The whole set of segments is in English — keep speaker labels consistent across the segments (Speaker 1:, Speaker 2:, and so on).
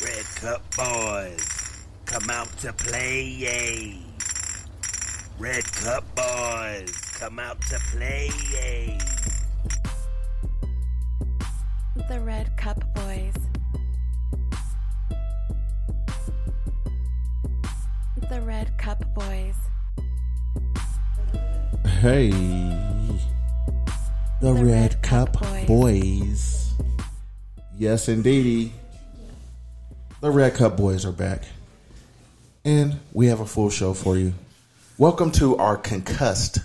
Speaker 1: What's up, boys? Come out to play, yay. Red Cup boys, come out to play, yay.
Speaker 2: The Red Cup Boys. The Red Cup Boys.
Speaker 3: Hey. The,
Speaker 2: Red
Speaker 3: Red,
Speaker 2: Cup
Speaker 3: Cup,
Speaker 2: Boys.
Speaker 3: boys. Yes, indeedy. The Red Cup Boys are back. And we have a full show for you. Welcome to our concussed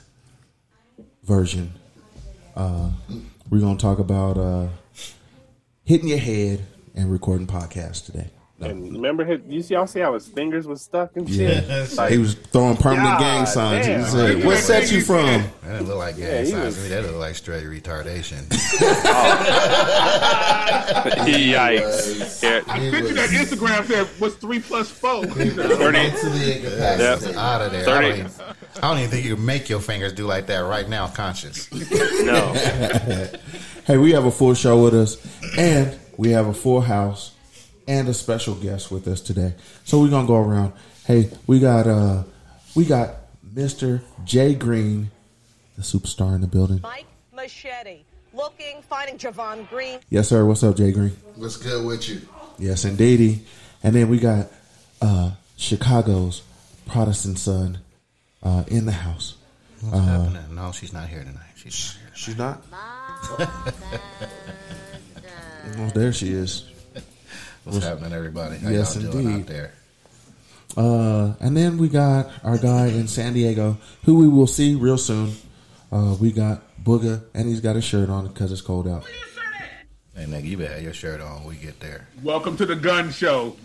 Speaker 3: version. Uh, we're going to talk about uh, hitting your head and recording podcasts today. No.
Speaker 4: And remember, his, you see, y'all see how his fingers was stuck and shit.
Speaker 3: Yeah.
Speaker 4: Like,
Speaker 3: he was throwing permanent
Speaker 4: God
Speaker 3: gang signs.
Speaker 4: damn.
Speaker 3: He said, what set you from?
Speaker 5: That didn't look like
Speaker 4: Yeah,
Speaker 5: gang
Speaker 4: he
Speaker 5: signs.
Speaker 4: was-
Speaker 5: I mean, that looked like straight retardation.
Speaker 4: Yikes! Yeah,
Speaker 3: It
Speaker 6: Picture
Speaker 3: was-
Speaker 6: that Instagram said was three plus four.
Speaker 3: Mentally incapacitated.
Speaker 5: Out of there. I don't, even, I don't even think you can make your fingers do like that right now, conscious.
Speaker 3: Uh.
Speaker 4: no,
Speaker 3: Hey, we have a full show with us, and we have a full house and a special guest with us today. So we're gonna go around. Hey, we got uh we got Mr. Jay Green, the superstar in the building.
Speaker 7: Mike Machete looking, finding Javon Green.
Speaker 3: Yes, sir. What's up, Jay Green?
Speaker 5: What's good with you?
Speaker 3: Yes, indeedy. And then we got uh Chicago's Protestant son uh in the house.
Speaker 5: What's happening? No, she's not here tonight. She's not
Speaker 3: She's not. oh, there she is.
Speaker 5: here. What's happening, everybody? How
Speaker 3: Yes,
Speaker 5: y'all doing
Speaker 3: indeed.
Speaker 5: out there?
Speaker 3: Uh, and then we got our guy in San Diego, who we will see real soon. Uh, we got Booga, and he's got his shirt on because it's cold out.
Speaker 5: Hey, nigga, you better have your shirt on when we get there.
Speaker 6: Welcome to the gun show.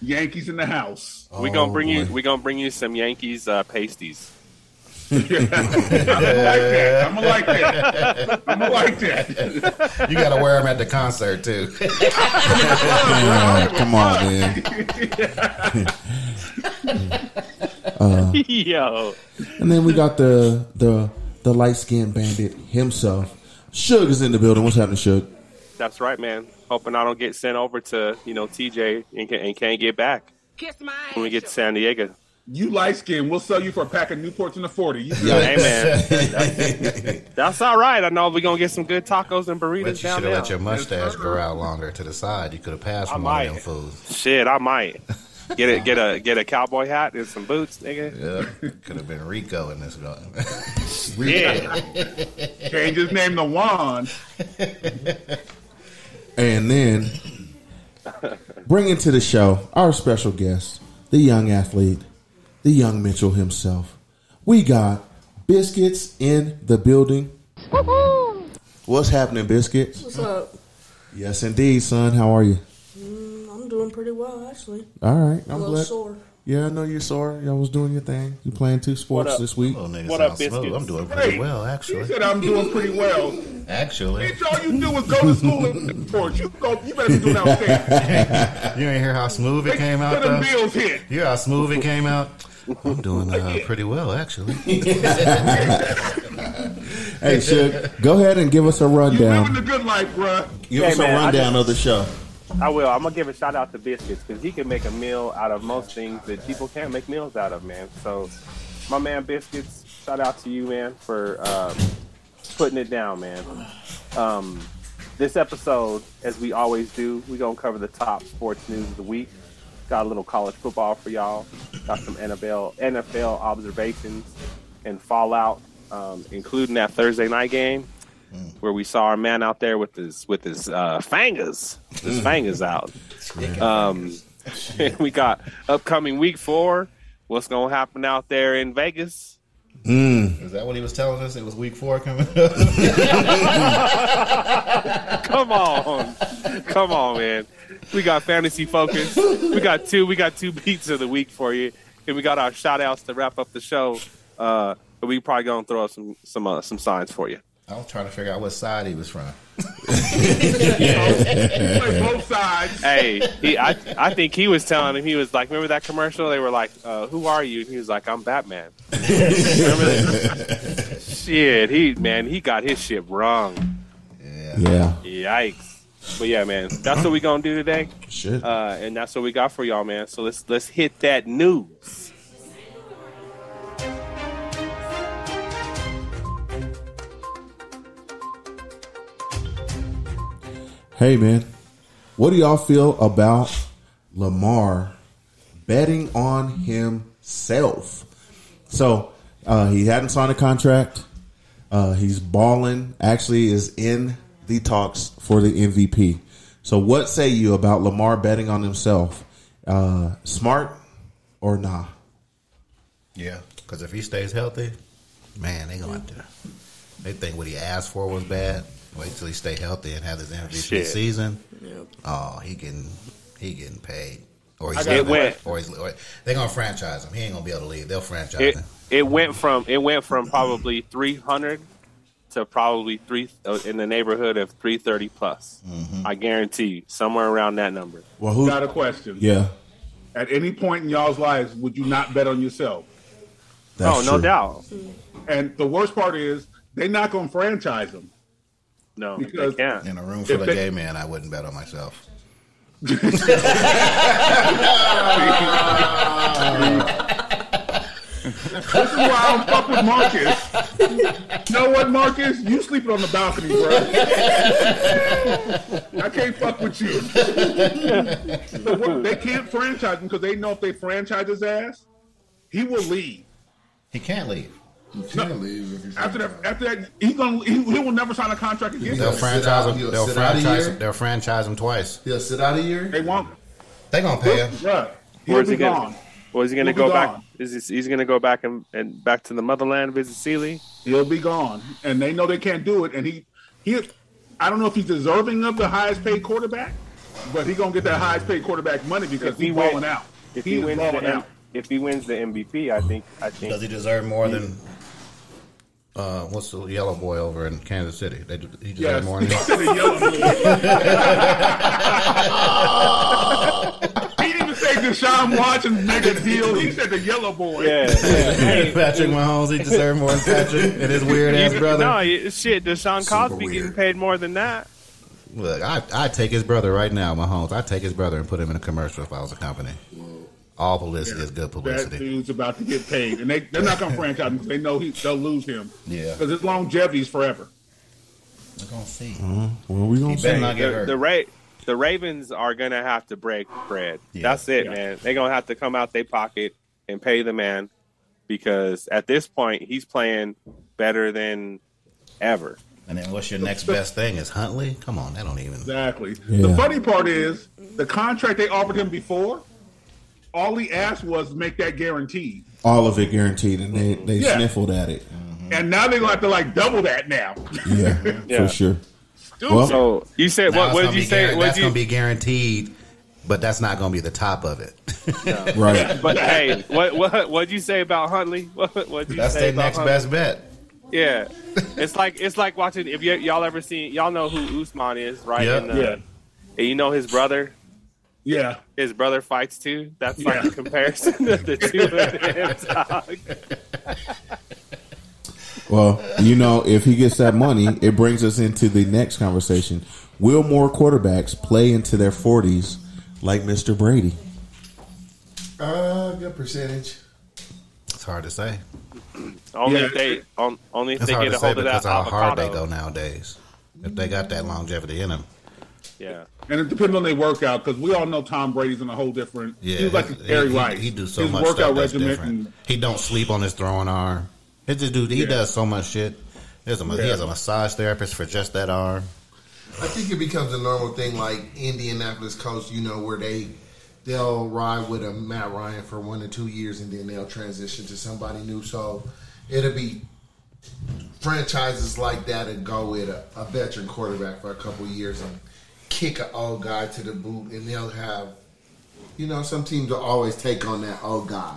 Speaker 6: Yankees in the house.
Speaker 4: we gonna bring you. We gonna bring you some Yankees uh, pasties.
Speaker 6: I'm gonna like that. I'm gonna like that. I'm gonna like that.
Speaker 5: You got to wear them at the concert, too.
Speaker 3: Yeah, come on, man.
Speaker 4: Yo,
Speaker 3: And then we got the the the light skinned bandit himself. Suge is in the building. What's happening, Suge?
Speaker 4: that's right, man. Hoping I don't get sent over to you know TJ and, can, and can't get back
Speaker 7: Kiss my
Speaker 4: when we get to San Diego.
Speaker 6: You light skin, we'll sell you for a pack of Newports in the forty. You good?
Speaker 4: Hey, man, that's, that's all right. I know we're gonna get some good tacos and burritos
Speaker 5: but you should
Speaker 4: down
Speaker 5: have
Speaker 4: there.
Speaker 5: let your mustache grow out longer to the side. You could have passed from one of them
Speaker 4: might.
Speaker 5: fools.
Speaker 4: Shit, I might get a get a get a cowboy hat and some boots, nigga.
Speaker 5: Yeah, could have been Rico in this one.
Speaker 4: Yeah,
Speaker 6: Change his name to Juan.
Speaker 3: And then bring into the show our special guest, the young athlete, the young Mitchell himself. We got biscuits in the building. What's happening, biscuits?
Speaker 8: What's up?
Speaker 3: Yes, indeed, son. How are you?
Speaker 8: I'm doing pretty well, actually.
Speaker 3: All right. I'm
Speaker 8: A little
Speaker 3: glad.
Speaker 8: sore.
Speaker 3: Yeah, I know you're sore. Y'all was doing your thing. You playing two sports
Speaker 4: up?
Speaker 3: this week.
Speaker 5: Little nigga
Speaker 4: What up,
Speaker 5: sounds smooth.
Speaker 4: biscuits?
Speaker 5: I'm doing pretty
Speaker 6: Hey,
Speaker 5: well,
Speaker 6: He
Speaker 5: actually.
Speaker 6: said I'm doing pretty well.
Speaker 5: Actually.
Speaker 6: Bitch, all you do is go to school in Newports. You go. You better be doing outstanding.
Speaker 5: You ain't hear how smooth it came out,
Speaker 6: the
Speaker 5: though?
Speaker 6: bills hit.
Speaker 5: You hear how smooth it came out? I'm doing uh, pretty well, actually.
Speaker 3: Hey, Shug, go ahead and give us a
Speaker 6: You living the
Speaker 3: rundown.
Speaker 6: good life, bruh.
Speaker 3: Give
Speaker 4: Hey,
Speaker 3: us a
Speaker 4: man, I
Speaker 3: rundown of the show.
Speaker 4: I will. I'm gonna give a shout out to Biscuits because he can make a meal out of most things that people can't make meals out of, man. So, my man Biscuits, shout out to you, man, for um, putting it down, man. Um, this episode, as we always do, we gonna cover the top sports news of the week. Got a little college football for y'all. Got some NFL NFL observations and fallout, um, including that Thursday night game where we saw our man out there with his with his uh, fangers, his fangers out. Um, we got upcoming week four. What's gonna happen out there in Vegas?
Speaker 5: Is that what he was telling us? It was week four coming up?
Speaker 4: Come on, come on, man. We got fantasy focus. We got two. We got two beats of the week for you, and we got our shout outs to wrap up the show. Uh, but we probably gonna throw up some some uh, some signs for you.
Speaker 5: I was trying to figure out what side he was from.
Speaker 6: You play both sides.
Speaker 4: Hey, he, I I think he was telling him he was like, remember that commercial? They were like, uh, "Who are you?" And he was like, "I'm Batman." remember that? shit, he man, he got his shit wrong.
Speaker 5: Yeah.
Speaker 3: Yeah.
Speaker 4: Yikes! But yeah, man, that's what we gonna do today,
Speaker 3: Shit.
Speaker 4: uh, and that's what we got for y'all, man. So let's let's hit that news.
Speaker 3: Hey man, what do y'all feel about Lamar betting on himself? So uh, he hadn't signed a contract. Uh, he's balling. Actually, is in the talks for the MVP. So what say you about Lamar betting on himself? Uh, smart or nah?
Speaker 5: Yeah, because if he stays healthy, man, they gonna have to. They think what he asked for was bad. Wait till he stay healthy and have his MVP
Speaker 4: Shit.
Speaker 5: season.
Speaker 8: Yep.
Speaker 5: Oh, he getting he getting paid, or
Speaker 4: I
Speaker 5: he's
Speaker 4: got
Speaker 5: leaving.
Speaker 4: wet.
Speaker 5: or he's or they gonna franchise him. He ain't gonna be able to leave. They'll franchise
Speaker 4: It
Speaker 5: him.
Speaker 4: it went from it went from probably three hundred to probably three uh, in the neighborhood of three thirty plus.
Speaker 3: Mm-hmm.
Speaker 4: I guarantee you, somewhere around that number.
Speaker 3: Well, who?
Speaker 6: Got a question.
Speaker 3: Yeah.
Speaker 6: At any point in y'all's lives, would you not bet on yourself?
Speaker 3: that's
Speaker 4: oh, no
Speaker 3: true.
Speaker 4: doubt.
Speaker 6: And the worst part is they're not going to franchise him.
Speaker 4: No,
Speaker 6: Because-
Speaker 4: they can't.
Speaker 5: In a room full
Speaker 6: If
Speaker 5: of
Speaker 6: they-
Speaker 5: gay men, I wouldn't bet on myself.
Speaker 6: This is why I don't fuck with Marcus. You know what, Marcus? You sleeping on the balcony, bro. I can't fuck with you. So what- they can't franchise him because they know if they franchise his ass, he will leave.
Speaker 5: He can't leave.
Speaker 9: You can't leave if you
Speaker 6: After that, after that, he's gonna he, he will never sign a contract again.
Speaker 5: They'll
Speaker 9: sit
Speaker 5: franchise
Speaker 9: out-
Speaker 5: him.
Speaker 9: he'll
Speaker 5: They'll
Speaker 9: sit out a
Speaker 5: franchise
Speaker 9: year?
Speaker 5: him. They'll franchise him twice.
Speaker 9: He'll sit out a year.
Speaker 6: They won't.
Speaker 5: They gonna pay him.
Speaker 6: Yeah, he'll
Speaker 4: Where's
Speaker 6: be
Speaker 4: he gonna?
Speaker 6: gone.
Speaker 4: Well, is he gonna
Speaker 6: He'll
Speaker 4: go
Speaker 6: be
Speaker 4: back?
Speaker 6: gone.
Speaker 4: Is he, he's gonna go back and, and back to the motherland visit Sealy?
Speaker 6: He'll be gone, and they know they can't do it. And he he, I don't know if he's deserving of the highest paid quarterback, but he gonna get that highest paid quarterback money because
Speaker 4: If he
Speaker 6: he's
Speaker 4: win-
Speaker 6: balling out.
Speaker 4: If
Speaker 6: He
Speaker 4: he,
Speaker 6: is
Speaker 4: wins
Speaker 6: balling
Speaker 4: the M-
Speaker 6: out.
Speaker 4: if he wins the MVP, I think I think
Speaker 5: Does he deserve more than uh, what's the yellow boy over in Kansas City? They, he deserves
Speaker 6: Yes.
Speaker 5: more than
Speaker 6: He said a yellow boy. he didn't even say Deshaun Watson's mega deal. He said the yellow boy.
Speaker 4: Yeah, yeah. Hey,
Speaker 5: Patrick Mahomes. He deserved more than Patrick and his weird ass
Speaker 4: you-
Speaker 5: brother.
Speaker 4: No, you- shit. Deshaun
Speaker 9: Super
Speaker 4: Cosby getting
Speaker 9: weird.
Speaker 4: paid more than that.
Speaker 5: Look, I I take his brother right now, Mahomes. I take his brother and put him in a commercial if I was a company. All publicity is good
Speaker 6: That
Speaker 5: publicity.
Speaker 6: dude's about to get paid, and they they're not gonna franchise him because they know he, they'll lose him.
Speaker 5: Yeah.
Speaker 6: because his longevity is forever.
Speaker 5: We're gonna see.
Speaker 3: Well, we
Speaker 5: He
Speaker 3: gonna
Speaker 5: better
Speaker 3: say
Speaker 5: not get
Speaker 4: The,
Speaker 5: hurt.
Speaker 4: the Ra- the Ravens are gonna have to break bread.
Speaker 5: Yeah.
Speaker 4: That's it,
Speaker 6: Yeah.
Speaker 4: man. They're gonna have to come out their pocket and pay the man because at this point he's playing better than ever.
Speaker 5: and then what's your next best thing? Is Huntley? Come on, that don't even.
Speaker 6: Exactly.
Speaker 3: Yeah.
Speaker 6: The funny part is the contract they offered him before. All he asked was make that guaranteed,
Speaker 3: all of it guaranteed, and they they
Speaker 6: Yeah.
Speaker 3: sniffled at it.
Speaker 5: Mm-hmm.
Speaker 6: and now they're gonna have to like double that now.
Speaker 3: Yeah,
Speaker 4: Yeah.
Speaker 3: for sure.
Speaker 6: Dude,
Speaker 3: Well-
Speaker 4: So you said
Speaker 5: Now
Speaker 4: what?
Speaker 5: it's
Speaker 4: What
Speaker 5: gonna
Speaker 4: did you
Speaker 5: be
Speaker 4: say?
Speaker 5: guaran-
Speaker 4: What
Speaker 5: that's
Speaker 4: did you?
Speaker 5: gonna be guaranteed, but that's not gonna be the top of it.
Speaker 3: Right.
Speaker 4: but hey, what what what'd you say about Huntley? What what'd you
Speaker 5: that's
Speaker 4: say
Speaker 5: their
Speaker 4: about
Speaker 5: next
Speaker 4: Huntley?
Speaker 5: best bet.
Speaker 4: Yeah, it's like it's like watching. If y- y'all ever seen, y'all know who Usman is, right?
Speaker 5: Yeah.
Speaker 4: And, uh,
Speaker 6: yeah,
Speaker 4: and you know his brother.
Speaker 6: yeah.
Speaker 4: His brother fights too. That's like
Speaker 6: Yeah.
Speaker 4: the comparison of the two of them. dog.
Speaker 3: Well, you know, if he gets that money, it brings us into the next conversation. Will more quarterbacks play into their 40s like Mr. Brady?
Speaker 9: Uh, good percentage.
Speaker 5: It's hard to say.
Speaker 4: Only
Speaker 6: Yeah.
Speaker 4: if they on, only if
Speaker 5: It's
Speaker 4: they
Speaker 5: hard
Speaker 4: get
Speaker 5: to
Speaker 4: a
Speaker 5: say
Speaker 4: hold of
Speaker 5: because
Speaker 4: that
Speaker 5: how hard
Speaker 4: avocado.
Speaker 5: they go nowadays. If they got that longevity in them,
Speaker 4: Yeah,
Speaker 6: And it depends on their workout because we all know Tom Brady's in a whole different.
Speaker 5: yeah,
Speaker 6: he's like
Speaker 5: he-
Speaker 6: Barry
Speaker 5: he-
Speaker 6: White.
Speaker 5: He, do so
Speaker 6: His
Speaker 5: much
Speaker 6: workout
Speaker 5: stuff that's
Speaker 6: regimen
Speaker 5: different.
Speaker 6: and-
Speaker 5: He don't sleep on his throwing arm. It's just dude. He
Speaker 6: Yeah.
Speaker 5: does so much shit. There's a, ma- He
Speaker 6: Yeah.
Speaker 5: has a massage therapist for just that arm.
Speaker 9: I think it becomes a normal thing, like Indianapolis Coast. You know where they they'll ride with a Matt Ryan for one or two years, and then they'll transition to somebody new. So it'll be franchises like that and go with a, a veteran quarterback for a couple of years and kick an old guy to the boot, and they'll have you know some teams will always take on that old guy.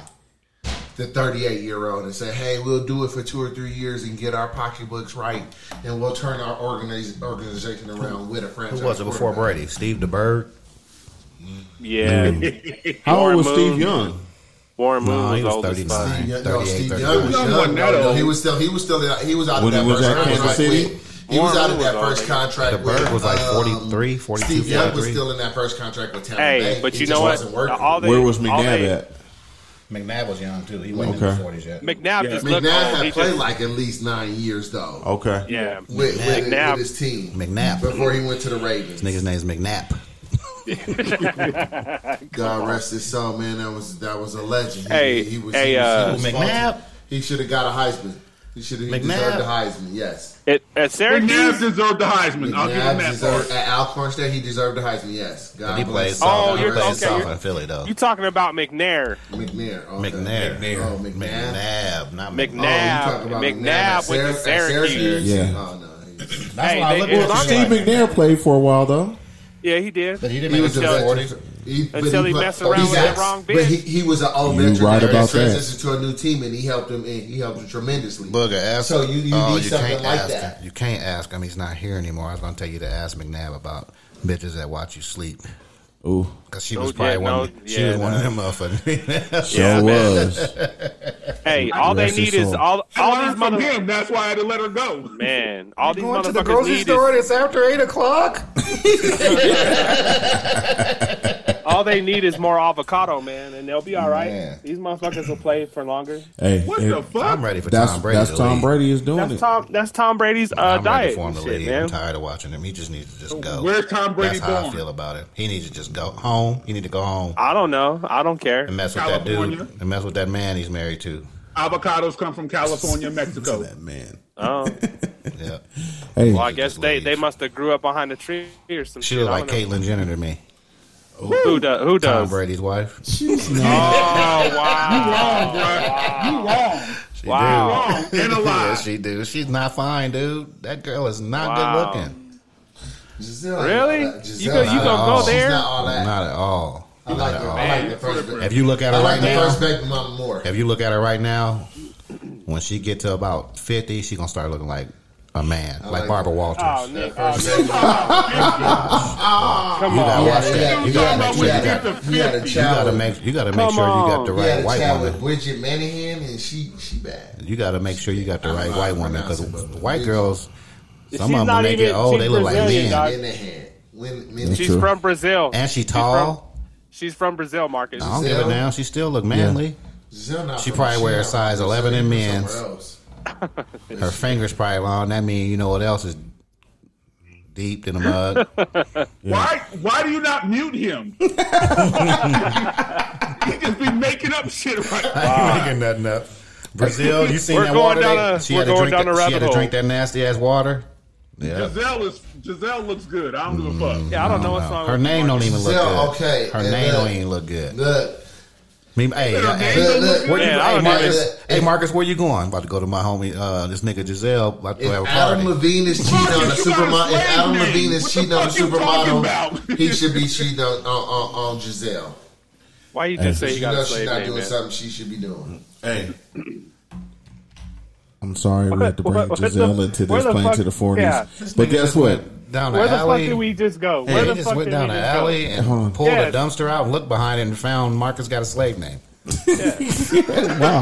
Speaker 9: The 38 year old and say, hey, we'll do it for two or three years and get our pocketbooks right, and we'll turn our organiz- organization around with a franchise.
Speaker 5: Who was it before
Speaker 9: quarterback."
Speaker 5: Brady? Steve DeBerg?
Speaker 4: yeah.
Speaker 6: Mm.
Speaker 3: How old
Speaker 4: Warren
Speaker 3: was Steve
Speaker 4: Moon.
Speaker 3: Young?
Speaker 4: Warren Moon
Speaker 5: No, he
Speaker 4: was old
Speaker 5: was
Speaker 4: as fuck.
Speaker 5: 39.
Speaker 9: Yeah, no,
Speaker 5: 38,
Speaker 9: Steve Young
Speaker 5: 39.
Speaker 9: was
Speaker 6: Young
Speaker 9: young.
Speaker 6: wasn't that
Speaker 9: though.
Speaker 6: old.
Speaker 9: He was still he was still he was out
Speaker 3: When
Speaker 9: of
Speaker 3: he
Speaker 9: that
Speaker 3: was
Speaker 9: first
Speaker 3: at
Speaker 9: round.
Speaker 3: Kansas City?
Speaker 9: He He was
Speaker 4: Warren
Speaker 9: out of
Speaker 4: Moon
Speaker 9: that
Speaker 4: was
Speaker 9: first
Speaker 4: already-
Speaker 9: contract.
Speaker 5: The bird
Speaker 9: with,
Speaker 5: was like
Speaker 9: um,
Speaker 5: 43, 42,
Speaker 9: Steve Young was
Speaker 5: 43.
Speaker 9: still in that first contract with Tampa Bay.
Speaker 4: Hey, but
Speaker 9: He
Speaker 4: you
Speaker 9: just
Speaker 4: know what?
Speaker 9: wasn't working.
Speaker 4: All they-
Speaker 3: Where was
Speaker 4: all
Speaker 3: McNabb
Speaker 4: they-
Speaker 3: at?
Speaker 5: McNabb was young too. He wasn't in
Speaker 3: Okay.
Speaker 5: the forties yet.
Speaker 4: McNabb just
Speaker 9: McNabb
Speaker 4: looked old.
Speaker 9: had
Speaker 4: He
Speaker 9: played
Speaker 4: just,
Speaker 9: like at least nine years though.
Speaker 3: Okay.
Speaker 4: yeah.
Speaker 9: With, with,
Speaker 4: McNabb.
Speaker 9: with his team,
Speaker 5: Oh, McNabb.
Speaker 9: before he went to the Ravens.
Speaker 5: Nigga's name's McNabb.
Speaker 9: God rest his soul, man. That was that was a legend. He-
Speaker 4: Hey,
Speaker 9: he was,
Speaker 4: hey,
Speaker 9: he
Speaker 4: uh,
Speaker 9: was, he was
Speaker 5: McNabb?
Speaker 9: faulted. He should have got a Heisman. He should have he
Speaker 5: McNabb?
Speaker 9: deserved a Heisman. Yes,
Speaker 4: At, at
Speaker 6: McNabb
Speaker 4: Syracuse,
Speaker 6: deserved the Heisman. I'll give him
Speaker 9: McNabb
Speaker 6: that part.
Speaker 9: deserved at Alcorn State. He deserved a Heisman. Yes, God
Speaker 5: He played
Speaker 9: bless.
Speaker 5: soft.
Speaker 4: Oh,
Speaker 5: he
Speaker 4: you're-
Speaker 5: played
Speaker 4: okay,
Speaker 5: soft
Speaker 4: you're-
Speaker 5: in Philly though.
Speaker 4: you talking about McNair?
Speaker 9: McNair. Okay.
Speaker 5: McNabb.
Speaker 9: Oh, McNabb.
Speaker 5: McNabb, not
Speaker 9: Oh, you
Speaker 4: McNabb.
Speaker 9: talking about
Speaker 4: McNabb
Speaker 9: at
Speaker 4: went to
Speaker 9: Syrac- at
Speaker 4: Syracuse.
Speaker 3: Yeah.
Speaker 9: Oh no. he-
Speaker 5: That's
Speaker 4: Hey,
Speaker 5: what I
Speaker 4: they-
Speaker 5: look
Speaker 4: as
Speaker 5: at.
Speaker 4: long as-
Speaker 3: Steve McNair played for a while though.
Speaker 4: Yeah, he did.
Speaker 5: But he didn't
Speaker 9: He
Speaker 5: make
Speaker 9: was
Speaker 5: it to
Speaker 9: a
Speaker 5: the
Speaker 9: veteran.
Speaker 5: forties.
Speaker 9: He, but
Speaker 4: Until he
Speaker 9: pla-
Speaker 4: messed around
Speaker 9: he's
Speaker 4: with that
Speaker 9: ex-
Speaker 4: wrong
Speaker 9: But
Speaker 4: bitch.
Speaker 9: he, he was an old
Speaker 3: You
Speaker 9: veteran
Speaker 3: right
Speaker 9: that
Speaker 3: about that.
Speaker 9: transitioned to a new team, and he helped him. And he helped him tremendously.
Speaker 5: Booger ask.
Speaker 9: So you, you
Speaker 5: oh,
Speaker 9: need something
Speaker 5: can't
Speaker 9: like
Speaker 5: ask
Speaker 9: that.
Speaker 5: Him. You can't ask him. He's not here anymore. I was going to tell you to ask McNabb about bitches that watch you sleep.
Speaker 3: Ooh,
Speaker 5: Cause she
Speaker 4: Oh,
Speaker 5: was probably
Speaker 4: yeah,
Speaker 5: one.
Speaker 4: no,
Speaker 5: she
Speaker 4: yeah,
Speaker 5: was one
Speaker 4: no.
Speaker 5: of them motherfuckers.
Speaker 3: so was.
Speaker 4: Hey, all they
Speaker 3: Rest his
Speaker 4: need is
Speaker 3: soul.
Speaker 4: all all these
Speaker 6: I learned from
Speaker 4: mother
Speaker 6: him. That's why I had to let her go.
Speaker 4: man, all these
Speaker 5: Going to the
Speaker 4: motherfuckers
Speaker 5: grocery
Speaker 4: need
Speaker 5: store.
Speaker 4: is
Speaker 5: and It's after eight o'clock.
Speaker 4: all they need is more avocado, man, and they'll be all right.
Speaker 5: Man.
Speaker 4: These motherfuckers will play for longer.
Speaker 3: hey,
Speaker 6: What
Speaker 3: hey,
Speaker 6: the fuck?
Speaker 5: I'm ready for
Speaker 3: That's
Speaker 5: Tom Brady.
Speaker 3: that's
Speaker 5: to
Speaker 3: Tom
Speaker 5: leave.
Speaker 3: Brady is doing
Speaker 4: That's
Speaker 3: it.
Speaker 4: Tom. That's Tom Brady's uh,
Speaker 5: I'm ready
Speaker 4: diet.
Speaker 5: for him
Speaker 4: and
Speaker 5: to
Speaker 4: Shit,
Speaker 5: leave.
Speaker 4: man.
Speaker 5: I'm tired of watching him. He just needs to just go.
Speaker 6: Where's Tom Brady
Speaker 5: That's how I
Speaker 6: going?
Speaker 5: feel about it. He needs to just go home. He need to go home
Speaker 4: I don't know. I don't care.
Speaker 5: and mess with that
Speaker 6: California.
Speaker 5: dude and mess with that man he's married to.
Speaker 6: Avocados come from California, Mexico.
Speaker 3: That man.
Speaker 4: Oh,
Speaker 5: Yeah,
Speaker 3: Hey,
Speaker 4: well, I guess they,
Speaker 5: leave.
Speaker 4: they must have grew up behind a tree or some
Speaker 5: she
Speaker 4: shit.
Speaker 5: look
Speaker 4: I
Speaker 5: like
Speaker 4: don't know.
Speaker 5: Caitlyn Jenner to me.
Speaker 4: Who, do, who
Speaker 5: Tom
Speaker 4: does?
Speaker 5: Brady's wife.
Speaker 3: she's not.
Speaker 4: Oh wow!
Speaker 6: Wrong, bruh. You wrong.
Speaker 5: She
Speaker 4: Wow.
Speaker 5: do.
Speaker 6: Wrong and a
Speaker 5: Yeah,
Speaker 6: lie.
Speaker 5: she do. She's not fine, dude. That girl is not
Speaker 4: Wow.
Speaker 5: good looking.
Speaker 9: Giselle,
Speaker 4: Really?
Speaker 9: uh, Giselle,
Speaker 4: You go- you
Speaker 9: not
Speaker 4: gonna
Speaker 9: at
Speaker 4: go
Speaker 9: all.
Speaker 4: there?
Speaker 9: She's not all that.
Speaker 5: Not at all.
Speaker 9: I like the, I like the first. ba-
Speaker 5: If you look at
Speaker 9: I
Speaker 5: her
Speaker 9: like
Speaker 5: right
Speaker 9: the
Speaker 5: now,
Speaker 9: first baby mama more.
Speaker 5: if you look at her right now, when she get to about fifty, she gonna start looking like a man, like,
Speaker 9: like
Speaker 5: Barbara Walters.
Speaker 4: Oh, Nick, oh, Nick,
Speaker 5: Ah. you gotta watch that. You gotta make
Speaker 9: You
Speaker 5: sure you got.
Speaker 9: had a- you had a
Speaker 5: You gotta
Speaker 9: child. with-
Speaker 5: make you gotta make
Speaker 4: Come
Speaker 5: sure you got the
Speaker 4: on.
Speaker 9: You had
Speaker 5: right
Speaker 9: a
Speaker 5: white
Speaker 9: child
Speaker 5: woman.
Speaker 9: with Bridget Manningham, and she she bad.
Speaker 5: You gotta make sure you got the right
Speaker 9: know how
Speaker 5: white
Speaker 9: to
Speaker 5: woman
Speaker 9: pronounce
Speaker 5: because
Speaker 9: it, but-
Speaker 5: white girls, some
Speaker 4: She's
Speaker 5: of them
Speaker 4: not
Speaker 5: when they get
Speaker 4: even-
Speaker 5: old, they
Speaker 4: she's
Speaker 5: look like
Speaker 4: Brazilian,
Speaker 5: men.
Speaker 4: dog.
Speaker 9: Manningham. When, when
Speaker 4: she's
Speaker 3: True.
Speaker 4: from Brazil.
Speaker 5: And she
Speaker 4: She's
Speaker 5: tall.
Speaker 4: She's from Brazil, Marcus.
Speaker 5: I don't give a damn. She still look manly.
Speaker 9: Giselle not
Speaker 5: She
Speaker 9: from-
Speaker 5: probably wear a
Speaker 9: not from
Speaker 5: size 11 in
Speaker 9: Brazil,
Speaker 5: men's.
Speaker 9: somewhere else.
Speaker 5: Her fingers probably long. That mean you know what else is deep in the mud.
Speaker 6: Why? Why do you not mute him? he just be making up shit right now.
Speaker 5: making nothing up. Brazil, you seen
Speaker 4: We're
Speaker 5: that
Speaker 4: going
Speaker 5: water?
Speaker 4: down
Speaker 5: they-
Speaker 4: a-
Speaker 5: she
Speaker 4: we're
Speaker 5: had to
Speaker 4: going
Speaker 5: drink
Speaker 4: down
Speaker 5: that,
Speaker 4: a
Speaker 5: She had
Speaker 4: rabbit
Speaker 5: to
Speaker 4: hole.
Speaker 5: drink that nasty ass water. Yeah.
Speaker 6: Giselle is Giselle looks good. I don't give a
Speaker 3: Mm.
Speaker 6: fuck.
Speaker 4: Yeah, I don't know what's
Speaker 5: No,
Speaker 4: wrong.
Speaker 5: her
Speaker 4: with
Speaker 5: name don't even look
Speaker 9: Giselle,
Speaker 5: good.
Speaker 9: okay,
Speaker 5: Her
Speaker 9: and
Speaker 5: name
Speaker 9: then-
Speaker 5: don't even look good.
Speaker 9: Look,
Speaker 5: I mean, hey,
Speaker 6: Her
Speaker 5: hey,
Speaker 6: name don't
Speaker 9: look,
Speaker 6: look
Speaker 9: look.
Speaker 5: Where you,
Speaker 4: Yeah, I
Speaker 5: hey,
Speaker 4: don't
Speaker 5: Marcus,
Speaker 9: even-
Speaker 5: hey Marcus, where you going? About to go to my homie, uh, this nigga Giselle. About to
Speaker 9: If
Speaker 5: go have a
Speaker 9: Adam
Speaker 5: party.
Speaker 9: Levine is cheating
Speaker 6: Marcus,
Speaker 9: on a
Speaker 6: you got a
Speaker 9: supermodel, if
Speaker 6: slave
Speaker 9: Adam
Speaker 6: name.
Speaker 9: Levine is
Speaker 6: What the
Speaker 9: cheating on a
Speaker 6: fuck you talking
Speaker 9: supermodel,
Speaker 6: about?
Speaker 9: he should be cheating on, on, on, on Giselle.
Speaker 4: Why you just say you
Speaker 9: You
Speaker 4: got a
Speaker 9: know she's
Speaker 4: slave
Speaker 9: not
Speaker 4: name,
Speaker 9: doing
Speaker 4: man?
Speaker 9: something she should be doing.
Speaker 3: Hey. I'm sorry we had to bring
Speaker 4: What- what the-
Speaker 3: Giselle into
Speaker 4: where
Speaker 3: this
Speaker 4: the
Speaker 3: plane
Speaker 4: fuck-
Speaker 3: to the 40s.
Speaker 4: yeah.
Speaker 3: But guess what?
Speaker 5: down
Speaker 4: Where
Speaker 5: the
Speaker 4: the fuck
Speaker 5: alley.
Speaker 4: did we just go?
Speaker 5: Hey,
Speaker 4: Where
Speaker 5: he
Speaker 4: the
Speaker 5: just
Speaker 4: fuck
Speaker 5: went
Speaker 4: did
Speaker 5: down
Speaker 4: we
Speaker 5: the
Speaker 4: just go?
Speaker 5: alley
Speaker 3: Hold on.
Speaker 5: and uh, pulled
Speaker 4: Yes.
Speaker 5: a dumpster out and looked behind it and found Marcus got a slave name.
Speaker 3: Wow.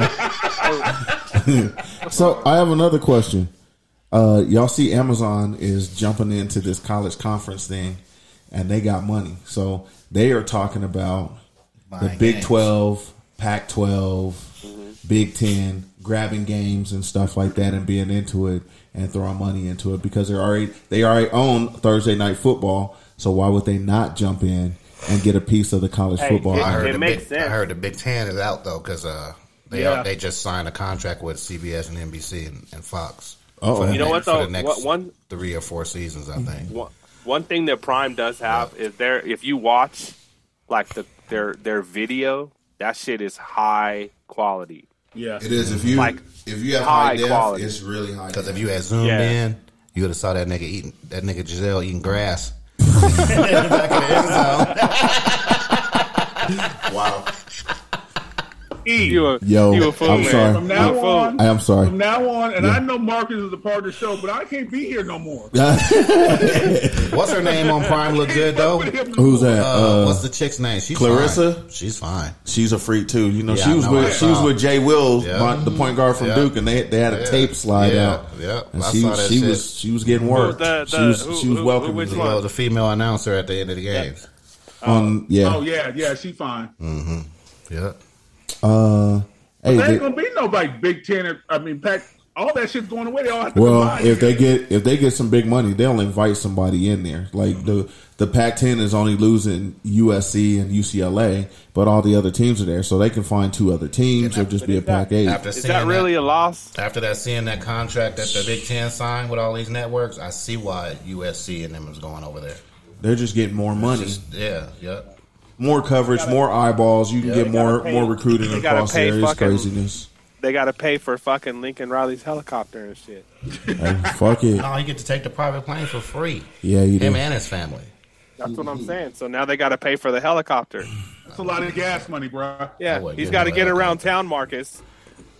Speaker 3: so I have another question. Uh, y'all see Amazon is jumping into this college conference thing and they got money. So they are talking about the
Speaker 5: Buying
Speaker 3: Big
Speaker 5: games. Mm-hmm.
Speaker 3: 12, Pac 12, Big 10, grabbing games and stuff like that and being into it and throwing money into it because they're already, they already own Thursday night football. So why would they not jump in and get a piece of the college
Speaker 4: Hey,
Speaker 3: football?
Speaker 4: it-
Speaker 5: I heard
Speaker 4: it
Speaker 5: the
Speaker 4: makes
Speaker 5: big,
Speaker 4: sense.
Speaker 5: I heard the Big Ten is out though because uh, they
Speaker 6: Yeah.
Speaker 5: they just signed a contract with CBS and NBC and, and Fox.
Speaker 3: Uh-oh.
Speaker 5: For the
Speaker 3: You know
Speaker 5: next-
Speaker 4: what,
Speaker 5: for the
Speaker 4: though?
Speaker 5: next
Speaker 4: What- one-
Speaker 5: three or four seasons, I think.
Speaker 4: One, one thing that Prime does have is there. If you watch like the their their video, that shit is high quality.
Speaker 6: Yeah.
Speaker 9: It is if you
Speaker 4: Like,
Speaker 9: if you have
Speaker 4: high high def, quality.
Speaker 9: it's really high.
Speaker 5: Because if you had zoomed
Speaker 4: Yeah.
Speaker 5: in, you would have saw that nigga eating that nigga Giselle eating grass. Back in the end zone.
Speaker 9: wow,
Speaker 6: E.
Speaker 4: You a
Speaker 3: Yo,
Speaker 4: you a fool,
Speaker 3: I'm
Speaker 4: man.
Speaker 3: sorry.
Speaker 6: From now
Speaker 4: Fool.
Speaker 6: on,
Speaker 3: I am sorry.
Speaker 6: From now on, and
Speaker 3: Yeah.
Speaker 6: I know Marcus is a part of the show, but I can't be here no more.
Speaker 5: What's her name on Prime? Look good though.
Speaker 3: Who's that?
Speaker 5: Uh,
Speaker 3: Uh,
Speaker 5: what's the chick's name? She's
Speaker 3: Clarissa?
Speaker 5: Fine. She's fine.
Speaker 3: she's a freak too. You know,
Speaker 5: Yeah,
Speaker 3: she
Speaker 5: I
Speaker 3: was
Speaker 5: know, I
Speaker 3: with she was
Speaker 5: saw.
Speaker 3: with Jay Will,
Speaker 5: Yeah.
Speaker 3: my- the point guard from
Speaker 5: Yeah.
Speaker 3: Duke, and they they had a
Speaker 5: Yeah.
Speaker 3: tape slide
Speaker 5: Yeah.
Speaker 3: out.
Speaker 5: Yeah.
Speaker 3: and
Speaker 5: I
Speaker 3: she
Speaker 5: saw that
Speaker 3: she
Speaker 5: shit.
Speaker 3: was she was getting worked.
Speaker 4: the-
Speaker 3: she
Speaker 4: the-
Speaker 3: was
Speaker 4: who-
Speaker 3: she was
Speaker 4: who-
Speaker 3: welcoming
Speaker 4: which
Speaker 3: me.
Speaker 4: one?
Speaker 5: Well, the female announcer at the end of the games.
Speaker 3: Um, yeah.
Speaker 6: Oh yeah, yeah, she's fine.
Speaker 3: Mm.
Speaker 5: Yeah.
Speaker 3: Uh, hey,
Speaker 6: There
Speaker 3: they-
Speaker 6: ain't gonna be nobody Big Ten. Or, I mean, Pac. All that shit's going away. They all have to
Speaker 3: Well,
Speaker 6: combine.
Speaker 3: if they get if they get some big money, they'll invite somebody in there. Like the the Pac-10 is only losing USC and UCLA, but all the other teams are there, so they can find two other teams or just be a
Speaker 4: is that-
Speaker 3: Pac-8.
Speaker 5: After
Speaker 4: Is
Speaker 5: seeing
Speaker 4: that really a loss?
Speaker 5: after that seeing that contract that the Big Ten signed with all these networks, I see why USC and them is going over there.
Speaker 3: They're just getting more money,
Speaker 5: Yeah, yeah.
Speaker 3: more coverage, more eyeballs. You can get more
Speaker 4: pay-
Speaker 3: more recruiting
Speaker 4: they gotta
Speaker 3: across the
Speaker 4: pay
Speaker 3: area. It's
Speaker 4: fucking-
Speaker 3: craziness.
Speaker 4: They got to pay for fucking Lincoln Riley's helicopter and shit.
Speaker 3: Hey, fuck it.
Speaker 5: Oh, you get to take the private plane for free.
Speaker 3: Yeah, you
Speaker 5: Him
Speaker 3: do.
Speaker 5: and his family.
Speaker 4: That's what
Speaker 3: Mm-hmm.
Speaker 4: I'm saying. So now they got to pay for the helicopter.
Speaker 6: That's a lot of gas money, bro.
Speaker 5: I
Speaker 4: Yeah,
Speaker 5: wouldn't
Speaker 4: he's
Speaker 5: give
Speaker 4: got to
Speaker 5: him a
Speaker 4: get around
Speaker 5: helicopter.
Speaker 4: town, Marcus.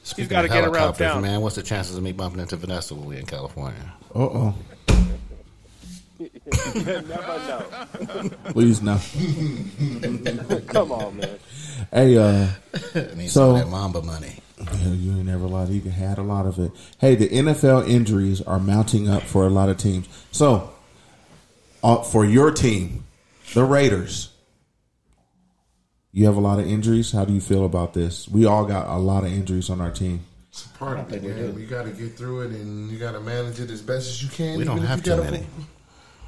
Speaker 5: Speaking
Speaker 4: gotta
Speaker 5: of
Speaker 4: get around
Speaker 5: helicopters,
Speaker 4: town.
Speaker 5: Man, what's the chances of me bumping into Vanessa when we in California?
Speaker 3: Uh oh.
Speaker 4: Never know.
Speaker 3: Please no.
Speaker 4: Come on, man.
Speaker 3: Hey, uh,
Speaker 5: I need
Speaker 3: So-
Speaker 5: some of that Mamba money.
Speaker 3: Yeah, You ain't never lied. You had a lot of it. Hey, the NFL injuries are mounting up for a lot of teams. So, uh, for your team, the Raiders, you have a lot of injuries. How do you feel about this? We all got a lot of injuries on our team.
Speaker 9: It's a part of it, man. You got to get through it, and you got to manage it as best as you can.
Speaker 5: We don't
Speaker 9: even if
Speaker 5: have
Speaker 9: you
Speaker 5: too
Speaker 9: gotta
Speaker 5: many.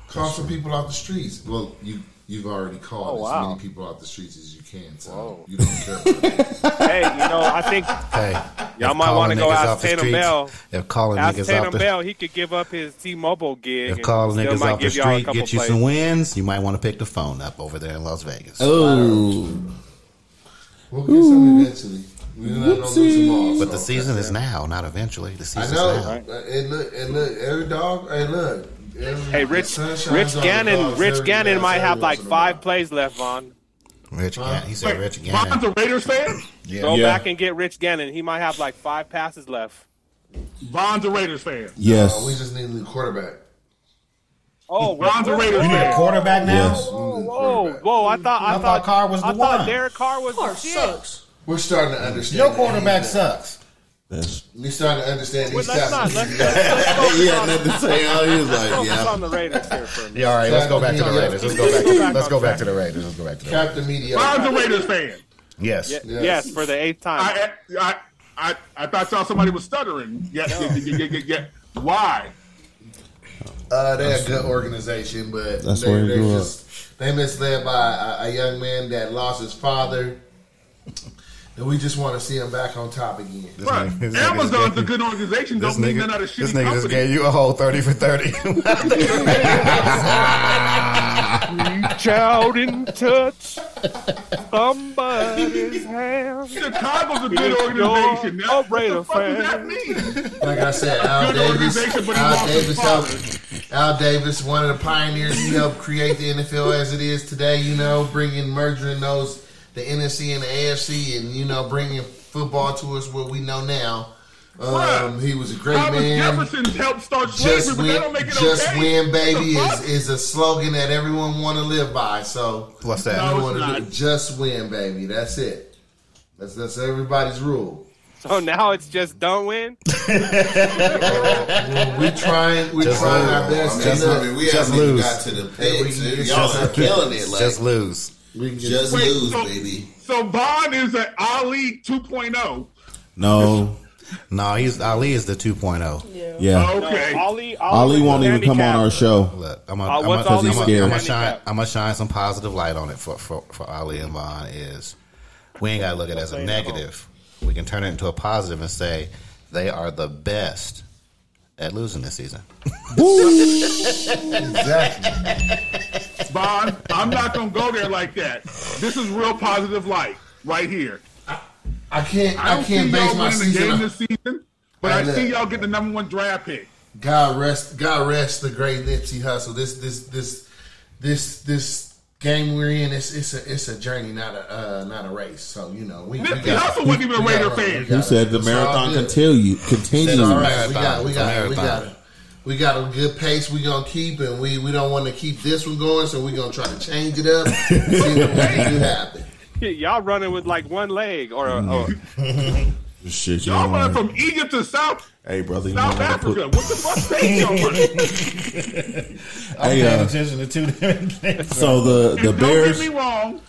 Speaker 9: Call some people off the streets. Well, you you've already called
Speaker 4: Oh,
Speaker 9: as
Speaker 4: wow.
Speaker 9: many people off the streets as you can, so you don't care. About it.
Speaker 4: Hey, you know, I think
Speaker 5: Hey,
Speaker 4: Y'all
Speaker 5: if
Speaker 4: might wanna
Speaker 5: calling
Speaker 4: go
Speaker 5: niggas
Speaker 4: ask
Speaker 5: off the
Speaker 4: Tatum
Speaker 5: streets-
Speaker 4: Bell.
Speaker 5: If calling
Speaker 4: ask
Speaker 5: niggas
Speaker 4: Tatum
Speaker 5: off the
Speaker 4: Bell, he could give up his T-Mobile gig.
Speaker 5: if calling
Speaker 4: and still
Speaker 5: niggas
Speaker 4: might
Speaker 5: off the
Speaker 4: give y'all a
Speaker 5: street
Speaker 4: couple
Speaker 5: get you
Speaker 4: plays.
Speaker 5: some wins, you might want to pick the phone up over there in Las Vegas.
Speaker 3: Oh,
Speaker 9: We'll get some eventually. We're not gonna lose them all.
Speaker 5: But
Speaker 9: so
Speaker 5: the season
Speaker 9: that's
Speaker 5: is now, not eventually. The
Speaker 9: it.
Speaker 5: season
Speaker 9: I
Speaker 5: is
Speaker 9: know.
Speaker 5: now.
Speaker 9: Uh, Hey, look, hey, look, every dog. Hey, look. Every,
Speaker 4: Hey,
Speaker 9: the
Speaker 4: Rich,
Speaker 9: sun shines
Speaker 4: Rich
Speaker 9: on the
Speaker 4: Gannon,
Speaker 9: dogs
Speaker 4: Rich
Speaker 9: every
Speaker 4: Gannon
Speaker 9: day,
Speaker 4: might
Speaker 9: every
Speaker 4: have like
Speaker 9: once in a while.
Speaker 4: five plays left. Von,
Speaker 5: Rich Gannon. He said Rich
Speaker 6: Bonds a
Speaker 5: Gannon.
Speaker 6: Raiders fan.
Speaker 4: go
Speaker 5: Yeah.
Speaker 3: Yeah.
Speaker 4: back and get Rich Gannon. He might have like five passes left.
Speaker 6: Bonds a Raiders fan.
Speaker 3: yes.
Speaker 9: Uh, we just need a new quarterback.
Speaker 4: Oh,
Speaker 6: Bonds a
Speaker 4: whoa,
Speaker 6: Raiders
Speaker 5: You need a
Speaker 6: fan.
Speaker 5: quarterback now?
Speaker 3: Yes.
Speaker 9: Whoa,
Speaker 4: Whoa, whoa! I thought I,
Speaker 5: I thought
Speaker 4: thought
Speaker 5: Carr was the
Speaker 4: I thought
Speaker 5: one.
Speaker 4: Derek Carr was
Speaker 8: Car
Speaker 4: the shit.
Speaker 8: sucks.
Speaker 9: We're starting to understand.
Speaker 5: Your
Speaker 9: that
Speaker 5: quarterback
Speaker 9: he's-
Speaker 5: sucks.
Speaker 3: That's-
Speaker 9: We're starting to understand
Speaker 4: Wait,
Speaker 9: these
Speaker 4: let's not. Let's,
Speaker 9: tackles.
Speaker 4: let's, let's
Speaker 3: he had nothing to say. Oh, he was like,
Speaker 4: focus
Speaker 3: yeah.
Speaker 4: on the Raiders here for a minute.
Speaker 5: Yeah, all right. Let's go back to the
Speaker 9: Yeah.
Speaker 5: Raiders. Let's go back. To, let's go back to the Raiders. Let's go back to the Raiders.
Speaker 9: Captain Media.
Speaker 6: Bonds a Raiders fan.
Speaker 5: Yes.
Speaker 4: Yes. for the eighth time.
Speaker 6: I, I, I, I thought y'all somebody was stuttering. Yeah, yeah, yeah, yeah, yeah, yeah. Why?
Speaker 9: Uh, they're a good organization, but
Speaker 3: That's
Speaker 9: they,
Speaker 3: where you
Speaker 9: they
Speaker 3: grew
Speaker 9: just they misled by a, a young man that lost his father, and we just want to see him back on top again.
Speaker 6: Right.
Speaker 5: nigga- this nigga's
Speaker 6: Amazon's a
Speaker 5: getting-
Speaker 6: good organization.
Speaker 5: This
Speaker 6: Don't mean none
Speaker 5: nigga,
Speaker 6: of the
Speaker 5: this
Speaker 6: shitty
Speaker 5: nigga just
Speaker 6: company.
Speaker 5: gave you a whole thirty for thirty.
Speaker 4: Reach out and touch somebody's hand.
Speaker 6: Chicago's a good
Speaker 4: You're
Speaker 6: organization.
Speaker 4: a
Speaker 6: Now, what
Speaker 4: Raider
Speaker 6: the fuck does that
Speaker 4: fan.
Speaker 6: mean?
Speaker 9: Like I said, Al
Speaker 6: Good
Speaker 9: Davis,
Speaker 6: organization, but he
Speaker 9: Al
Speaker 6: lost his
Speaker 9: Davis
Speaker 6: father.
Speaker 9: helped. Al Davis, one of the pioneers, he helped create the NFL as it is today. You know, bringing merging those the NFC and the AFC, and you know, bringing football to us what we know now. Um, he was a great
Speaker 6: Thomas
Speaker 9: man.
Speaker 6: Jefferson's helped start slavery,
Speaker 9: just
Speaker 6: but
Speaker 9: win,
Speaker 6: that don't make it
Speaker 9: just
Speaker 6: okay. What
Speaker 9: win,
Speaker 6: the
Speaker 9: baby
Speaker 6: fuck?
Speaker 9: is, is a slogan that everyone want to live by. So
Speaker 5: What's that?
Speaker 6: No,
Speaker 9: you
Speaker 6: it's
Speaker 9: wanna
Speaker 6: not.
Speaker 9: do- just win, baby. That's it. That's that's everybody's rule.
Speaker 4: So now it's just don't win.
Speaker 9: We trying, we
Speaker 5: Just
Speaker 9: trying
Speaker 5: lose.
Speaker 9: our best. to
Speaker 10: Just,
Speaker 9: not-
Speaker 10: I mean, we
Speaker 5: Just
Speaker 10: haven't even
Speaker 5: lose.
Speaker 10: got to the
Speaker 9: Hey, we
Speaker 10: picks.
Speaker 9: can get
Speaker 5: Oh,
Speaker 10: Y'all
Speaker 9: some-
Speaker 10: are killing it. Like,
Speaker 5: just
Speaker 10: just,
Speaker 5: lose.
Speaker 9: we can get-
Speaker 6: Wait,
Speaker 10: lose,
Speaker 6: so-
Speaker 10: baby.
Speaker 6: So Bond is an Ali oh. 2.0.
Speaker 3: No.
Speaker 5: No, he's Ali is the oh. 2.0.
Speaker 3: Yeah.
Speaker 6: Okay.
Speaker 4: Ollie, Ollie,
Speaker 3: Ali
Speaker 4: was
Speaker 3: won't even come on
Speaker 4: handicapped.
Speaker 3: our show.
Speaker 5: Look, I'm
Speaker 4: Uh,
Speaker 5: gonna
Speaker 4: what's
Speaker 5: I'm
Speaker 4: all
Speaker 3: these
Speaker 5: gonna- I'm gonna
Speaker 3: handicap?
Speaker 5: shine I'm gonna shine some positive light on it for for, for Ali and Von is we ain't gotta look at it as a negative. We can turn it into a positive and say they are the best at losing this season.
Speaker 9: exactly.
Speaker 6: Bond, I'm not going to go there like that. This is real positive light right here.
Speaker 9: I can't,
Speaker 6: I
Speaker 9: I,
Speaker 6: don't
Speaker 9: can't
Speaker 6: see y'all
Speaker 9: base my
Speaker 6: winning the
Speaker 9: season.
Speaker 6: game
Speaker 9: on-
Speaker 6: this season, but
Speaker 9: I
Speaker 6: I, see
Speaker 9: look.
Speaker 6: y'all get the number one draft pick.
Speaker 9: God rest, God rest the great Nipsey Hustle. This, this, this, this, this game we're in, it's it's a it's a journey, not a uh, not a race. So you know, we, we
Speaker 6: Nipsey Hussle wasn't even a Raider fan.
Speaker 3: You said the marathon continue, continues.
Speaker 9: All right, we
Speaker 5: Marathon.
Speaker 9: got we
Speaker 5: It's a
Speaker 9: got we got
Speaker 5: marathon.
Speaker 9: it. We got a good pace we gonna keep, and we, we don't want to keep this one going, so we gonna try to change it up. see what we can do happen.
Speaker 4: Y'all running with like one leg or, or
Speaker 3: Mm-hmm. Shit, you
Speaker 6: Y'all
Speaker 3: don't wanna-
Speaker 6: running from Egypt to South
Speaker 3: Hey, brother, you
Speaker 6: South
Speaker 3: don't wanna
Speaker 6: Africa.
Speaker 3: put-
Speaker 6: What the fuck state y'all running?
Speaker 3: Hey, uh,
Speaker 5: attention to two different things.
Speaker 3: so the the
Speaker 6: Don't
Speaker 3: Bears.
Speaker 6: get me wrong.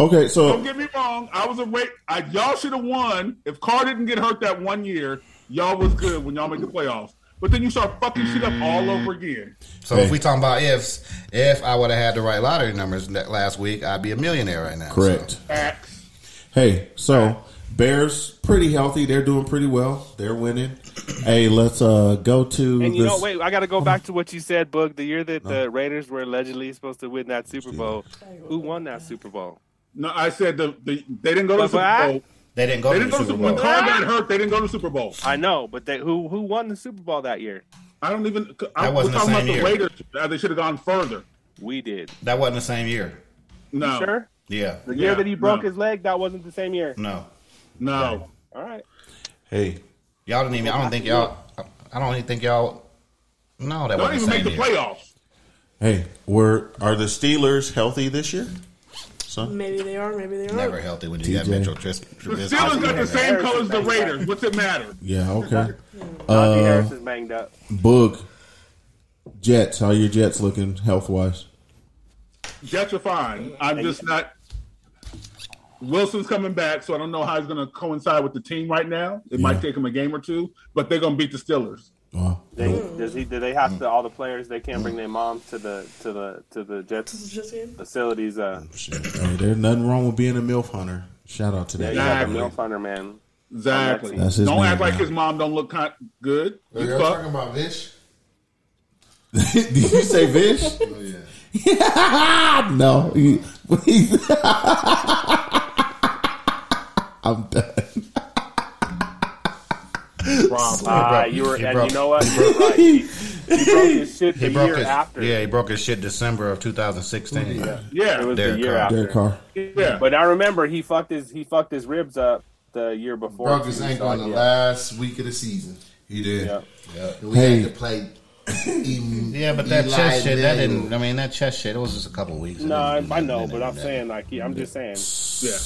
Speaker 3: Okay,
Speaker 6: Don't
Speaker 3: so
Speaker 6: get me wrong. I was a ra- I, y'all should have won if Carr didn't get hurt that one year. Y'all was good when y'all made the playoffs. But then you start fucking shit up all over again.
Speaker 5: So if we talking about ifs, if I would have had the right lottery numbers that last week, I'd be a millionaire right now.
Speaker 3: correct.
Speaker 6: Facts.
Speaker 3: Hey, so Bears pretty healthy. They're doing pretty well. They're winning. Hey, let's uh go to
Speaker 4: And you
Speaker 3: this.
Speaker 4: know, wait, I got to go back to what you said, Boog. The year that the Raiders were allegedly supposed to win that Super Bowl, who won that Super Bowl?
Speaker 6: No, I said the, the they didn't go to the Super
Speaker 4: Bye-bye.
Speaker 6: Bowl.
Speaker 5: They didn't go
Speaker 6: They
Speaker 5: to
Speaker 6: didn't
Speaker 5: the
Speaker 6: go to
Speaker 5: Super
Speaker 6: Super When
Speaker 5: Bowl.
Speaker 6: Carr got hurt, they didn't go to the Super Bowl.
Speaker 4: I know, but they, who who won the Super Bowl that year?
Speaker 6: I don't even. I,
Speaker 5: That
Speaker 6: we're
Speaker 5: wasn't the
Speaker 6: talking about
Speaker 5: same
Speaker 6: the
Speaker 5: year.
Speaker 6: Raiders. Uh, They should have gone further.
Speaker 4: We did.
Speaker 5: That wasn't the same year.
Speaker 6: No,
Speaker 4: Sure.
Speaker 5: Yeah.
Speaker 4: The year
Speaker 6: Yeah,
Speaker 4: that he broke
Speaker 6: no.
Speaker 4: his leg, that wasn't the same year.
Speaker 5: No.
Speaker 6: no.
Speaker 4: All right.
Speaker 3: Hey,
Speaker 5: Y'all didn't even. I don't think y'all. I don't even think y'all. No, that
Speaker 6: Don't
Speaker 5: wasn't
Speaker 6: even
Speaker 5: the same
Speaker 6: make the
Speaker 5: year.
Speaker 6: playoffs.
Speaker 3: hey, were are the Steelers healthy this year? Son,
Speaker 8: Maybe they are, maybe they aren't.
Speaker 5: Never healthy when you got
Speaker 3: TJ.
Speaker 5: Mitchell Tris-
Speaker 6: The
Speaker 5: Trubisky.
Speaker 6: Steelers got the same
Speaker 4: Harrison
Speaker 6: colors as the
Speaker 4: made that.
Speaker 6: Raiders. What's it matter?
Speaker 3: yeah, okay. Uh,
Speaker 4: Najee Harris is banged up.
Speaker 3: Boog, Jets. How your Jets looking health wise?
Speaker 6: Jets are fine. I'm just not. Wilson's coming back, so I don't know how he's going to coincide with the team right now. It
Speaker 3: Yeah.
Speaker 6: might take him a game or two, but they're going to beat the Steelers.
Speaker 3: Oh,
Speaker 4: They, does he? Do they have to? All the players they can't bring their moms to the to the to the
Speaker 8: It's
Speaker 4: Jets
Speaker 8: just him.
Speaker 4: facilities. Uh,
Speaker 3: shit. Hey, there's nothing wrong with being a milf hunter. Shout out to
Speaker 4: yeah,
Speaker 3: that.
Speaker 4: you got
Speaker 6: Exactly.
Speaker 4: the milf hunter, man.
Speaker 6: Exactly.
Speaker 3: That's his
Speaker 6: don't
Speaker 3: man
Speaker 6: act like
Speaker 3: now.
Speaker 6: his mom don't look kind good.
Speaker 9: Are y'all
Speaker 6: You fuck.
Speaker 9: talking about Vish?
Speaker 3: Did you say Vish?
Speaker 9: Oh yeah.
Speaker 3: no. He- he- I'm done.
Speaker 4: Ah, you were,
Speaker 5: He
Speaker 4: and
Speaker 5: broke-
Speaker 4: you know what? You were right. He, he broke his shit the
Speaker 5: He broke
Speaker 4: year
Speaker 5: his.
Speaker 4: after.
Speaker 5: Yeah, he broke his shit December of 2016.
Speaker 4: it
Speaker 6: Yeah.
Speaker 4: was the
Speaker 5: Derek
Speaker 4: year
Speaker 5: Carr.
Speaker 4: after.
Speaker 3: Derek Carr.
Speaker 6: Yeah.
Speaker 4: But I remember he fucked his he fucked his ribs up the year before.
Speaker 9: Broke his
Speaker 4: too,
Speaker 9: ankle
Speaker 4: so,
Speaker 9: on the
Speaker 4: yeah.
Speaker 9: last week of the season.
Speaker 5: He did. Yeah,
Speaker 9: And we
Speaker 3: Hey.
Speaker 9: had to play. Em-
Speaker 5: but that
Speaker 9: Eli
Speaker 5: chest shit. That
Speaker 9: Manuel.
Speaker 5: didn't. I mean, that chest shit. It was just a couple weeks. It
Speaker 4: No, I,
Speaker 5: didn't do
Speaker 4: I know,
Speaker 5: nothing
Speaker 4: but
Speaker 5: to
Speaker 4: I'm
Speaker 5: that.
Speaker 4: saying like he, I'm just saying.
Speaker 6: Yeah.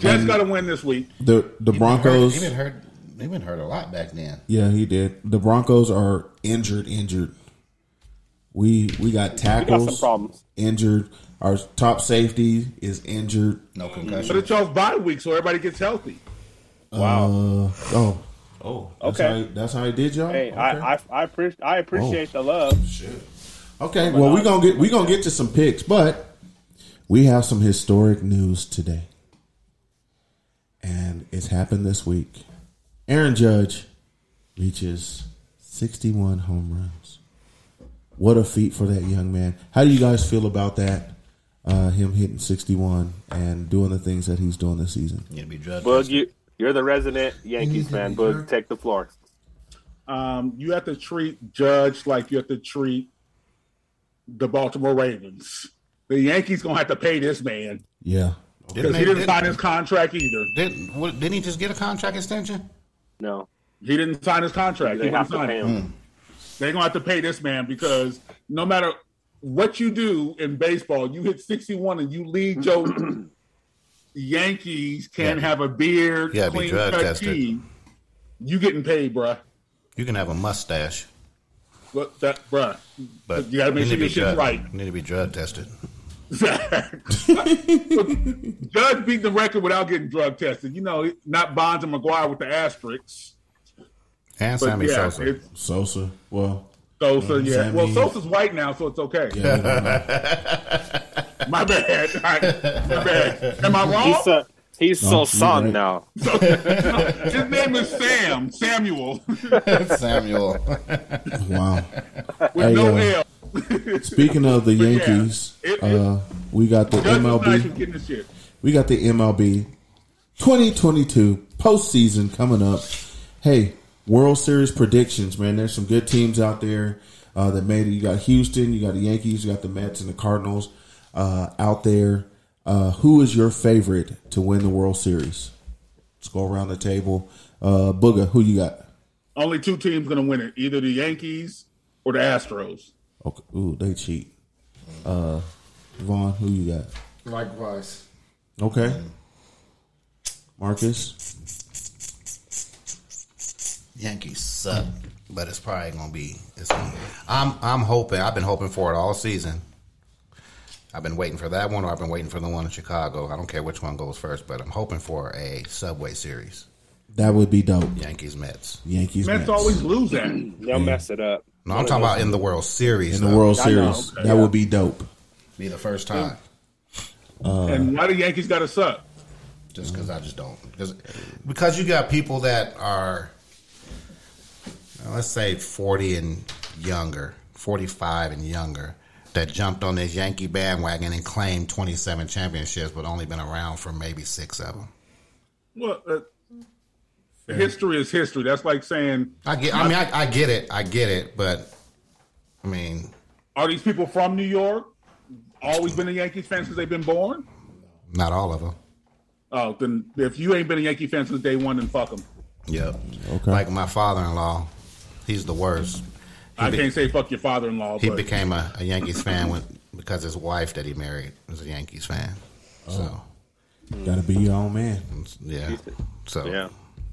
Speaker 6: Jets got to win this week.
Speaker 3: The the
Speaker 5: He been hurt-
Speaker 3: Broncos.
Speaker 5: He been hurt. He been hurt a lot back then.
Speaker 3: Yeah, he did. The Broncos are injured, injured. We we got
Speaker 4: We got some
Speaker 3: tackles
Speaker 4: problems.
Speaker 3: injured. Our top safety is injured.
Speaker 5: No
Speaker 6: But
Speaker 5: concussion.
Speaker 6: it's y'all's bye week, so everybody gets healthy.
Speaker 4: Wow.
Speaker 3: Uh, oh,
Speaker 5: Oh,
Speaker 3: that's
Speaker 4: Okay.
Speaker 3: How, he- that's how he did, y'all.
Speaker 4: Hey,
Speaker 3: okay.
Speaker 4: I I I, appre- I appreciate the love.
Speaker 3: okay. Well, we gonna get we gonna get to some picks, but we have some historic news today, and it's happened this week. Aaron Judge reaches sixty-one home runs. What a feat for that young man! How do you guys feel about that? Uh, him hitting sixty-one and doing the things that he's doing this season.
Speaker 5: you to be judged.
Speaker 4: Boog, you you're the resident Yankees fan. Boog, take the floor.
Speaker 6: um, you have to treat Judge like you have to treat the Baltimore Ravens. The Yankees gonna have to pay this man
Speaker 3: Yeah,
Speaker 6: because
Speaker 5: didn't,
Speaker 6: he
Speaker 5: they-
Speaker 6: didn't
Speaker 5: didn't,
Speaker 6: sign his contract either.
Speaker 5: didn't, what, didn't he just get a contract extension?
Speaker 4: No,
Speaker 6: He didn't sign his contract.
Speaker 4: they
Speaker 6: He
Speaker 4: have
Speaker 6: wouldn't
Speaker 4: to
Speaker 6: sign
Speaker 4: pay
Speaker 6: it.
Speaker 4: him.
Speaker 6: They're gonna have to pay this man because no matter what you do in baseball, you hit sixty-one and you lead Joe. Yankees can't have a beard,
Speaker 5: You gotta be
Speaker 6: clean
Speaker 5: drug
Speaker 6: cut
Speaker 5: tested.
Speaker 6: team. You getting paid, bruh.
Speaker 5: You can have a mustache,
Speaker 6: What that, bruh?
Speaker 5: but
Speaker 6: You gotta make
Speaker 5: need to
Speaker 6: sure
Speaker 5: be
Speaker 6: your shit's
Speaker 5: drug-
Speaker 6: right.
Speaker 5: You need to be drug tested.
Speaker 6: Judge beat the record without getting drug tested. You know, not Bonds and McGuire with the asterisks.
Speaker 5: And
Speaker 6: But
Speaker 5: Sammy
Speaker 6: yeah,
Speaker 5: Sosa.
Speaker 6: it's
Speaker 3: Sosa. Well,
Speaker 6: Sosa. Yeah.
Speaker 3: Sammy-
Speaker 6: Well, Sosa's white now, so it's okay.
Speaker 3: yeah, we don't know.
Speaker 6: My bad. All right. My bad. Am I
Speaker 4: He's
Speaker 6: wrong?
Speaker 4: a, he's so
Speaker 3: you're
Speaker 4: son
Speaker 3: right.
Speaker 4: now.
Speaker 6: His name is Sam Samuel with
Speaker 5: Samuel.
Speaker 3: wow.
Speaker 6: no
Speaker 3: uh,
Speaker 6: L.
Speaker 3: Speaking of the
Speaker 6: yeah,
Speaker 3: Yankees,
Speaker 6: it- it-
Speaker 3: uh, we got the
Speaker 6: Judge was nice with
Speaker 3: MLB.
Speaker 6: getting this shit.
Speaker 3: We got the MLB 2022 postseason coming up. Hey, World Series predictions, man. There's some good teams out there uh, that made it. You got Houston, you got the Yankees, you got the Mets, and the Cardinals. uh, out there. Uh, who is your favorite to win the World Series? Let's go around the table. Uh, Booga, who you got?
Speaker 6: Only two teams going to win it either the Yankees or the Astros.
Speaker 3: Okay. Ooh, they cheat. Uh, Vaughn, who you got?
Speaker 9: Likewise.
Speaker 3: Okay. Marcus.
Speaker 5: Yankees suck, but it's probably gonna be. It's gonna, I'm I'm hoping. I've been hoping for it all season. I've been waiting for that one, or I've been waiting for the one in Chicago. I don't care which one goes first, but I'm hoping for a Subway Series.
Speaker 3: That would be dope.
Speaker 5: Yankees Mets.
Speaker 3: Yankees.
Speaker 6: Mets
Speaker 3: Mets.
Speaker 6: always lose that.
Speaker 4: They'll mess it up.
Speaker 5: No, I'm talking about in the World Series.
Speaker 3: in the
Speaker 5: though.
Speaker 3: World
Speaker 6: I know,
Speaker 3: Series.
Speaker 6: okay.
Speaker 3: that would be dope.
Speaker 5: be the first time.
Speaker 3: Uh.
Speaker 6: and why the Yankees got to suck?
Speaker 5: just because I just don't. Because because you got people that are, uh, let's say, forty and younger, forty five and younger, that jumped on this Yankee bandwagon and claimed twenty seven championships, but only been around for maybe six of them.
Speaker 6: Well, uh, history is history. That's like saying,
Speaker 5: I get. I mean, I, I get it. I get it. But I mean,
Speaker 6: are these people from New York? Always been a Yankees fan since they've been born?
Speaker 5: not all of them.
Speaker 6: Oh, then if you ain't been a Yankee fan since day one, then fuck them.
Speaker 5: Yep.
Speaker 3: Okay.
Speaker 5: Like my father in law, he's the worst.
Speaker 6: I
Speaker 5: be-
Speaker 6: can't say fuck your father-in-law,
Speaker 5: He
Speaker 6: but
Speaker 5: became a, a Yankees fan when, because his wife that he married was a Yankees fan. So.
Speaker 3: Gotta be your own man.
Speaker 5: Yeah. So
Speaker 4: Yeah.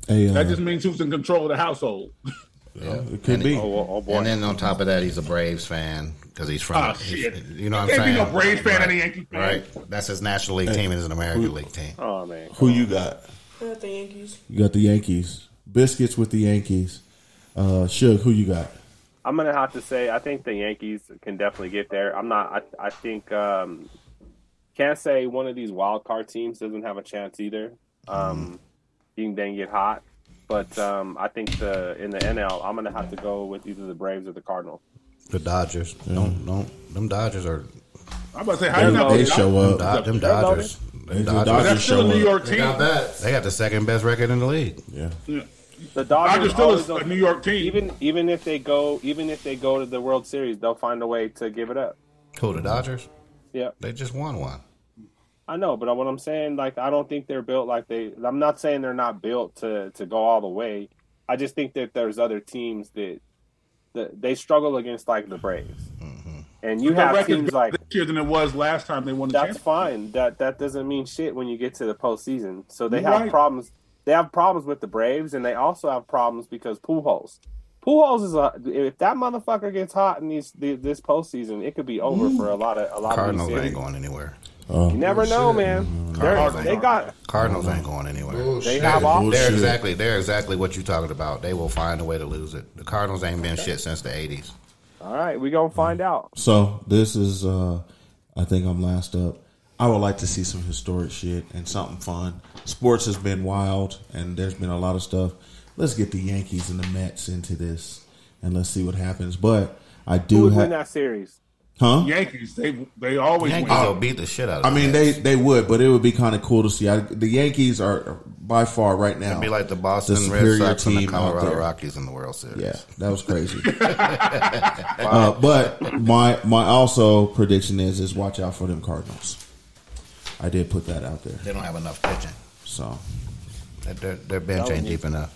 Speaker 3: Hey, uh,
Speaker 6: that just means who's in control of the household.
Speaker 3: it could be.
Speaker 4: Oh, well, oh boy.
Speaker 5: And then on top of that, he's a Braves fan because he's from.
Speaker 6: Oh, shit.
Speaker 5: he's- You know what I'm
Speaker 6: Can't be
Speaker 5: saying?
Speaker 6: no Braves fan
Speaker 5: right.
Speaker 6: and a Yankee fan.
Speaker 5: Right. That's his National League team and his American League team.
Speaker 4: oh man.
Speaker 3: Who you got?
Speaker 8: I got the Yankees.
Speaker 3: You got the Yankees. Biscuits with the Yankees. Uh, Shug, who you got?
Speaker 4: I'm gonna have to say I think the Yankees can definitely get there. I'm not. I I think um, can't say one of these wild card teams doesn't have a chance either.
Speaker 5: Mm-hmm.
Speaker 4: Um, You can then get hot, but um, I think the in the NL I'm gonna have to go with either the Braves or the Cardinals.
Speaker 5: The Dodgers. Don't don't. Them Dodgers are.
Speaker 6: I'm about to say, how you
Speaker 3: They,
Speaker 6: know?
Speaker 3: they show
Speaker 5: Them,
Speaker 3: up.
Speaker 5: Dod- them
Speaker 4: they're
Speaker 5: Dodgers. Them
Speaker 3: They're the
Speaker 5: Dodgers.
Speaker 3: Dodgers.
Speaker 6: That's still a
Speaker 3: show
Speaker 6: New
Speaker 3: up.
Speaker 6: York
Speaker 9: They
Speaker 6: team.
Speaker 9: got that.
Speaker 5: They got the second best record in the league.
Speaker 3: Yeah.
Speaker 4: The
Speaker 6: Dodgers
Speaker 4: Dodgers
Speaker 6: still
Speaker 4: always
Speaker 6: is a
Speaker 4: don't-
Speaker 6: New York team.
Speaker 4: Even even if they go even if they go to the World Series, they'll find a way to give it up.
Speaker 5: Who the Dodgers?
Speaker 4: Yeah,
Speaker 5: They just won one.
Speaker 4: I know, but what I'm saying, like, I don't think they're built like they. I'm not saying they're not built to to go all the way. I just think that there's other teams that that they struggle against, like the Braves, and you
Speaker 6: The
Speaker 4: have
Speaker 6: record's
Speaker 4: teams
Speaker 6: better
Speaker 4: like
Speaker 6: this year than it was last time they won the
Speaker 4: that's
Speaker 6: championship.
Speaker 4: fine. That that doesn't mean shit when you get to the postseason. So they
Speaker 6: You're
Speaker 4: have
Speaker 6: right.
Speaker 4: problems. They have problems with the Braves, and they also have problems because Pujols. Pujols is a if that motherfucker gets hot in these the, this postseason, it could be over for a lot of a lot
Speaker 5: Cardinals
Speaker 4: of these
Speaker 5: ain't
Speaker 4: series.
Speaker 5: going anywhere.
Speaker 4: You never know, man. They're-
Speaker 5: Cardinals
Speaker 4: They
Speaker 5: ain't-
Speaker 4: got
Speaker 5: Cardinals ain't going anywhere.
Speaker 4: They
Speaker 9: Bullshit.
Speaker 4: have off.
Speaker 5: They're
Speaker 3: Bullshit.
Speaker 5: exactly they're exactly what you're talking about. They will find a way to lose it. The Cardinals ain't been shit since the '80s.
Speaker 4: All right, we gonna find out.
Speaker 3: So this is, uh, I think I'm last up. I would like to see some historic shit and something fun. Sports has been wild, and there's been a lot of stuff. Let's get the Yankees and the Mets into this, and let's see what happens. But I
Speaker 4: Who
Speaker 3: do
Speaker 4: would win
Speaker 3: have,
Speaker 4: that series?
Speaker 3: huh?
Speaker 6: Yankees, they they always
Speaker 5: Yankees
Speaker 4: Oh,
Speaker 6: win.
Speaker 5: will beat the shit out of.
Speaker 3: I mean,
Speaker 5: the
Speaker 3: they, they would, but it would be kind of cool to see. I, the Yankees are by far right now.
Speaker 5: It'd be like the Boston
Speaker 3: The
Speaker 5: Red
Speaker 3: superior
Speaker 5: Sox and the
Speaker 3: team out
Speaker 5: Colorado
Speaker 3: there.
Speaker 5: Rockies in the World Series.
Speaker 3: Yeah, that was crazy. uh, but my my also prediction is is watch out for them Cardinals. I did put that out there.
Speaker 5: They don't have enough pitching.
Speaker 3: So
Speaker 5: Their- Their, their bench ain't deep enough.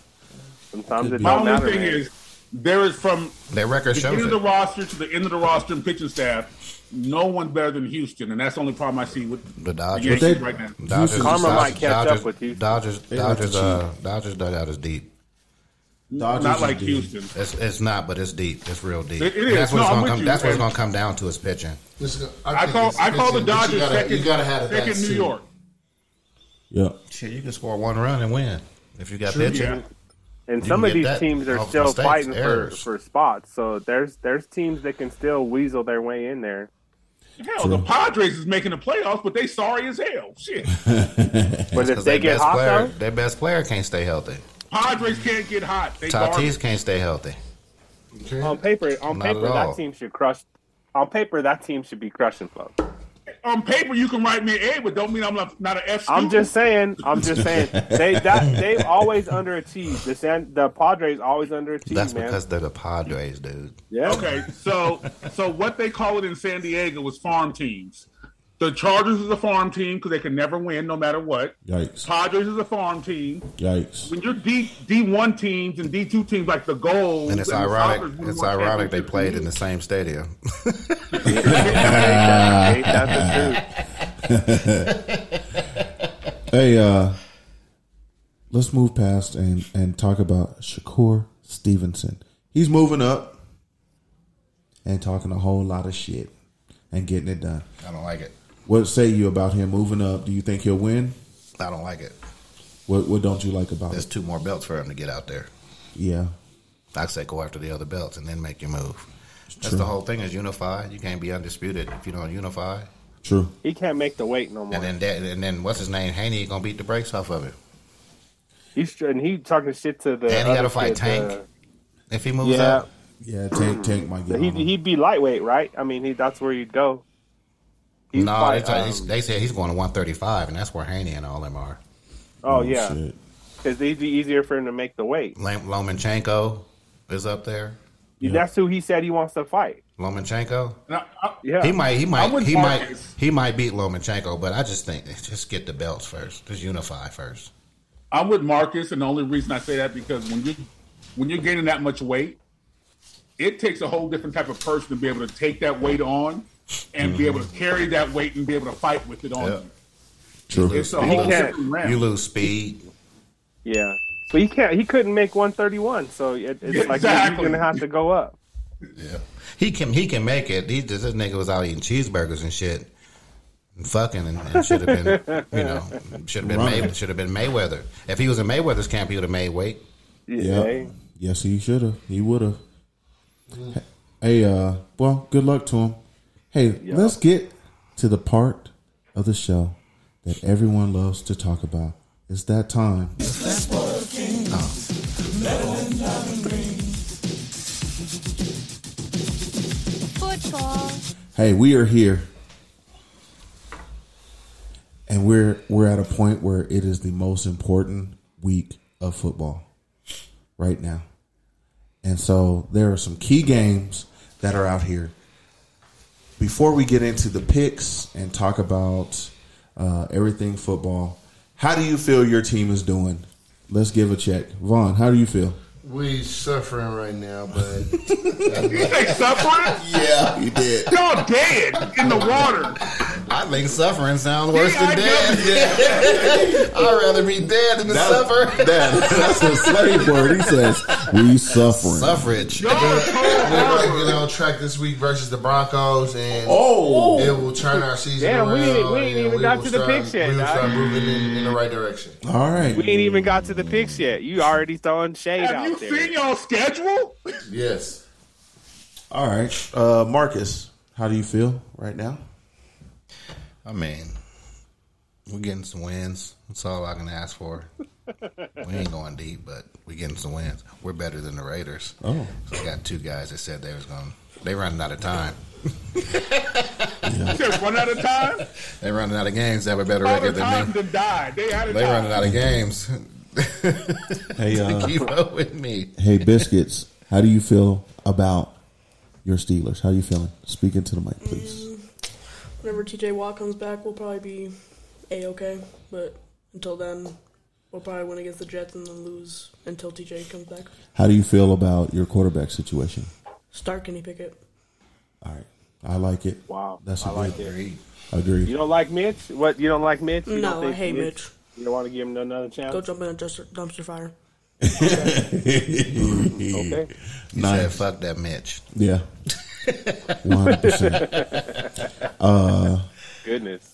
Speaker 4: Sometimes it
Speaker 3: be.
Speaker 6: My
Speaker 4: don't
Speaker 6: only
Speaker 4: matter.
Speaker 6: thing
Speaker 4: man.
Speaker 6: is, there is from
Speaker 5: Their record shows
Speaker 6: beginning of the
Speaker 5: it.
Speaker 6: roster to the end of the roster and pitching staff, no one better than Houston, and that's the only problem I see with
Speaker 5: The Dodgers.
Speaker 3: But
Speaker 6: Yankees
Speaker 3: they-
Speaker 6: right now.
Speaker 5: Dodgers,
Speaker 4: Karma
Speaker 5: Dodgers-
Speaker 4: might catch up
Speaker 5: Dodgers-
Speaker 4: with Houston.
Speaker 5: Dodgers,
Speaker 3: like
Speaker 5: Dodgers,
Speaker 3: to
Speaker 5: uh, Dodgers dugout is deep.
Speaker 3: Dodgers
Speaker 6: Not like
Speaker 3: is the-
Speaker 6: Houston.
Speaker 5: It's, it's not, but it's deep. It's real deep.
Speaker 6: It- it
Speaker 5: And
Speaker 6: is.
Speaker 5: That's what
Speaker 6: No,
Speaker 5: it's
Speaker 6: I'm
Speaker 5: gonna
Speaker 6: with
Speaker 5: come.
Speaker 6: you.
Speaker 5: That's what it's
Speaker 6: And-
Speaker 5: gonna come down to is pitching.
Speaker 9: This is-
Speaker 6: I
Speaker 9: think
Speaker 6: call
Speaker 9: it's
Speaker 6: I call the
Speaker 9: pitching, but
Speaker 6: Dodgers
Speaker 9: you gotta,
Speaker 6: second,
Speaker 9: You gotta have that
Speaker 6: second New
Speaker 9: too.
Speaker 6: York.
Speaker 3: Yeah.
Speaker 5: Shit, you can score one run and win if you got pitching.
Speaker 6: Yeah.
Speaker 4: and
Speaker 5: You
Speaker 4: some
Speaker 5: can
Speaker 4: of
Speaker 5: get
Speaker 4: these
Speaker 5: that
Speaker 4: teams are
Speaker 5: off
Speaker 4: still
Speaker 5: mistakes,
Speaker 4: fighting for,
Speaker 5: errors.
Speaker 4: for spots. So there's there's teams that can still weasel their way in there.
Speaker 6: Hell, the Padres is making the playoffs, but they sorry as hell. Shit,
Speaker 4: But if
Speaker 5: 'Cause
Speaker 4: they
Speaker 5: their
Speaker 4: get
Speaker 5: best
Speaker 4: hot
Speaker 5: player,
Speaker 4: though,
Speaker 5: their best player can't stay healthy.
Speaker 6: Padres can't get hot. They
Speaker 5: Tatis
Speaker 6: garbage.
Speaker 5: can't stay healthy.
Speaker 9: Okay.
Speaker 4: on paper on
Speaker 5: Not
Speaker 4: paper
Speaker 5: at all.
Speaker 4: that team should crush. On paper that team should be crushing folks.
Speaker 6: on paper you can write me an A, but don't mean I'm not not an F.
Speaker 4: I'm
Speaker 6: student.
Speaker 4: just saying. I'm just saying. They that they've always underachieved. The San, the Padres always underachieved,
Speaker 5: That's
Speaker 4: man.
Speaker 5: because they're the Padres, dude.
Speaker 4: yeah.
Speaker 6: Okay, so so what they call it in San Diego was farm teams. The Chargers is a farm team because they can never win no matter what.
Speaker 3: Yikes.
Speaker 6: Padres is a farm team.
Speaker 3: Yikes.
Speaker 6: When you're D D one teams and D two teams like the goals,
Speaker 5: And it's
Speaker 6: the
Speaker 5: ironic.
Speaker 6: Falcons won
Speaker 5: It's
Speaker 6: more
Speaker 5: ironic they
Speaker 6: championships
Speaker 5: played
Speaker 6: than
Speaker 5: in the same stadium.
Speaker 4: Ain't that the truth?
Speaker 3: Hey, uh, let's move past and, and talk about Shakur Stevenson. He's moving up and talking a whole lot of shit and getting it done.
Speaker 5: I don't like it.
Speaker 3: What say you about him moving up? Do you think he'll win?
Speaker 5: I don't like it.
Speaker 3: What What don't you like about
Speaker 5: There's
Speaker 3: it?
Speaker 5: two more belts for him to get out there.
Speaker 3: Yeah,
Speaker 5: I say go after the other belts and then make your move. That's
Speaker 3: true.
Speaker 5: the whole thing is unify. You can't be undisputed if you don't unify.
Speaker 3: true.
Speaker 4: He can't make the weight no more.
Speaker 5: And then that, and then what's his name? Haney gonna beat the brakes off of it.
Speaker 4: He's tr- and he talking shit to the.
Speaker 5: And he
Speaker 4: other
Speaker 5: gotta fight
Speaker 4: kid,
Speaker 5: Tank.
Speaker 4: uh,
Speaker 5: If he moves
Speaker 4: Yeah.
Speaker 5: up,
Speaker 3: Yeah, Tank Tank might get
Speaker 4: he
Speaker 3: on him.
Speaker 4: he'd be lightweight, right? I mean, he that's where you'd go. He'd
Speaker 5: no,
Speaker 4: fight,
Speaker 5: they,
Speaker 4: um,
Speaker 5: they said he's going to 135, and that's where Haney and all them are.
Speaker 4: oh yeah,
Speaker 3: shit.
Speaker 4: because it'd be easier for him to make the weight.
Speaker 5: Lam- Lomachenko is up there.
Speaker 4: That's who he said he wants to fight.
Speaker 5: Lomachenko.
Speaker 6: And I- I-
Speaker 4: Yeah,
Speaker 5: He might, he might,
Speaker 6: I'm with
Speaker 5: he might,
Speaker 6: Marcus.
Speaker 5: he might beat Lomachenko, but I just think just get the belts first, just unify first.
Speaker 6: I'm with Marcus, and the only reason I say that because when you when you're gaining that much weight, it takes a whole different type of person to be able to take that weight on and be able to carry that weight and be able to fight with it on
Speaker 5: Mm-hmm. Yeah.
Speaker 6: you.
Speaker 3: True.
Speaker 6: It's a
Speaker 5: You
Speaker 6: whole
Speaker 5: lose-
Speaker 6: different round.
Speaker 5: You lose speed.
Speaker 4: Yeah, but he can't. He couldn't make 131, so it, it's like he's
Speaker 6: Exactly.
Speaker 4: gonna have to go up.
Speaker 5: Yeah, he can, he can make it. He just, this nigga was out eating cheeseburgers and shit, and fucking, and, and should have been, you know, should have been, May, should have been Mayweather. If he was in Mayweather's camp, he would have made weight.
Speaker 3: Yeah.
Speaker 4: Yeah,
Speaker 3: Yes, he should have. He would have. Hey, uh, well, good luck to him. Hey, let's get to the part of the show that everyone loves to talk about. It's that time.
Speaker 2: Football.
Speaker 3: Hey, we are here. And we're we're at a point where it is the most important week of football right now. And so there are some key games that are out here. Before we get into the picks and talk about uh, everything football, how do you feel your team is doing? Let's give a check. Vaughn, how do you feel?
Speaker 9: We suffering right now, but
Speaker 6: You think suffering?
Speaker 5: Yeah, you did.
Speaker 6: Y'all dead in the water.
Speaker 5: I think suffering sounds worse than dead.
Speaker 6: D-I-W.
Speaker 5: I'd rather be dead than to suffer.
Speaker 3: That's a slave word. He says, we suffering.
Speaker 5: Suffrage.
Speaker 6: Y'all are cold
Speaker 9: we're
Speaker 6: water.
Speaker 9: regularly on track this week versus the Broncos, and
Speaker 3: Oh.
Speaker 9: it will turn our season
Speaker 4: Damn,
Speaker 9: around.
Speaker 4: we ain't- we ain't
Speaker 9: and
Speaker 4: even
Speaker 9: we
Speaker 4: got
Speaker 9: will
Speaker 4: to the
Speaker 9: start-
Speaker 4: picks yet,
Speaker 9: We will
Speaker 4: dog.
Speaker 9: start moving in, in the right direction.
Speaker 3: All right.
Speaker 4: we ain't even got to the picks yet. You already throwing shade
Speaker 6: Have
Speaker 4: out
Speaker 6: you
Speaker 4: there.
Speaker 6: seen y'all schedule?
Speaker 9: Yes.
Speaker 3: All right, uh, Marcus, how do you feel right now?
Speaker 5: I mean, we're getting some wins. That's all I can ask for. we ain't going deep, but we're getting some wins. We're better than the Raiders.
Speaker 3: Oh.
Speaker 5: So I got two guys that said they was going to. They running out of time.
Speaker 6: You said one at a time?
Speaker 5: They running out of games. They have a better
Speaker 6: All the
Speaker 5: record than
Speaker 6: time
Speaker 5: me.
Speaker 6: to die. They had a
Speaker 5: They running
Speaker 6: time.
Speaker 5: out of games.
Speaker 3: Hey, uh,
Speaker 5: Keep up with me.
Speaker 3: hey, biscuits, how do you feel about your Steelers? How you feeling? Speak into the mic,
Speaker 4: Mm.
Speaker 3: please.
Speaker 8: Whenever TJ Watt comes back, we'll probably be a okay. But until then, we'll probably win against the Jets and then lose until TJ comes back.
Speaker 3: How do you feel about your quarterback situation?
Speaker 8: Start Kenny Pickett.
Speaker 3: All right, I like it.
Speaker 4: Wow,
Speaker 3: that's
Speaker 4: I
Speaker 3: a
Speaker 4: like
Speaker 3: good.
Speaker 4: it.
Speaker 3: Agree.
Speaker 4: You don't like Mitch? What? You don't like Mitch? You
Speaker 8: No,
Speaker 4: don't
Speaker 8: I
Speaker 4: think
Speaker 8: hate
Speaker 4: Mitch-
Speaker 8: Mitch.
Speaker 4: You don't want to give him another chance?
Speaker 8: Go jump in a dumpster, dumpster fire.
Speaker 4: okay.
Speaker 5: You said fuck that Mitch.
Speaker 3: Yeah, one hundred percent.
Speaker 4: Goodness.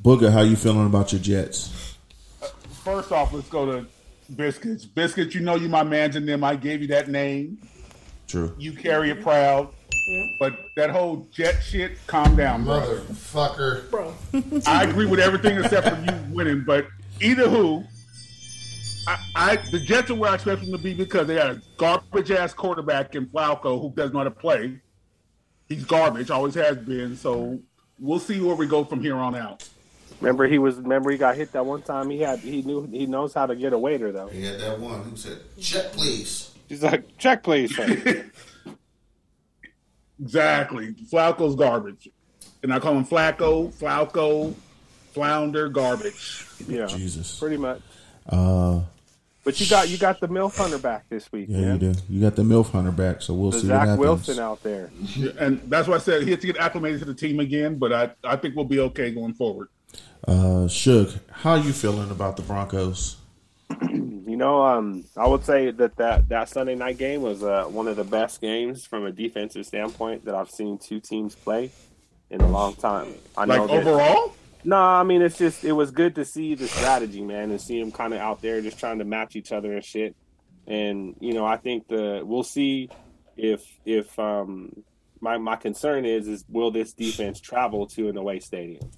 Speaker 3: Booger, how you feeling about your Jets?
Speaker 6: First off, let's go to Biscuits. Biscuits, you know you my man's and them. I gave you that name.
Speaker 3: True.
Speaker 6: You carry it proud. But that whole jet shit, calm down, bro.
Speaker 9: Motherfucker.
Speaker 8: Bro,
Speaker 6: I agree with everything except for you winning. But either who, I, I the Jets are where I expect them to be because they got a garbage ass quarterback in Flacco who doesn't know how to play. He's garbage, always has been. So we'll see where we go from here on out.
Speaker 4: Remember he was. Remember he got hit that one time. He had. He knew. He knows how to get a waiter though.
Speaker 9: Yeah, that one who said, check, please.
Speaker 4: He's like, check please. sir."
Speaker 6: Exactly. Flacco's garbage. And I call him Flacco, Flauco, Flounder, garbage.
Speaker 4: Yeah,
Speaker 3: Jesus.
Speaker 4: pretty much.
Speaker 3: Uh,
Speaker 4: But you got you got the milf hunter back this week,
Speaker 3: yeah, you
Speaker 4: man.
Speaker 3: do. You got the MILF Hunter back, so we'll
Speaker 4: The
Speaker 3: see what
Speaker 4: Zach
Speaker 3: happens.
Speaker 4: Wilson out there.
Speaker 6: Yeah, And that's why I said he has to get acclimated to the team again, but I, I think we'll be okay going forward.
Speaker 3: Uh, Suge, how you feeling about the Broncos?
Speaker 4: You know, um, I would say that, that that Sunday night game was uh, one of the best games from a defensive standpoint that I've seen two teams play in a long time. I
Speaker 6: Like
Speaker 4: know that-
Speaker 6: overall,
Speaker 4: No, I mean it's just it was good to see the strategy, man, and see them kind of out there just trying to match each other and shit. And you know, I think the we'll see if if um my my concern is is will this defense travel to an away stadium,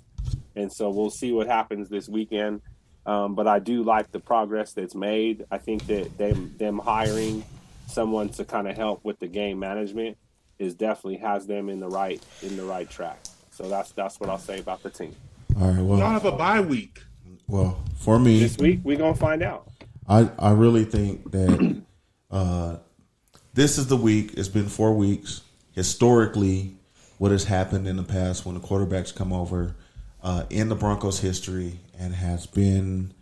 Speaker 4: and so we'll see what happens this weekend. Um, but I do like the progress that's made. I think that them them hiring someone to kind of help with the game management is definitely has them in the right in the right track. So that's that's what I'll say about the team.
Speaker 3: All right,
Speaker 6: y'all
Speaker 3: well,
Speaker 6: have a bye week.
Speaker 3: well, for me,
Speaker 4: This week we're gonna find out.
Speaker 3: I, I really think that uh, this is the week. It's been four weeks. Historically, what has happened in the past when the quarterbacks come over uh, in the Broncos' history and has been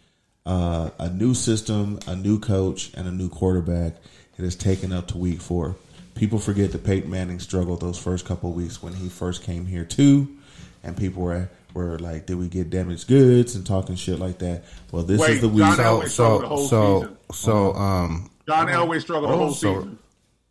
Speaker 3: uh, a new system, a new coach, and a new quarterback. It has taken up to week four. People forget that Peyton Manning struggled those first couple of weeks when he first came here too, and people were were like, "Did we get damaged goods?" and talking shit like that. Well, this
Speaker 6: Wait,
Speaker 3: is the week.
Speaker 6: John
Speaker 5: So so
Speaker 6: Elway struggled the whole
Speaker 5: so
Speaker 6: season.
Speaker 5: so um
Speaker 6: John Elway struggled the whole season.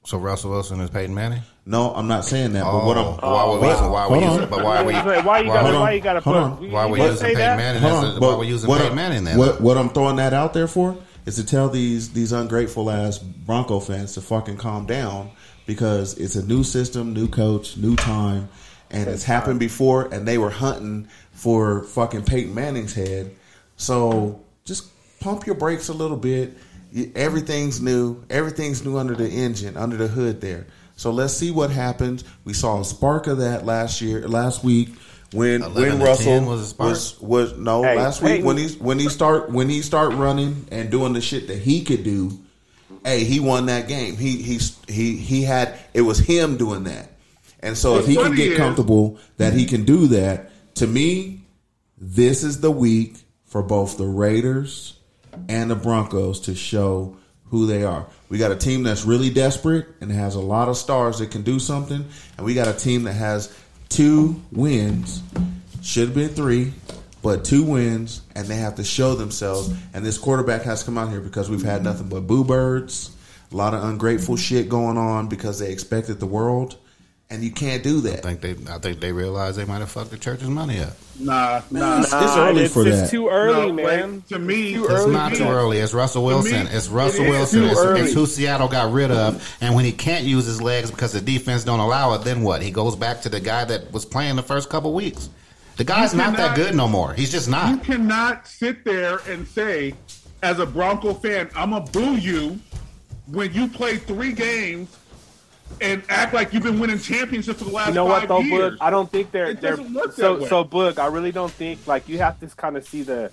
Speaker 5: so Russell Wilson is Peyton Manning.
Speaker 3: No, I'm not saying that. but
Speaker 5: Oh,
Speaker 3: what I'm
Speaker 5: why were we
Speaker 3: but-
Speaker 5: using? Why were
Speaker 3: hold
Speaker 5: we
Speaker 3: on.
Speaker 5: using? But why are we?
Speaker 4: Wait, why you
Speaker 5: why
Speaker 4: gotta
Speaker 5: we-
Speaker 4: why you gotta
Speaker 3: hold
Speaker 4: put
Speaker 3: on.
Speaker 4: you-
Speaker 5: Why
Speaker 4: you
Speaker 5: we
Speaker 4: gonna
Speaker 5: using
Speaker 4: say
Speaker 5: Peyton
Speaker 4: that?
Speaker 5: Manning?
Speaker 3: hold
Speaker 5: That's
Speaker 3: on,
Speaker 5: a-
Speaker 3: but
Speaker 5: Why we using
Speaker 3: what
Speaker 5: Peyton
Speaker 3: I'm-
Speaker 5: Manning then?
Speaker 3: What, what I'm throwing that out there for is to tell these these ungrateful ass Bronco fans to fucking calm down because it's a new system, new coach, new time, and it's happened before, and they were hunting for fucking Peyton Manning's head. So just pump your brakes a little bit. You- Everything's new. Everything's new under the engine, under the hood there. So let's see what happens. We saw a spark of that last year, last week when
Speaker 5: 11
Speaker 3: when
Speaker 5: to
Speaker 3: Russell
Speaker 5: 10 was a spark?
Speaker 3: was was no
Speaker 4: Hey,
Speaker 3: last week
Speaker 4: Peyton-
Speaker 3: when he's when he start when he start running and doing the shit that he could do. Hey, he won that game. He he he he had it was him doing that. And so if
Speaker 6: What's
Speaker 3: he can
Speaker 6: funny
Speaker 3: get
Speaker 6: is-
Speaker 3: comfortable that he can do that, to me, this is the week for both the Raiders and the Broncos to show who they are. We got a team that's really desperate and has a lot of stars that can do something, and we got a team that has two wins, should have been three, but two wins, and they have to show themselves. And this quarterback has to come out here because we've had nothing but boo birds, a lot of ungrateful shit going on because they expected the world, and you can't do that.
Speaker 5: I think they, I think they realize they might have fucked the church's money up.
Speaker 6: Nah, nah.
Speaker 3: It's, it's early
Speaker 4: it's,
Speaker 3: for
Speaker 4: it's
Speaker 3: that.
Speaker 4: too early,
Speaker 6: No,
Speaker 4: man.
Speaker 6: wait, to me,
Speaker 4: too
Speaker 6: it's
Speaker 5: It's
Speaker 4: early.
Speaker 5: not too
Speaker 4: man.
Speaker 5: early. It's Russell Wilson.
Speaker 6: me,
Speaker 5: it's Russell
Speaker 6: it is
Speaker 5: Wilson.
Speaker 6: too
Speaker 5: It's,
Speaker 6: early.
Speaker 5: it's who Seattle got rid of. And when he can't use his legs because the defense don't allow it, then what? He goes back to the guy that was playing the first couple weeks. The guy's not that
Speaker 6: cannot-
Speaker 5: good no more. He's just
Speaker 6: You
Speaker 5: not.
Speaker 6: cannot sit there and say, as a Bronco fan, I'm going to boo you when you play three games and act like you've been winning championships for the last
Speaker 4: You know what
Speaker 6: five
Speaker 4: though, Boog?
Speaker 6: years.
Speaker 4: I don't think they're
Speaker 6: It
Speaker 4: they're
Speaker 6: doesn't work
Speaker 4: so
Speaker 6: that way.
Speaker 4: so Boog. I really don't think like you have to kind of see the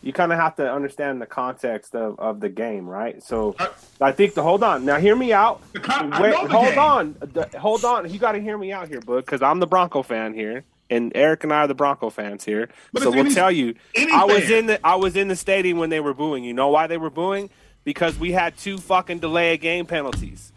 Speaker 4: you kind of have to understand the context of of the game, right? So
Speaker 6: I-
Speaker 4: I, think the hold on now. Hear me out.
Speaker 6: The con- I
Speaker 4: Wait,
Speaker 6: know the
Speaker 4: hold
Speaker 6: game.
Speaker 4: on, The- hold on. You got to hear me out here, Boog, because I'm the Bronco fan here, and Eric and I are the Bronco fans here.
Speaker 6: But
Speaker 4: so
Speaker 6: it's
Speaker 4: we'll
Speaker 6: any-
Speaker 4: tell you.
Speaker 6: any
Speaker 4: I was
Speaker 6: fan.
Speaker 4: in the I was in the stadium when they were booing. You know why they were booing? Because we had two fucking delay of game penalties.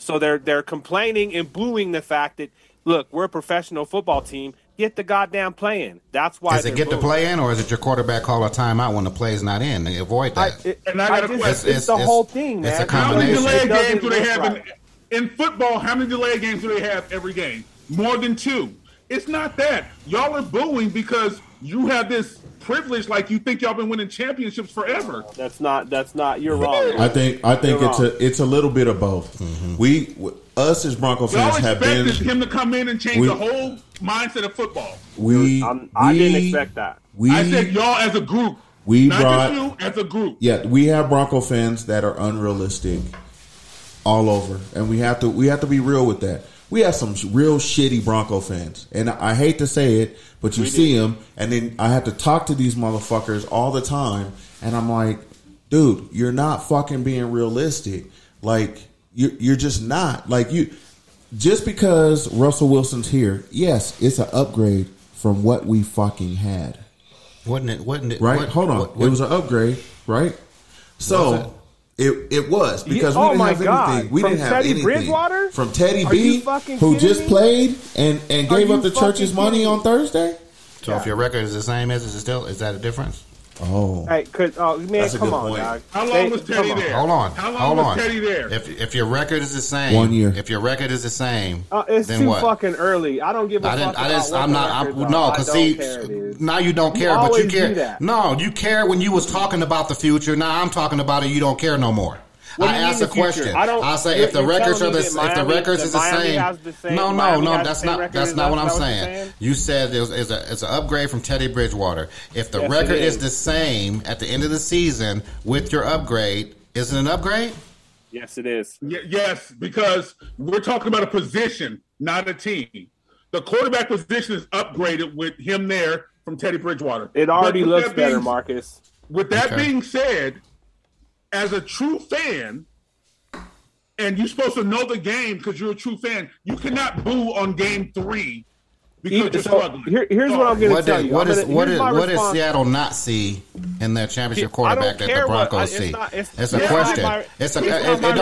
Speaker 4: So they're they're complaining and booing the fact that look, we're a professional football team. Get the goddamn playing. That's why
Speaker 5: Is
Speaker 4: they're
Speaker 5: it get the
Speaker 4: booing.
Speaker 5: play in or is it your quarterback call a timeout when the play's not in? They avoid
Speaker 4: I,
Speaker 5: that.
Speaker 4: it,
Speaker 6: And I
Speaker 4: I
Speaker 6: got a
Speaker 4: just-
Speaker 6: question.
Speaker 4: It's,
Speaker 5: It's-
Speaker 4: the whol-
Speaker 5: it's-
Speaker 4: whole thing, man.
Speaker 5: it's a
Speaker 6: how many
Speaker 5: combination.
Speaker 6: delay
Speaker 4: It doesn't
Speaker 6: games do they
Speaker 4: look
Speaker 6: have in,
Speaker 4: right.
Speaker 6: in football? How many delay games do they have every game? More than two. It's not that y'all are booing because you have this privilege, like you think y'all been winning championships forever.
Speaker 4: That's not. That's not. You're wrong.
Speaker 3: I think I think
Speaker 4: You're
Speaker 3: it's
Speaker 4: wrong.
Speaker 3: a it's a little bit of both.
Speaker 4: Mm-hmm.
Speaker 3: We w- us as Bronco
Speaker 6: Y'all
Speaker 3: fans have been
Speaker 6: expected him to come in and change
Speaker 3: We-
Speaker 6: the whole mindset of football.
Speaker 3: we
Speaker 4: I'm, I
Speaker 3: we-
Speaker 4: didn't expect that.
Speaker 3: We
Speaker 6: I said y'all as a group,
Speaker 3: we
Speaker 6: not
Speaker 3: brought
Speaker 6: just you, as a group.
Speaker 3: yeah we have Bronco fans that are unrealistic all over, and we have to we have to be real with that. We have some sh- real shitty Bronco fans, and I hate to say it, but you see them, and then I have to talk to these motherfuckers all the time, and I'm like, dude, you're not fucking being realistic. Like you're you're just not like you. just because Russell Wilson's here, yes, it's an upgrade from what we fucking had.
Speaker 5: Wasn't it? Wasn't it?
Speaker 3: Right?
Speaker 5: what-
Speaker 3: Hold on.
Speaker 5: what- what-
Speaker 3: it was an upgrade, right? So it? it was because
Speaker 4: Yeah, oh
Speaker 3: we didn't
Speaker 4: my
Speaker 3: have
Speaker 4: God.
Speaker 3: anything. We
Speaker 4: From
Speaker 3: didn't have
Speaker 4: Teddy
Speaker 3: anything
Speaker 4: Bridgewater?
Speaker 3: from Teddy
Speaker 4: Are
Speaker 3: B,
Speaker 4: you fucking
Speaker 3: who
Speaker 4: kidding
Speaker 3: just
Speaker 4: me?
Speaker 3: played and and
Speaker 4: Are
Speaker 3: gave up
Speaker 4: you
Speaker 3: the church's
Speaker 4: fucking
Speaker 3: money
Speaker 4: kidding
Speaker 3: on
Speaker 4: me?
Speaker 3: Thursday.
Speaker 5: so if your record is the same as is it still is that a difference?
Speaker 3: Oh,
Speaker 4: Hey, cause, oh, man,
Speaker 3: That's a
Speaker 4: come
Speaker 3: good
Speaker 4: on,
Speaker 3: point.
Speaker 4: dog.
Speaker 6: How long
Speaker 4: They-
Speaker 6: was Teddy
Speaker 4: come on.
Speaker 6: there?
Speaker 5: Hold on.
Speaker 6: How long
Speaker 5: hold
Speaker 6: was
Speaker 5: on.
Speaker 6: Teddy there?
Speaker 5: If if your record is the same,
Speaker 3: One year.
Speaker 5: If your record is the same,
Speaker 4: Uh, it's
Speaker 5: then
Speaker 4: too
Speaker 5: what?
Speaker 4: fucking early. I don't give a
Speaker 5: I didn't.
Speaker 4: fuck.
Speaker 5: I
Speaker 4: about
Speaker 5: just.
Speaker 4: what
Speaker 5: I'm
Speaker 4: the
Speaker 5: not. I'm,
Speaker 4: records are.
Speaker 5: no,
Speaker 4: I
Speaker 5: because
Speaker 4: don't
Speaker 5: see,
Speaker 4: care, dude.
Speaker 5: now you don't care, but
Speaker 4: always
Speaker 5: you
Speaker 4: do
Speaker 5: care.
Speaker 4: that.
Speaker 5: No, you care when you was talking about the future. Now I'm talking about it. You don't care no more.
Speaker 4: What do
Speaker 5: I
Speaker 4: you mean
Speaker 5: asked
Speaker 4: the
Speaker 5: a
Speaker 4: future?
Speaker 5: question.
Speaker 4: I don't-
Speaker 5: I say
Speaker 4: you're-
Speaker 5: if the
Speaker 4: you're
Speaker 5: records are
Speaker 4: telling
Speaker 5: the
Speaker 4: me
Speaker 5: if
Speaker 4: that
Speaker 5: the
Speaker 4: Miami-
Speaker 5: records is
Speaker 4: that
Speaker 5: the
Speaker 4: Miami
Speaker 5: same.
Speaker 4: has the same-
Speaker 5: no, no,
Speaker 4: Miami
Speaker 5: no.
Speaker 4: has
Speaker 5: That's
Speaker 4: the same
Speaker 5: not.
Speaker 4: record,
Speaker 5: That's
Speaker 4: is
Speaker 5: not
Speaker 4: that
Speaker 5: what I'm
Speaker 4: what you're
Speaker 5: saying.
Speaker 4: saying?
Speaker 5: You said there's is a it's an upgrade from Teddy Bridgewater. If the
Speaker 4: Yes, it
Speaker 5: record is.
Speaker 4: is.
Speaker 5: the same at the end of the season with your upgrade, is it an upgrade?
Speaker 4: Yes, it is.
Speaker 6: Y- yes, because we're talking about a position, not a team. The quarterback position is upgraded with him there from Teddy Bridgewater.
Speaker 4: It already
Speaker 6: But with
Speaker 4: looks
Speaker 6: that being-
Speaker 4: better, Marcus.
Speaker 6: With that
Speaker 5: Okay.
Speaker 6: being said, as a true fan, and you're supposed to know the game because you're a true fan, you cannot boo on game three because
Speaker 4: Even-
Speaker 6: you're
Speaker 4: E, so,
Speaker 6: struggling.
Speaker 4: here- here's what I'm
Speaker 6: Sorry.
Speaker 4: gonna
Speaker 5: What
Speaker 4: tell
Speaker 5: did
Speaker 4: you.
Speaker 5: what
Speaker 4: I'm
Speaker 5: is
Speaker 4: gonna-
Speaker 5: what
Speaker 4: here's
Speaker 5: is
Speaker 4: my
Speaker 5: what does
Speaker 4: response.
Speaker 5: Seattle not see in their championship
Speaker 4: I
Speaker 5: quarterback
Speaker 4: don't
Speaker 5: that
Speaker 4: care
Speaker 5: the
Speaker 4: what-
Speaker 5: Broncos
Speaker 4: I- it's
Speaker 5: see?
Speaker 4: not- it's-
Speaker 5: It's
Speaker 4: it's
Speaker 5: a
Speaker 4: not
Speaker 5: question.
Speaker 4: my-
Speaker 5: It's a
Speaker 4: it's not
Speaker 5: it-
Speaker 4: my
Speaker 5: it don't- and you don't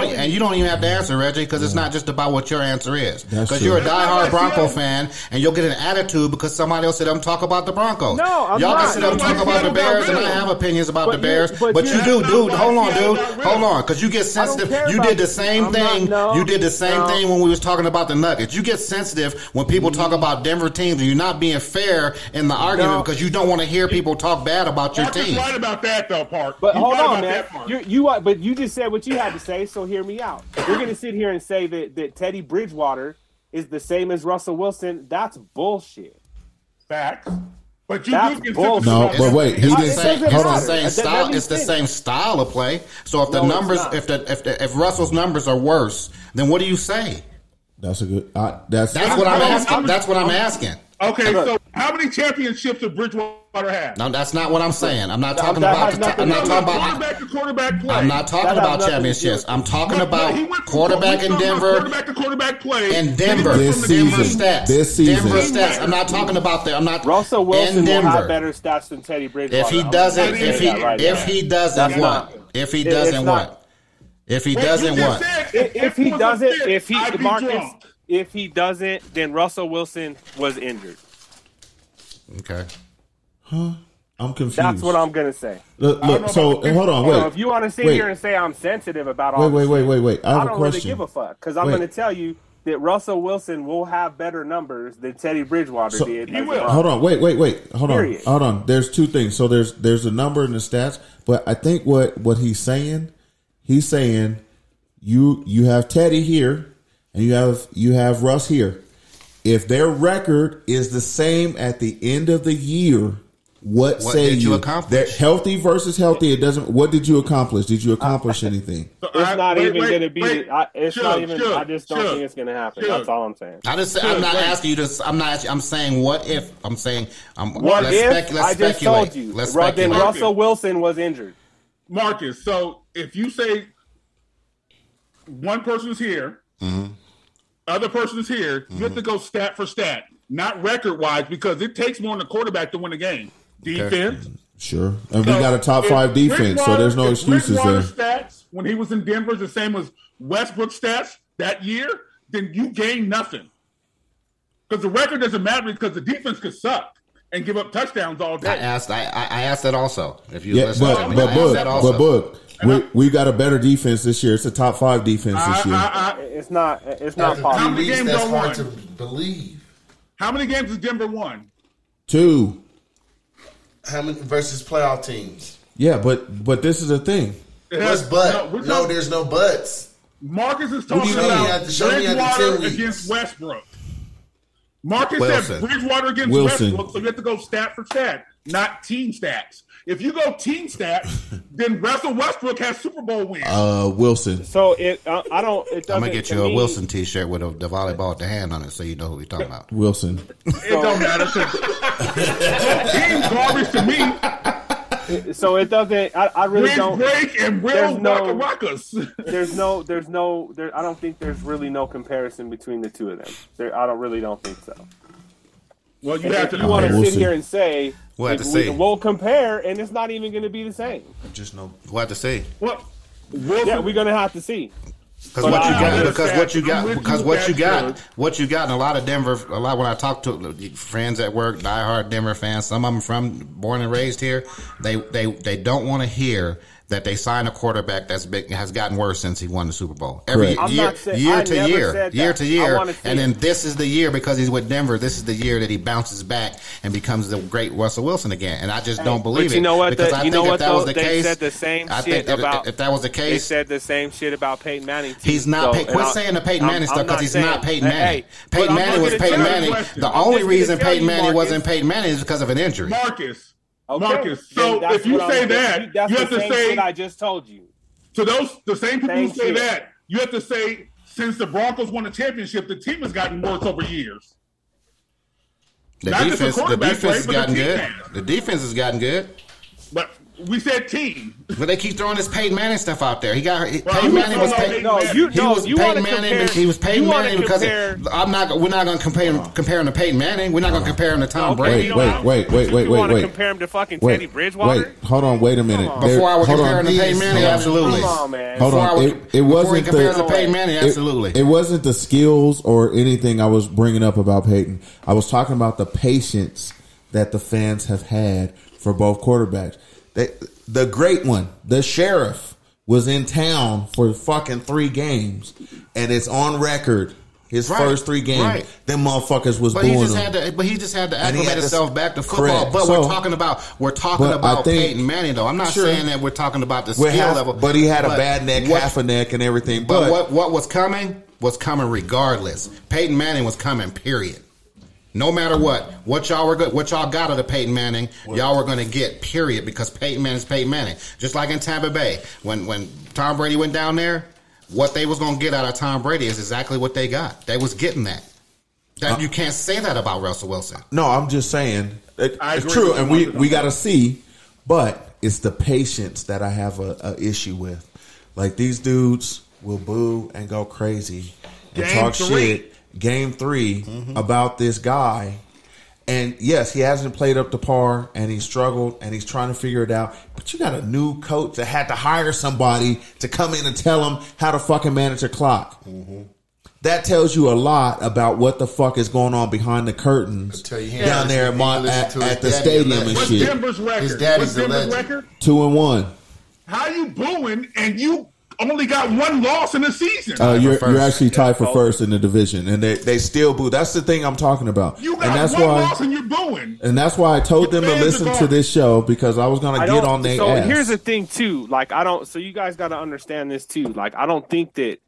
Speaker 4: responsibility.
Speaker 5: and you don't even have to answer Reggie because it's not just about what your answer
Speaker 3: That's
Speaker 5: is because
Speaker 3: true.
Speaker 5: you're a
Speaker 6: That's not
Speaker 5: diehard
Speaker 6: what
Speaker 5: Bronco
Speaker 6: Seattle-
Speaker 5: fan and you'll get an attitude because somebody else said I'm talk about the Broncos.
Speaker 4: No, I'm
Speaker 5: y'all can
Speaker 4: not.
Speaker 5: sit up and talk
Speaker 6: That's
Speaker 5: about the
Speaker 6: not what
Speaker 5: Bears and I
Speaker 6: Seattle-
Speaker 5: have opinions about
Speaker 4: But
Speaker 5: the
Speaker 4: you-
Speaker 5: Bears,
Speaker 4: but
Speaker 5: but
Speaker 4: you-
Speaker 5: you do,
Speaker 6: That's
Speaker 5: dude.
Speaker 6: not
Speaker 5: Hold
Speaker 6: why
Speaker 5: on,
Speaker 6: Seattle
Speaker 5: dude.
Speaker 6: got rid of
Speaker 5: Hold
Speaker 6: them.
Speaker 5: on, because you get
Speaker 4: I don't
Speaker 5: sensitive.
Speaker 4: care
Speaker 5: You
Speaker 4: about
Speaker 5: did the
Speaker 4: them.
Speaker 5: same
Speaker 4: I'm
Speaker 5: thing.
Speaker 4: not- no,
Speaker 5: You did the same
Speaker 4: no.
Speaker 5: thing when we was talking about the Nuggets. You get sensitive when people talk about Denver teams, and you're not being fair in the argument
Speaker 4: No.
Speaker 5: because you don't want to hear people talk bad about your
Speaker 6: Mark is
Speaker 5: team.
Speaker 6: right about that, though, Park.
Speaker 4: But
Speaker 6: He's
Speaker 4: hold
Speaker 6: right
Speaker 4: on,
Speaker 6: about
Speaker 4: man.
Speaker 6: that part.
Speaker 4: You, you are, but you just said what you had to say, so hear me out. You're going to sit here and say that, that Teddy Bridgewater is the same as Russell Wilson. That's bullshit.
Speaker 6: Facts. But you
Speaker 4: That's
Speaker 6: do get
Speaker 4: bullshit.
Speaker 3: no,
Speaker 6: sensitive
Speaker 3: but wait, he
Speaker 5: it's
Speaker 4: I-
Speaker 5: the
Speaker 4: it
Speaker 3: didn't.
Speaker 5: same,
Speaker 4: doesn't
Speaker 3: Hold
Speaker 5: it's the
Speaker 3: on,
Speaker 4: matter.
Speaker 5: same
Speaker 4: That- that
Speaker 5: style.
Speaker 4: means
Speaker 5: It's the
Speaker 4: finish.
Speaker 5: same style of play. So if the
Speaker 4: No, it's
Speaker 5: numbers,
Speaker 4: not.
Speaker 5: if the if the, if Russell's numbers are worse, then what do you say?
Speaker 3: that's a good. I, that's
Speaker 5: That's what I'm
Speaker 6: I'm-
Speaker 5: asking.
Speaker 6: I'm-
Speaker 5: That's what I'm asking.
Speaker 6: Okay, so how many championships did Bridgewater have?
Speaker 5: No, that's not what I'm saying. I'm not talking
Speaker 4: that
Speaker 5: about.
Speaker 4: has
Speaker 5: The
Speaker 4: nothing
Speaker 5: ti- I'm
Speaker 4: to
Speaker 5: not
Speaker 4: do
Speaker 5: talking
Speaker 4: with
Speaker 5: about.
Speaker 6: quarterback to quarterback play.
Speaker 5: I'm not talking
Speaker 4: That has
Speaker 5: about
Speaker 4: nothing to do
Speaker 5: championships.
Speaker 4: with it.
Speaker 5: I'm talking
Speaker 6: But- but
Speaker 5: about
Speaker 6: he went from-
Speaker 5: quarterback
Speaker 6: we
Speaker 5: in
Speaker 6: talking about
Speaker 5: Denver
Speaker 6: quarterback to quarterback play,
Speaker 5: and
Speaker 6: Then he
Speaker 5: Denver.
Speaker 6: went
Speaker 3: This
Speaker 6: from the
Speaker 3: season.
Speaker 5: Denver
Speaker 6: Denver-
Speaker 5: stats.
Speaker 3: This season.
Speaker 5: Denver stats. I'm not talking about that. I'm not.
Speaker 4: Russell
Speaker 5: in
Speaker 4: Wilson will
Speaker 5: Denver.
Speaker 4: have better stats than Teddy Bridgewater.
Speaker 5: If he
Speaker 4: I'm gonna
Speaker 5: doesn't,
Speaker 4: say
Speaker 5: if he
Speaker 4: that right
Speaker 5: if
Speaker 4: now.
Speaker 5: he doesn't
Speaker 4: That's
Speaker 5: want,
Speaker 4: not-
Speaker 5: if he
Speaker 4: it- it's
Speaker 5: doesn't
Speaker 4: not-
Speaker 5: want, if he
Speaker 6: Wait, you
Speaker 5: doesn't
Speaker 6: just
Speaker 5: want,
Speaker 6: said
Speaker 4: if, if he
Speaker 6: was a
Speaker 4: doesn't,
Speaker 6: fit,
Speaker 4: if he
Speaker 6: I'd be
Speaker 4: Marcus,
Speaker 6: drunk.
Speaker 4: if he doesn't, then Russell Wilson was injured.
Speaker 5: okay.
Speaker 3: I'm confused.
Speaker 4: That's what I'm going to say.
Speaker 3: Look,
Speaker 6: don't know
Speaker 3: look so
Speaker 6: about the-
Speaker 3: hold on,
Speaker 4: So
Speaker 3: wait.
Speaker 4: if you want to sit
Speaker 3: wait,
Speaker 4: here and say I'm sensitive about all
Speaker 3: wait,
Speaker 4: this
Speaker 3: wait, wait, wait, wait. I have
Speaker 4: I
Speaker 3: a
Speaker 4: don't really
Speaker 3: question.
Speaker 4: give a fuck because I'm
Speaker 3: Wait.
Speaker 4: going to tell you that Russell Wilson will have better numbers than Teddy Bridgewater
Speaker 3: So-
Speaker 4: did.
Speaker 6: He will.
Speaker 3: Hold on, wait, wait, wait. Hold
Speaker 4: Period.
Speaker 3: on, hold on. There's two things. So there's there's a number in the stats, but I think what what he's saying, he's saying you you have Teddy here, and you have you have Russ here. If their record is the same at the end of the year, what,
Speaker 5: What
Speaker 3: say
Speaker 5: did you
Speaker 3: you?
Speaker 5: accomplish?
Speaker 3: They're healthy versus healthy. It doesn't. What did you accomplish? Did you accomplish anything?
Speaker 6: So
Speaker 4: It's
Speaker 6: I-
Speaker 4: not
Speaker 6: wait,
Speaker 4: even
Speaker 6: wait,
Speaker 4: going to be.
Speaker 6: wait.
Speaker 4: I, it's
Speaker 6: Shug,
Speaker 4: not even.
Speaker 6: Shug,
Speaker 4: I just don't
Speaker 6: Shug,
Speaker 4: think it's going to happen.
Speaker 6: Shug.
Speaker 4: That's all I'm saying.
Speaker 5: I just, I'm not
Speaker 6: wait.
Speaker 5: asking you to. I'm not. I'm saying what if. I'm saying. I'm.
Speaker 4: What
Speaker 5: let's
Speaker 4: if?
Speaker 5: spec- let's
Speaker 4: I just
Speaker 5: speculate.
Speaker 4: told you.
Speaker 5: Let's
Speaker 4: Ru- then
Speaker 5: speculate.
Speaker 4: Russell Wilson was injured.
Speaker 6: Marcus, so if you say one person's here,
Speaker 3: Mm-hmm.
Speaker 6: other person's here, you have to go stat for stat, not record wise, because it takes more than a quarterback to win a game. Defense.
Speaker 3: Sure. And we Mm-hmm. got a top five defense, so there's no excuses there.
Speaker 6: there. Stats when he was in Denver is the same as Westbrook stats that year, then you gain nothing because the record doesn't matter because the defense could suck and give up touchdowns all
Speaker 5: I
Speaker 6: day.
Speaker 5: asked. I, I I asked that also. If you
Speaker 3: Yeah,
Speaker 5: listen to
Speaker 3: but
Speaker 5: me, I
Speaker 3: but
Speaker 5: asked that
Speaker 3: book,
Speaker 5: also.
Speaker 3: but book. We we got a better defense this year. It's a top five defense this
Speaker 6: I-
Speaker 3: year.
Speaker 6: I- I-
Speaker 4: It's not. It's not
Speaker 9: After
Speaker 6: How
Speaker 9: two
Speaker 4: possible.
Speaker 6: many
Speaker 9: weeks,
Speaker 6: games
Speaker 9: that's
Speaker 6: y'all
Speaker 9: hard
Speaker 6: won?
Speaker 9: to believe.
Speaker 6: how many games has Denver won?
Speaker 3: Two.
Speaker 9: How many versus playoff teams?
Speaker 3: Yeah, but but this is the thing.
Speaker 6: It
Speaker 9: What's
Speaker 6: has-
Speaker 9: but? No,
Speaker 6: we're talking-
Speaker 9: there's no buts.
Speaker 6: Marcus is
Speaker 9: do
Speaker 6: talking
Speaker 9: you mean? You
Speaker 6: about
Speaker 9: have to show me you have to
Speaker 6: Bridgewater
Speaker 9: tell me.
Speaker 6: against Westbrook. Marcus
Speaker 5: Wilson.
Speaker 6: said Bridgewater against
Speaker 3: Wilson.
Speaker 6: Westbrook, so you have to go stat for stat, not team stats. If you go team stats, then Russell Westbrook has Super Bowl wins.
Speaker 3: Uh, Wilson.
Speaker 4: So it. I, I don't. It doesn't.
Speaker 5: I'm gonna get
Speaker 4: to
Speaker 5: you a
Speaker 4: me-
Speaker 5: Wilson T-shirt with a, the volleyball with the hand on it, so you know who we're talking about.
Speaker 3: Wilson.
Speaker 6: it don't matter. 'cause- Team garbage to me.
Speaker 4: so it doesn't. I, I really
Speaker 6: Bridge
Speaker 4: don't.
Speaker 6: break and
Speaker 4: there's
Speaker 6: real
Speaker 4: no-
Speaker 6: no, Waka Wakas.
Speaker 4: There's no. There's no. There, I don't think there's really no comparison between the two of them. There, I don't really don't think so.
Speaker 6: well, you
Speaker 4: And
Speaker 6: have
Speaker 4: if
Speaker 6: to
Speaker 4: you want
Speaker 3: Alright,
Speaker 4: to
Speaker 3: we'll
Speaker 4: sit
Speaker 3: see.
Speaker 4: here and say
Speaker 5: We'll have
Speaker 4: if
Speaker 5: to
Speaker 4: we,
Speaker 5: see.
Speaker 4: will compare, and it's not even going to be the same.
Speaker 3: Just know
Speaker 5: We'll have to see.
Speaker 6: What? Wilson,
Speaker 4: Yeah, we're going to have to see.
Speaker 5: Because
Speaker 4: But
Speaker 5: what you
Speaker 4: I-
Speaker 5: got,
Speaker 4: I
Speaker 5: because what you
Speaker 6: I'm
Speaker 5: got,
Speaker 6: with
Speaker 5: because
Speaker 6: you,
Speaker 5: what you
Speaker 6: Pastor.
Speaker 5: got, what you got, and a lot of Denver, a lot when I talk to friends at work, diehard Denver fans, some of them from born and raised here, they they they don't want to hear that they signed a quarterback that's been, has gotten worse since he won the Super Bowl. Every
Speaker 3: Correct.
Speaker 4: I'm
Speaker 5: year,
Speaker 4: not saying-
Speaker 5: year
Speaker 4: I
Speaker 5: to
Speaker 4: never
Speaker 5: year,
Speaker 4: said
Speaker 5: year
Speaker 4: that.
Speaker 5: to
Speaker 4: I
Speaker 5: year,
Speaker 4: wanna see
Speaker 5: and
Speaker 4: it.
Speaker 5: then this is the year because he's with Denver. This is the year that he bounces back and becomes the great Russell Wilson again. And I just don't believe
Speaker 4: but you know
Speaker 5: it
Speaker 4: what?
Speaker 5: because
Speaker 4: The-
Speaker 5: I
Speaker 4: you
Speaker 5: think
Speaker 4: know
Speaker 5: if
Speaker 4: what,
Speaker 5: that was
Speaker 4: though?
Speaker 5: the
Speaker 4: They
Speaker 5: case,
Speaker 4: said the same
Speaker 5: I
Speaker 4: shit
Speaker 5: think that
Speaker 4: about-
Speaker 5: if that was the case,
Speaker 4: They said the same shit about Peyton Manning. too.
Speaker 5: He's not.
Speaker 4: So,
Speaker 5: Pey-
Speaker 4: and
Speaker 5: quit
Speaker 4: I-
Speaker 5: saying the Peyton
Speaker 4: I'm-
Speaker 5: Manning
Speaker 4: I'm not
Speaker 5: stuff because he's
Speaker 4: saying-
Speaker 5: not Peyton
Speaker 4: Hey,
Speaker 5: Manning.
Speaker 4: hey, but
Speaker 5: Peyton
Speaker 4: I'm
Speaker 5: Manning
Speaker 4: gonna
Speaker 5: was
Speaker 4: tell
Speaker 5: Peyton
Speaker 4: you
Speaker 5: Manning.
Speaker 6: question.
Speaker 5: The
Speaker 6: I'm
Speaker 5: only
Speaker 4: just gonna
Speaker 5: reason
Speaker 4: tell
Speaker 5: Peyton
Speaker 4: you,
Speaker 5: Manning wasn't
Speaker 4: Marcus.
Speaker 5: Peyton Manning is because of an injury.
Speaker 6: Marcus.
Speaker 4: Okay,
Speaker 6: Marcus.
Speaker 4: then
Speaker 6: So
Speaker 4: that's
Speaker 6: if you
Speaker 4: what I'm
Speaker 6: say
Speaker 4: saying.
Speaker 6: that,
Speaker 4: that's
Speaker 6: you
Speaker 4: the
Speaker 6: have to
Speaker 4: same
Speaker 6: say
Speaker 4: shit I just told you.
Speaker 6: to those the same people who
Speaker 4: Same
Speaker 6: say
Speaker 4: shit.
Speaker 6: that, you have to say since the Broncos won the championship, the team has gotten worse over years.
Speaker 5: The
Speaker 6: Not just
Speaker 5: defense,
Speaker 6: the
Speaker 5: the
Speaker 6: quarterback
Speaker 5: defense
Speaker 6: play,
Speaker 5: has
Speaker 6: but the
Speaker 5: gotten
Speaker 6: team
Speaker 5: good.
Speaker 6: has.
Speaker 5: The defense has gotten good,
Speaker 6: But we said team.
Speaker 5: but they keep throwing this Peyton Manning stuff out there. He got he-
Speaker 6: Well,
Speaker 5: Peyton
Speaker 6: I'm
Speaker 5: Manning
Speaker 6: just
Speaker 5: was
Speaker 6: talking
Speaker 5: Peyton.
Speaker 6: about
Speaker 4: No,
Speaker 6: Manning.
Speaker 4: you
Speaker 5: He
Speaker 4: no,
Speaker 5: was
Speaker 4: you
Speaker 5: Peyton
Speaker 4: want to
Speaker 5: Manning.
Speaker 4: compare.
Speaker 5: he was Peyton
Speaker 4: you wanna
Speaker 5: Manning because
Speaker 4: compare-
Speaker 5: I'm not. We're not going to compare compare him to Peyton Manning. We're not going to compare him to Tom
Speaker 4: Okay,
Speaker 5: Brady.
Speaker 4: you
Speaker 3: Wait,
Speaker 4: know,
Speaker 3: wait,
Speaker 4: I-
Speaker 3: wait, wait, wait,
Speaker 4: you wanna
Speaker 3: wait,
Speaker 4: compare him to fucking
Speaker 3: wait,
Speaker 4: Teddy Bridgewater?
Speaker 3: Wait, hold on, wait a minute.
Speaker 4: on.
Speaker 3: There-
Speaker 5: Before I would
Speaker 3: hold on.
Speaker 5: compare him to Peyton Manning,
Speaker 3: Hold on.
Speaker 5: absolutely.
Speaker 4: Come on, man.
Speaker 3: Hold
Speaker 5: Before I
Speaker 3: on,
Speaker 5: would-
Speaker 3: it, it
Speaker 5: before we
Speaker 3: wasn't
Speaker 5: compare him
Speaker 3: the
Speaker 5: to Peyton Manning,
Speaker 3: it-
Speaker 5: absolutely.
Speaker 3: It, wasn't the skills or anything I was bringing up about Peyton. I was talking about the patience that the fans have had for both quarterbacks. They, the great one, the sheriff, was in town for fucking three games, and it's on record. His
Speaker 5: Right,
Speaker 3: first three games,
Speaker 5: right.
Speaker 3: them motherfuckers was
Speaker 5: But
Speaker 3: booing
Speaker 5: he just
Speaker 3: him.
Speaker 5: had to. But he just had to
Speaker 3: And he
Speaker 5: acclimate
Speaker 3: had to-
Speaker 5: himself back to football.
Speaker 3: correct.
Speaker 5: But
Speaker 3: So-
Speaker 5: we're talking about we're talking
Speaker 3: But I
Speaker 5: about
Speaker 3: think-
Speaker 5: Peyton Manning though. I'm not
Speaker 3: Sure.
Speaker 5: saying that we're talking about the skill
Speaker 3: With half-
Speaker 5: level.
Speaker 3: but he had a
Speaker 5: but
Speaker 3: bad neck,
Speaker 5: what-
Speaker 3: half a neck, and everything.
Speaker 5: But,
Speaker 3: But,
Speaker 5: what what was coming was coming regardless. Peyton Manning was coming. Period. No matter what, what y'all were good, what y'all got out of Peyton Manning, y'all were going to get. Period. Because Peyton Manning's Peyton Manning. Just like in Tampa Bay, when when Tom Brady went down there, what they was going to get out of Tom Brady is exactly what they got. They was getting that. That
Speaker 4: Uh,
Speaker 5: you can't say that about Russell Wilson.
Speaker 3: No, I'm just saying it-
Speaker 6: I
Speaker 3: it's
Speaker 6: agree
Speaker 3: true,
Speaker 6: with you
Speaker 3: and we
Speaker 6: 100%.
Speaker 3: we got to see, but it's the patience that I have a, a issue with. Like these dudes will boo and go crazy and
Speaker 6: Game
Speaker 3: talk
Speaker 6: three. Mm-hmm.
Speaker 3: shit game 3 about this guy. And yes, he hasn't played up to par and he struggled and he's trying to figure it out. But you got a new coach that had to hire somebody to come in and tell him how to fucking manage a clock.
Speaker 6: Mm-hmm.
Speaker 3: That tells you a lot about what the fuck is going on behind the curtains
Speaker 9: Until you hear
Speaker 3: down
Speaker 9: this,
Speaker 3: there at,
Speaker 9: you
Speaker 3: Mon-
Speaker 9: listen
Speaker 3: at,
Speaker 9: to his
Speaker 3: at the
Speaker 9: daddy
Speaker 3: stadium
Speaker 9: and
Speaker 3: and
Speaker 9: that-
Speaker 6: What's
Speaker 9: Shit.
Speaker 6: Denver's record?
Speaker 9: His daddy's
Speaker 6: What's
Speaker 9: a
Speaker 6: Denver's
Speaker 9: legend.
Speaker 6: record?
Speaker 3: Two and one.
Speaker 6: How you booing and you only got one loss in the season?
Speaker 3: Uh, you're,
Speaker 5: for
Speaker 3: you're
Speaker 5: first.
Speaker 3: actually tied
Speaker 6: Oh.
Speaker 3: for first in the division, and they, they still boo. That's the thing I'm talking about,
Speaker 6: you
Speaker 3: and
Speaker 6: got
Speaker 3: that's
Speaker 6: one
Speaker 3: why
Speaker 6: loss and you're booing.
Speaker 3: and that's why I told
Speaker 6: Your
Speaker 3: them to
Speaker 6: fans
Speaker 3: listen
Speaker 6: are
Speaker 3: to
Speaker 6: gone.
Speaker 3: this show because I was gonna
Speaker 4: I
Speaker 3: get
Speaker 4: don't-
Speaker 3: on their
Speaker 4: so
Speaker 3: ass.
Speaker 4: here's the thing too like i don't so you guys got to understand this too like i don't think that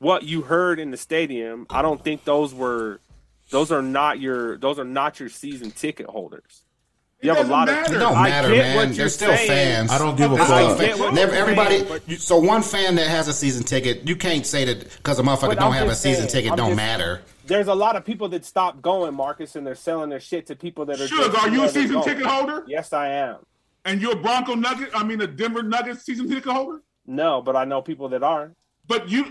Speaker 4: what you heard in the stadium i don't think those were those are not your those are not your season ticket holders you
Speaker 6: It
Speaker 4: have a
Speaker 6: doesn't
Speaker 4: lot
Speaker 6: matter.
Speaker 5: It
Speaker 4: of
Speaker 5: don't
Speaker 4: I
Speaker 5: matter,
Speaker 4: get what
Speaker 5: man.
Speaker 4: you're
Speaker 5: They're still
Speaker 4: saying.
Speaker 5: fans.
Speaker 3: I don't give a
Speaker 5: They're
Speaker 3: fuck.
Speaker 5: still fans.
Speaker 4: I get what
Speaker 5: Never-
Speaker 4: you're
Speaker 5: everybody.
Speaker 4: saying, but-
Speaker 5: you- so one fan that has a season ticket, you can't say that because a motherfucker
Speaker 4: But
Speaker 5: don't
Speaker 4: I'm
Speaker 5: have a
Speaker 4: just
Speaker 5: season
Speaker 4: saying,
Speaker 5: ticket
Speaker 4: I'm
Speaker 5: don't
Speaker 4: just-
Speaker 5: matter.
Speaker 4: there's a lot of people that stop going marcus and they're selling their shit to people that are
Speaker 6: Suge,
Speaker 4: just
Speaker 6: are you a
Speaker 4: whoever's
Speaker 6: season
Speaker 4: going.
Speaker 6: ticket holder?
Speaker 4: yes i am
Speaker 6: And you're a Bronco Nugget. I mean, a Denver Nuggets season ticket holder.
Speaker 4: no but i know people that are
Speaker 6: But you,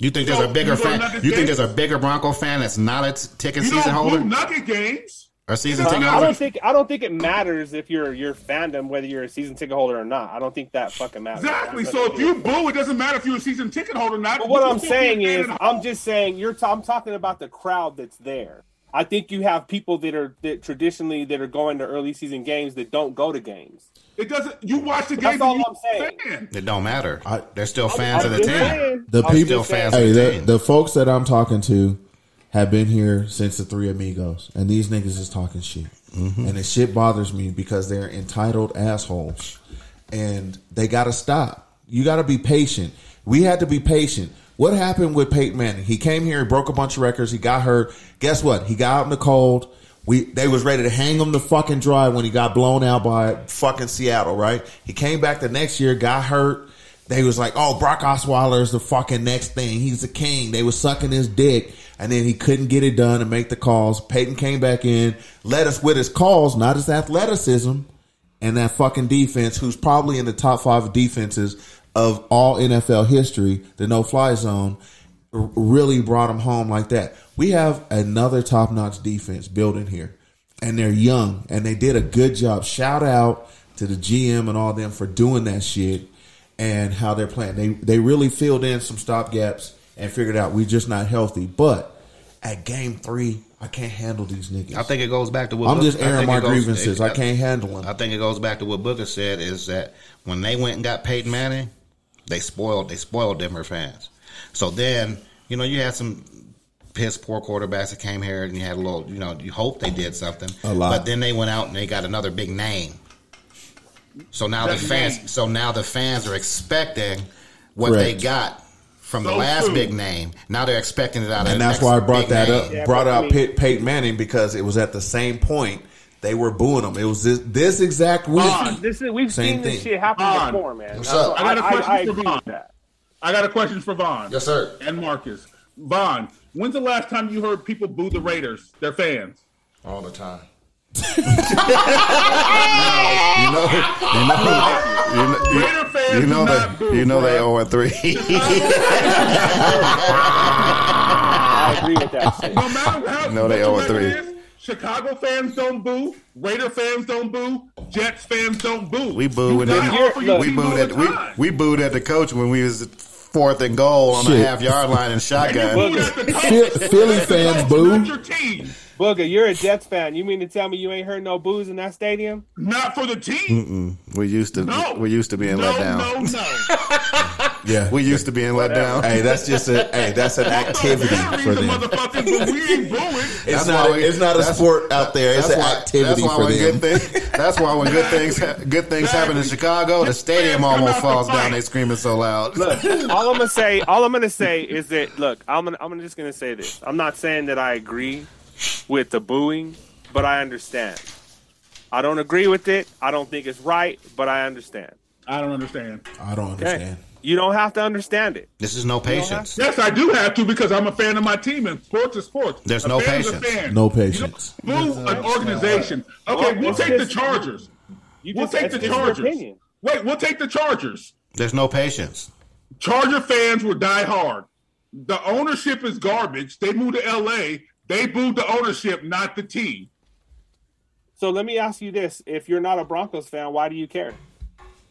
Speaker 5: You think
Speaker 6: So,
Speaker 5: there's a bigger
Speaker 6: you go to
Speaker 5: fan?
Speaker 6: Nuggets
Speaker 5: You think
Speaker 6: games?
Speaker 5: there's a bigger Bronco fan that's not a t- ticket
Speaker 6: you
Speaker 5: season
Speaker 6: don't
Speaker 5: holder
Speaker 6: boo Nugget games.
Speaker 5: or season
Speaker 6: Huh?
Speaker 5: ticket
Speaker 4: I
Speaker 5: holder?
Speaker 4: don't think I don't think it matters if you're your fandom whether you're a season ticket holder or not. I don't think that fucking matters.
Speaker 6: Exactly.
Speaker 4: That's
Speaker 6: So
Speaker 4: what
Speaker 6: if
Speaker 4: it is.
Speaker 6: you boo, it doesn't matter if you're a season ticket holder or not.
Speaker 4: But what
Speaker 6: You
Speaker 4: I'm
Speaker 6: can't be a
Speaker 4: saying
Speaker 6: fan
Speaker 4: is,
Speaker 6: at
Speaker 4: I'm
Speaker 6: home.
Speaker 4: just saying you're. T- I'm talking about the crowd that's there. I think you have people that are that traditionally that are going to early season games that don't go to games.
Speaker 6: It doesn't. You watch the game.
Speaker 4: That's
Speaker 6: and
Speaker 4: all
Speaker 6: you
Speaker 4: I'm saying.
Speaker 6: fan.
Speaker 5: It don't matter. They're still fans
Speaker 4: I'm
Speaker 5: of the
Speaker 4: just
Speaker 5: team.
Speaker 4: saying.
Speaker 3: The
Speaker 4: I'm just
Speaker 3: people-
Speaker 4: saying.
Speaker 5: Still
Speaker 3: Hey, the,
Speaker 5: Damn.
Speaker 3: the folks that I'm talking to have been here since the Three Amigos, and these niggas is talking shit, and the shit bothers me because they're entitled assholes, and they gotta stop. You gotta be patient. We had to be patient. What happened with Peyton Manning? He came here, he broke a bunch of records, he got hurt. Guess what? He got out in the cold. We they was ready to hang him to fucking dry when he got blown out by fucking Seattle, right? He came back the next year, got hurt. They was like, "Oh, Brock Osweiler is the fucking next thing. He's the king." They was sucking his dick, and then he couldn't get it done and make the calls. Peyton came back in, led us with his calls, not his athleticism, and that fucking defense, who's probably in the top five defenses of all NFL history, the no fly zone, r- really brought them home like that. We have another top notch defense built in here, and they're young, and they did a good job. Shout out to the GM and all them for doing that shit and how they're playing. They they really filled in some stop gaps and figured out we're just not healthy. But at game three, I can't handle these niggas.
Speaker 5: I think it goes back to what
Speaker 3: I'm
Speaker 5: Booker-
Speaker 3: just airing
Speaker 5: I think
Speaker 3: my
Speaker 5: it goes-
Speaker 3: grievances. I
Speaker 5: it-
Speaker 3: can't handle them.
Speaker 5: I think it goes back to what Booker said is that when they went and got Peyton Manning, they spoiled they spoiled Denver fans. So then you know you had some piss poor quarterbacks that came here and you had a little you know you hope they did something
Speaker 3: A lot.
Speaker 5: but then they went out and they got another big name. So now the fans so now the fans are expecting what
Speaker 3: Correct.
Speaker 5: they got from the
Speaker 6: So
Speaker 5: last
Speaker 6: true.
Speaker 5: big name. Now they're expecting it out of
Speaker 3: and
Speaker 5: the
Speaker 3: that's
Speaker 5: next
Speaker 3: why I brought
Speaker 5: big
Speaker 3: that
Speaker 5: name.
Speaker 3: up.
Speaker 4: Yeah,
Speaker 3: brought
Speaker 4: but I
Speaker 3: out
Speaker 4: mean-
Speaker 3: Pey- Peyton Manning because it was at the same point they were booing him. It was this, this exact week.
Speaker 6: Vaughn,
Speaker 4: This is we've
Speaker 3: Same
Speaker 4: seen this
Speaker 3: thing.
Speaker 4: shit happen
Speaker 6: Vaughn,
Speaker 4: before, man.
Speaker 9: what's up?
Speaker 4: I,
Speaker 6: I got a question
Speaker 4: I, I
Speaker 6: for
Speaker 4: agree
Speaker 6: Vaughn.
Speaker 4: with that.
Speaker 6: I got a question for Vaughn.
Speaker 9: Yes, sir.
Speaker 6: And Marcus. Vaughn, when's the last time you heard people boo the Raiders, their fans?
Speaker 9: All the time.
Speaker 5: You know, you know, you know, you-
Speaker 6: Raider fans
Speaker 5: you know
Speaker 6: do
Speaker 5: they,
Speaker 6: not boo,
Speaker 5: you know they
Speaker 6: bruh.
Speaker 5: zero and three.
Speaker 4: I agree with that shit.
Speaker 6: No matter how
Speaker 5: No, they
Speaker 6: what the
Speaker 5: 0 and
Speaker 6: record
Speaker 5: three.
Speaker 6: is, Chicago fans don't boo. Raider fans don't boo. Jets fans don't boo.
Speaker 5: We booed
Speaker 6: You
Speaker 5: and
Speaker 6: die
Speaker 5: then-
Speaker 6: hard for your
Speaker 5: we
Speaker 6: team all
Speaker 5: booed
Speaker 6: the
Speaker 5: at we,
Speaker 6: time.
Speaker 5: we booed at the coach when we was fourth and goal on the
Speaker 3: Shit.
Speaker 5: half yard line and
Speaker 6: Booed
Speaker 5: shotgun.
Speaker 6: at the coach.
Speaker 3: Phil- Philly
Speaker 6: That's the
Speaker 3: fans
Speaker 6: coach,
Speaker 3: boo.
Speaker 6: Not your team.
Speaker 4: Booger, you're a Jets fan. You mean to tell me you ain't heard no booze in that stadium?
Speaker 6: Not for the team.
Speaker 5: We used to
Speaker 6: No.
Speaker 5: we used to being
Speaker 6: no,
Speaker 5: let down.
Speaker 6: no, no.
Speaker 3: Yeah.
Speaker 5: We used to being let down.
Speaker 3: hey, that's just a hey, that's an activity for
Speaker 6: the
Speaker 3: them.
Speaker 6: motherfuckers, but we ain't booing.
Speaker 3: It's
Speaker 5: That's
Speaker 3: not,
Speaker 5: why we-
Speaker 3: it's not a
Speaker 5: that's-
Speaker 3: sport out there. It's an activity
Speaker 5: that's why
Speaker 3: for
Speaker 5: when
Speaker 3: them.
Speaker 5: Good thing, that's why when good things ha- good things happen in Chicago, the stadium almost falls down. They screaming so loud.
Speaker 4: all I'm gonna say, all I'm gonna say is that look, I'm gonna, I'm just gonna say this. I'm not saying that I agree with the booing, but I understand. I don't agree with it. I don't think it's right, but I understand.
Speaker 6: I don't understand.
Speaker 3: I don't
Speaker 4: Okay?
Speaker 3: understand.
Speaker 4: You don't have to understand it.
Speaker 5: This is no patience.
Speaker 6: Yes, I do have to because I'm a fan of my team, and sports is sports.
Speaker 5: There's
Speaker 6: A
Speaker 5: no
Speaker 6: fan is a
Speaker 5: patience.
Speaker 6: fan.
Speaker 3: No patience.
Speaker 6: You don't Boo an organization. Okay,
Speaker 4: uh, Well,
Speaker 6: we'll
Speaker 4: it's
Speaker 6: take the
Speaker 4: just-
Speaker 6: Chargers.
Speaker 4: You
Speaker 6: We'll
Speaker 4: just
Speaker 6: take
Speaker 4: it's
Speaker 6: the
Speaker 4: just your
Speaker 6: Chargers.
Speaker 4: opinion.
Speaker 6: Wait, we'll take the Chargers.
Speaker 5: There's no patience.
Speaker 6: Charger fans were die hard. The ownership is garbage. They moved to LA. They booed the ownership, not the team.
Speaker 4: So let me ask you this: If you're not a Broncos fan, why do you care?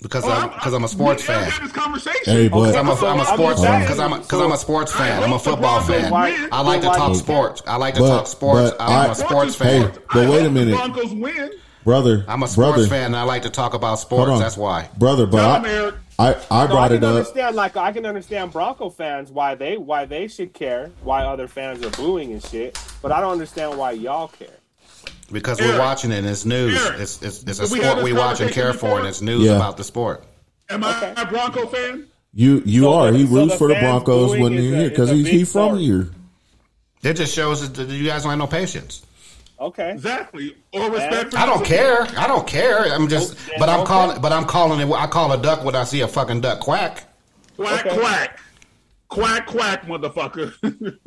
Speaker 5: Because I'm because I'm a sports
Speaker 6: Oh, we
Speaker 5: fan.
Speaker 6: never had this conversation.
Speaker 3: Hey, but
Speaker 5: Because I'm a,
Speaker 4: So
Speaker 5: I'm a
Speaker 4: I'm
Speaker 5: sports
Speaker 4: just
Speaker 5: fan.
Speaker 4: saying.
Speaker 5: Because I'm, a- 'cause I'm a sports fan. I'm a
Speaker 6: hope the
Speaker 5: football
Speaker 6: Broncos
Speaker 5: fan.
Speaker 6: win.
Speaker 5: I like to
Speaker 4: Why
Speaker 5: talk
Speaker 4: do you care?
Speaker 5: sports. I like to
Speaker 3: But-
Speaker 5: talk sports.
Speaker 3: but
Speaker 5: I'm
Speaker 3: I-
Speaker 5: a sports fan.
Speaker 3: Hey, but
Speaker 6: I
Speaker 3: wait a
Speaker 6: hope the
Speaker 3: minute.
Speaker 6: Broncos win.
Speaker 3: brother.
Speaker 5: I'm a sports
Speaker 3: brother,
Speaker 5: fan and I like to talk about
Speaker 3: Hold
Speaker 5: sports.
Speaker 3: on.
Speaker 5: That's why.
Speaker 3: brother. But
Speaker 6: Tell 'em,
Speaker 3: I,
Speaker 6: Eric.
Speaker 3: I, I
Speaker 4: No, I
Speaker 3: brought
Speaker 4: can
Speaker 3: it up.
Speaker 4: understand. Like I can understand Bronco fans why they why they should care, why other fans are booing and shit. But I don't understand why y'all care.
Speaker 5: Because
Speaker 6: Eric.
Speaker 5: we're watching it and it's news.
Speaker 6: Eric.
Speaker 5: It's, it's, it's a
Speaker 6: Did we have
Speaker 5: sport
Speaker 6: this
Speaker 5: we watch and
Speaker 6: conversation
Speaker 5: care for
Speaker 6: before?
Speaker 5: and it's news
Speaker 3: Yeah.
Speaker 5: about the sport.
Speaker 6: Am
Speaker 4: Okay.
Speaker 6: I a Bronco fan?
Speaker 3: You you
Speaker 4: So
Speaker 3: are.
Speaker 4: the-
Speaker 3: He
Speaker 4: so
Speaker 3: roots
Speaker 4: the
Speaker 3: for the
Speaker 4: fans
Speaker 3: Broncos
Speaker 4: booing
Speaker 3: when
Speaker 4: is
Speaker 3: you're
Speaker 4: a-
Speaker 3: here
Speaker 4: is
Speaker 3: because
Speaker 4: a
Speaker 3: he's
Speaker 4: big
Speaker 3: he from
Speaker 4: story.
Speaker 3: here.
Speaker 5: It just shows that you guys don't have no patience.
Speaker 4: Okay.
Speaker 6: Exactly. Or respect for
Speaker 5: I don't care. I don't care. I'm just,
Speaker 4: Okay,
Speaker 5: but I'm
Speaker 4: okay.
Speaker 5: calling, but I'm calling it. I call a duck when I see a fucking duck quack.
Speaker 6: Quack
Speaker 4: Okay.
Speaker 6: quack. Quack quack, motherfucker.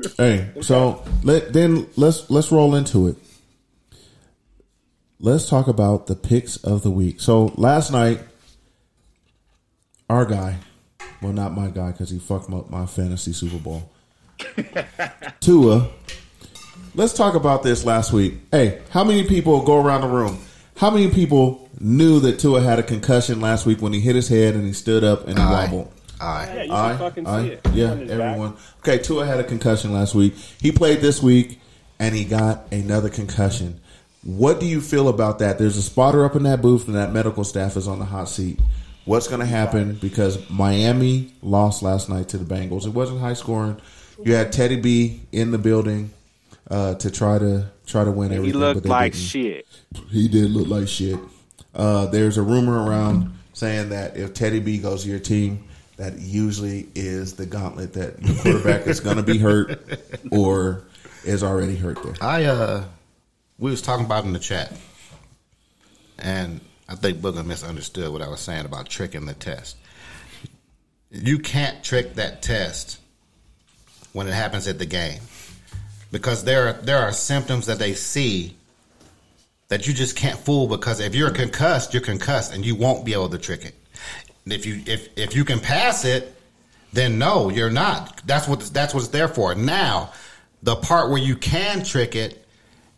Speaker 3: Hey, so let then let's let's roll into it. Let's talk about the picks of the week. So last night, our guy, well, not my guy because he fucked up my fantasy Super Bowl. Tua, let's talk about this last week. Hey, how many people go around the room? How many people knew that Tua had a concussion last week when he hit his head and he stood up and he
Speaker 5: Aye.
Speaker 3: wobbled?
Speaker 4: Yeah,
Speaker 5: Aye.
Speaker 4: you should
Speaker 3: I,
Speaker 4: fucking
Speaker 3: I,
Speaker 4: see it.
Speaker 3: Yeah,
Speaker 4: On his back.
Speaker 3: everyone. Okay, Tua had a concussion last week. He played this week and he got another concussion. What do you feel about that? There's a spotter up in that booth and that medical staff is on the hot seat. What's going to happen because Miami lost last night to the Bengals? It wasn't high scoring. You had Teddy B in the building uh, to try to try to win
Speaker 4: He
Speaker 3: everything. but
Speaker 4: looked
Speaker 3: they
Speaker 4: like
Speaker 3: didn't.
Speaker 4: shit.
Speaker 3: He did look like shit. Uh, there's a rumor around saying that if Teddy B goes to your team, that usually is the gauntlet that the quarterback is going to be hurt or is already hurt there.
Speaker 5: I, uh, we was talking about it in the chat, and I think Booger misunderstood what I was saying about tricking the test. You can't trick that test when it happens at the game because there are, there are symptoms that they see that you just can't fool because if you're concussed, you're concussed and you won't be able to trick it. And if you if if you can pass it, then no, you're not. That's what that's what it's there for. Now, the part where you can trick it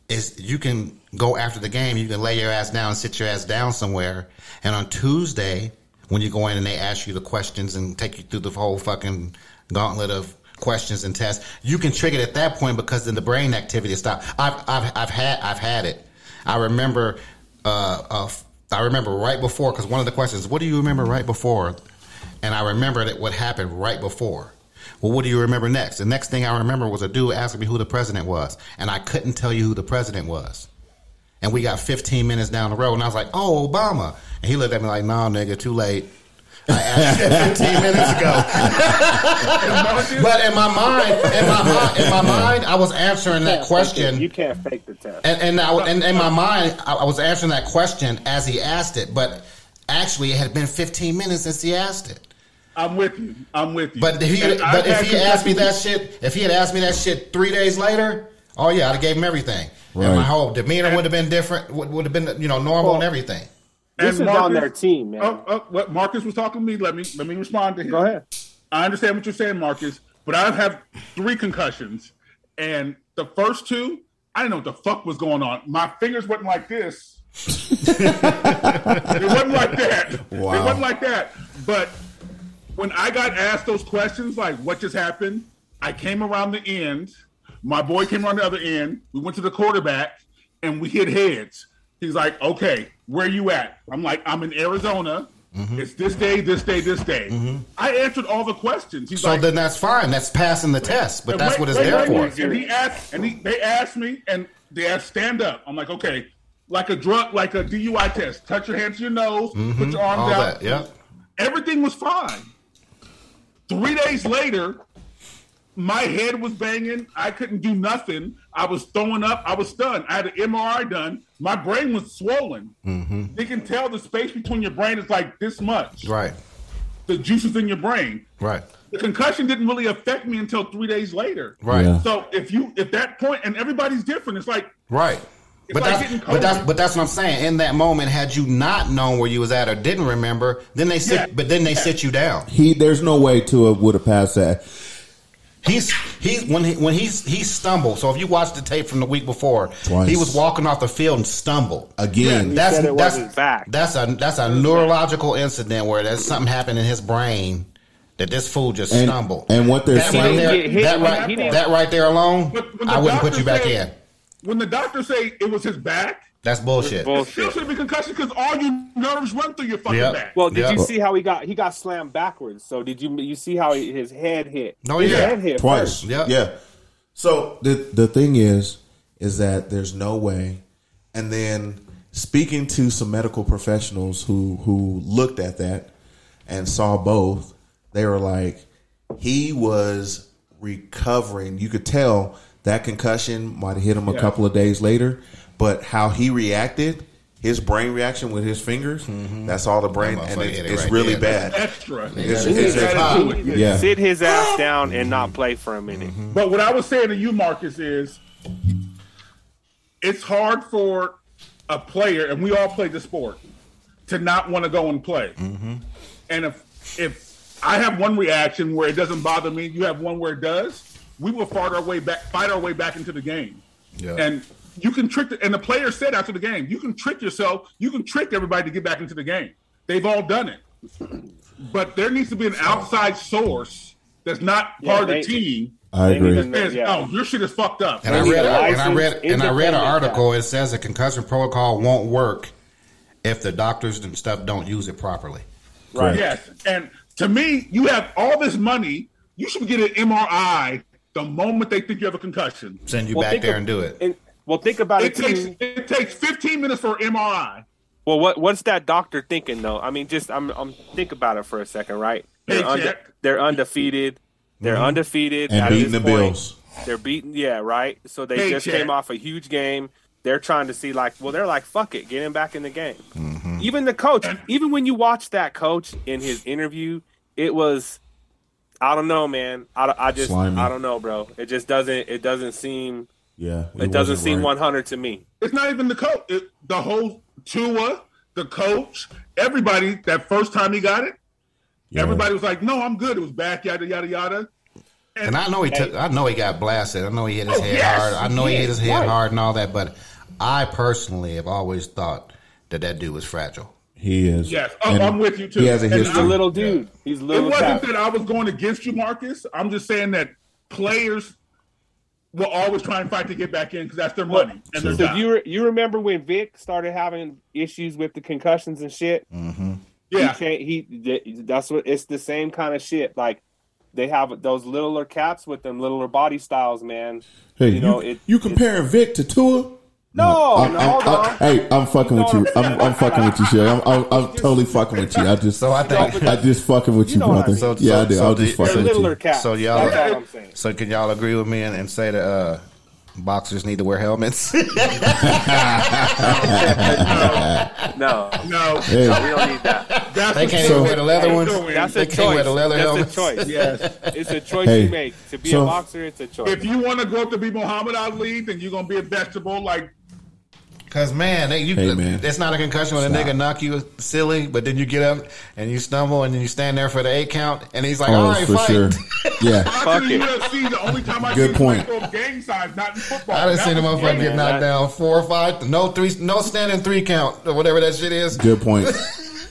Speaker 5: is you can go after the game. You can lay your ass down and sit your ass down somewhere. And on Tuesday, when you go in and they ask you the questions and take you through the whole fucking gauntlet of questions and tests, you can trick it at that point because then the brain activity stops. I've I've I've had I've had it. I remember. Uh, uh, I remember right before because one of the questions, "What do you remember right before?" and I remembered it, what happened right before. Well, what do you remember next? The next thing I remember was a dude asking me who the president was, and I couldn't tell you who the president was. And we got 15 minutes down the road, and I was like, "Oh, Obama," and he looked at me like, "No, nigga, too late." I asked you 15 minutes ago, but in my mind, in my mind, in my mind, I was answering that question.
Speaker 4: You can't fake the test.
Speaker 5: And and, I, and in my mind, I, I was answering that question as he asked it, but actually, it had been 15 minutes since he asked it.
Speaker 6: I'm with you. I'm with you.
Speaker 5: But if he,
Speaker 6: And I've
Speaker 5: but if
Speaker 6: had
Speaker 5: he asked me
Speaker 6: consecutive-
Speaker 5: that shit, if he had asked me that shit three days later, oh yeah, I'd have gave him everything. And my
Speaker 3: Right.
Speaker 5: whole demeanor would have been different. Would, would have been you know normal and everything.
Speaker 4: This
Speaker 6: and
Speaker 4: is on
Speaker 6: Marcus-
Speaker 4: their team, man.
Speaker 6: Oh, oh, what Marcus was talking to me. Let me let me respond to him.
Speaker 4: Go ahead.
Speaker 6: I understand what you're saying, Marcus, but I have three concussions, and the first two, I didn't know what the fuck was going on. My fingers wasn't like this. it wasn't like that. It
Speaker 3: Wow.
Speaker 6: wasn't like that. But when I got asked those questions, like what just happened, I came around the end. My boy came around the other end. We went to the quarterback and we hit heads. He's like, "Okay, where you at?" I'm like, "I'm in Arizona.
Speaker 5: Mm-hmm.
Speaker 6: It's this day, this day, this day." I answered all the questions. He's
Speaker 5: So
Speaker 6: like,
Speaker 5: then that's fine. That's passing the test. But that's
Speaker 6: Wait,
Speaker 5: what it's
Speaker 6: wait,
Speaker 5: there
Speaker 6: wait,
Speaker 5: for.
Speaker 6: wait. And he asked, and he, they asked me, and they asked, stand up. I'm like, okay, like a drug, like a DUI test. Touch your hands to your nose, put your arms
Speaker 5: Mm-hmm. All
Speaker 6: out.
Speaker 5: that. Yeah.
Speaker 6: Everything was fine. Three days later, my head was banging. I couldn't do nothing. I was throwing up. I was stunned. I had an MRI done. My brain was swollen. They can tell the space between your brain is like this much.
Speaker 5: Right.
Speaker 6: The juices in your brain.
Speaker 5: Right.
Speaker 6: The concussion didn't really affect me until three days later.
Speaker 5: Right.
Speaker 3: Yeah.
Speaker 6: So if you if that point and everybody's different, it's like
Speaker 5: Right. But
Speaker 6: like
Speaker 5: that's,
Speaker 6: getting
Speaker 5: but that's
Speaker 6: COVID.
Speaker 5: but that's what I'm saying. In that moment, had you not known where you was at or didn't remember, then they sit.
Speaker 6: Yeah.
Speaker 5: But then they sit you down.
Speaker 3: He there's no way Tua would have passed that.
Speaker 5: He's he's when he when he's he stumbled. So if you watch the tape from the week before,
Speaker 3: Twice.
Speaker 5: he was walking off the field and stumbled
Speaker 3: Again.
Speaker 5: And
Speaker 3: Yeah,
Speaker 5: that's
Speaker 4: said it
Speaker 5: that's
Speaker 4: wasn't back.
Speaker 5: that's a that's a neurological incident where there's something happened in his brain that this fool just
Speaker 3: And-
Speaker 5: stumbled.
Speaker 3: and what they're
Speaker 5: that
Speaker 3: saying-
Speaker 5: right
Speaker 4: He
Speaker 5: there, that
Speaker 4: didn't-
Speaker 5: right,
Speaker 4: he didn't-
Speaker 5: that right there alone,
Speaker 6: But when the
Speaker 5: I wouldn't put
Speaker 6: doctor
Speaker 5: you back
Speaker 6: said-
Speaker 5: in.
Speaker 6: when the doctors say it was his back,
Speaker 5: That's bullshit.
Speaker 6: it still should have been concussion because all your nerves run through your fucking
Speaker 5: Oh, Yep.
Speaker 6: back.
Speaker 4: Well, did
Speaker 5: Yeah.
Speaker 4: you see how he got he got slammed backwards? So did you you see how he, his head hit?
Speaker 5: No,
Speaker 4: his
Speaker 5: yeah.
Speaker 4: head hit
Speaker 3: twice.
Speaker 4: first.
Speaker 5: Yeah.
Speaker 3: Yeah. So the the thing is, is that there's no way. And then speaking to some medical professionals who who looked at that and saw both, they were like, he was recovering. You could tell that concussion might have hit him a couple of days later, but how he reacted. His brain reaction with his fingers—that's all the brain,
Speaker 5: Mm-hmm. That
Speaker 3: and
Speaker 5: motherfucker
Speaker 3: it's,
Speaker 5: hit it
Speaker 3: it's
Speaker 5: right
Speaker 3: really
Speaker 5: there.
Speaker 3: bad.
Speaker 6: Extra.
Speaker 3: It's-
Speaker 6: You
Speaker 3: it's-
Speaker 6: gotta
Speaker 3: it's-
Speaker 6: do it.
Speaker 3: Yeah.
Speaker 4: Sit his ass down and not play for a minute.
Speaker 6: But what I was saying to you, Marcus, is it's hard for a player, and we all play the sport, to not want to go and play. And if if I have one reaction where it doesn't bother me, you have one where it does. We will fight our way back, fight our way back into the game.
Speaker 5: Yeah.
Speaker 6: And you can trick. The, and the player said after the game, you can trick yourself. You can trick everybody to get back into the game. They've all done it. But there needs to be an outside source that's not
Speaker 4: Yeah,
Speaker 6: part
Speaker 4: they-
Speaker 6: of the team
Speaker 3: I
Speaker 4: They
Speaker 3: agree.
Speaker 4: need to know-
Speaker 6: says,
Speaker 4: yeah.
Speaker 6: "Oh, your shit is fucked up."
Speaker 5: And I
Speaker 4: They need
Speaker 5: read,
Speaker 4: a
Speaker 5: and I
Speaker 4: licensed
Speaker 5: read, and I read an
Speaker 4: independent
Speaker 5: article. It says the concussion protocol won't work if the doctors and stuff don't use it properly.
Speaker 3: Correct.
Speaker 6: Yes, and to me, you have all this money. You should get an MRI the moment they think you have a concussion.
Speaker 5: Send you
Speaker 4: Well,
Speaker 5: back
Speaker 4: think
Speaker 5: there
Speaker 4: of-
Speaker 5: and do it.
Speaker 4: And, well, think about
Speaker 6: It
Speaker 4: it,
Speaker 6: takes
Speaker 4: too.
Speaker 6: it takes 15 minutes for an MRI.
Speaker 4: Well, what what's that doctor thinking though? I mean, just I'm I'm think about it for a second, right? They're,
Speaker 6: Paycheck.
Speaker 4: they're undefeated. They're undefeated
Speaker 3: And
Speaker 4: at this
Speaker 3: beating the
Speaker 4: point.
Speaker 3: Bills.
Speaker 4: They're beating, yeah, right. So they just
Speaker 6: Paycheck.
Speaker 4: came off a huge game. They're trying to see like, well, they're like, fuck it, get him back in the game.
Speaker 3: Mm-hmm.
Speaker 4: Even the coach, even when you watch that coach in his interview, it was, I don't know, man. I, I just
Speaker 3: Slimy.
Speaker 4: I don't know, bro. It just doesn't it doesn't seem
Speaker 3: Yeah, we
Speaker 4: It doesn't
Speaker 3: wasn't
Speaker 4: seem
Speaker 3: right.
Speaker 4: 100 to me.
Speaker 6: It's not even the coach. It, the whole Tua, the coach, everybody. That first time he got it,
Speaker 3: Yeah.
Speaker 6: everybody was like, "No, I'm good." It was back, yada yada yada.
Speaker 5: And I know he took. I know he got blasted. I know he hit his
Speaker 6: Oh,
Speaker 5: head
Speaker 6: yes,
Speaker 5: hard. I know he hit his
Speaker 6: yes,
Speaker 5: head
Speaker 6: right.
Speaker 5: hard and all that. But I personally have always thought that that dude was fragile.
Speaker 3: He is.
Speaker 6: Yes,
Speaker 4: Oh,
Speaker 6: I'm-
Speaker 3: And
Speaker 6: I'm with you, too.
Speaker 3: He has a
Speaker 6: And
Speaker 3: history.
Speaker 6: I'm-
Speaker 4: Little dude. He's
Speaker 6: It
Speaker 4: little.
Speaker 6: wasn't
Speaker 4: tap.
Speaker 6: that I was going against you, Marcus. I'm just saying that players will always try and fight to get back in because that's their money. And their
Speaker 4: So
Speaker 6: job.
Speaker 4: you re- you remember when Vic started having issues with the concussions and shit?
Speaker 6: yeah,
Speaker 4: He, can't, he th- that's what it's the same kind of shit. Like they have those littler caps with them littler body styles, man.
Speaker 3: hey,
Speaker 4: you
Speaker 3: you,
Speaker 4: know, it-
Speaker 3: you comparing Vic to Tua?
Speaker 4: No,
Speaker 3: I'm,
Speaker 4: no,
Speaker 3: I'm-
Speaker 4: hold
Speaker 3: I'm-
Speaker 4: on.
Speaker 3: hey, I'm fucking with you. I'm, I'm fucking with you, Shay. I'm, I'm, I'm totally fucking with you. I just,
Speaker 5: So I think-
Speaker 3: I just fucking with you,
Speaker 4: know what I
Speaker 3: brother.
Speaker 4: mean.
Speaker 5: So-
Speaker 3: yeah, I
Speaker 5: so-
Speaker 3: do.
Speaker 5: so
Speaker 3: I'll just
Speaker 5: the-
Speaker 3: fuck
Speaker 5: the
Speaker 3: with
Speaker 4: Littler
Speaker 3: you.
Speaker 4: caps.
Speaker 5: So y'all-
Speaker 4: that's all I'm saying.
Speaker 5: So can y'all agree with me and, and say that uh, boxers need to wear helmets?
Speaker 4: No,
Speaker 6: no,
Speaker 3: Hey,
Speaker 4: we don't need that.
Speaker 6: that's
Speaker 5: they
Speaker 6: what
Speaker 5: can't
Speaker 6: you-
Speaker 5: even wear the leather ones.
Speaker 4: That's
Speaker 5: They
Speaker 4: a
Speaker 5: can't
Speaker 4: choice.
Speaker 5: wear the leather
Speaker 4: that's
Speaker 5: helmets.
Speaker 4: a choice.
Speaker 6: Yes.
Speaker 4: It's a choice
Speaker 3: Hey,
Speaker 4: you make to be
Speaker 3: so-
Speaker 4: a boxer. It's a choice.
Speaker 6: If you want to grow up to be Muhammad Ali, then you're gonna be a vegetable. Like
Speaker 5: Cause man, they, you,
Speaker 3: Hey, man.
Speaker 5: it's not a concussion when
Speaker 3: Stop.
Speaker 5: a nigga knock you silly, but then you get up and you stumble and then you stand there for the eight count, and he's like, "All
Speaker 3: Oh,
Speaker 5: right,
Speaker 3: for
Speaker 5: fight."
Speaker 3: sure. Yeah.
Speaker 6: watching the
Speaker 4: it.
Speaker 6: UFC, the only time I
Speaker 3: Good
Speaker 6: see
Speaker 3: point.
Speaker 6: people gang signs, not in football.
Speaker 5: I done
Speaker 6: That
Speaker 5: seen a
Speaker 6: was
Speaker 5: motherfucker
Speaker 6: game.
Speaker 5: get
Speaker 4: that-
Speaker 5: knocked down four or five, no three, no standing three count or whatever that shit is.
Speaker 3: Good point.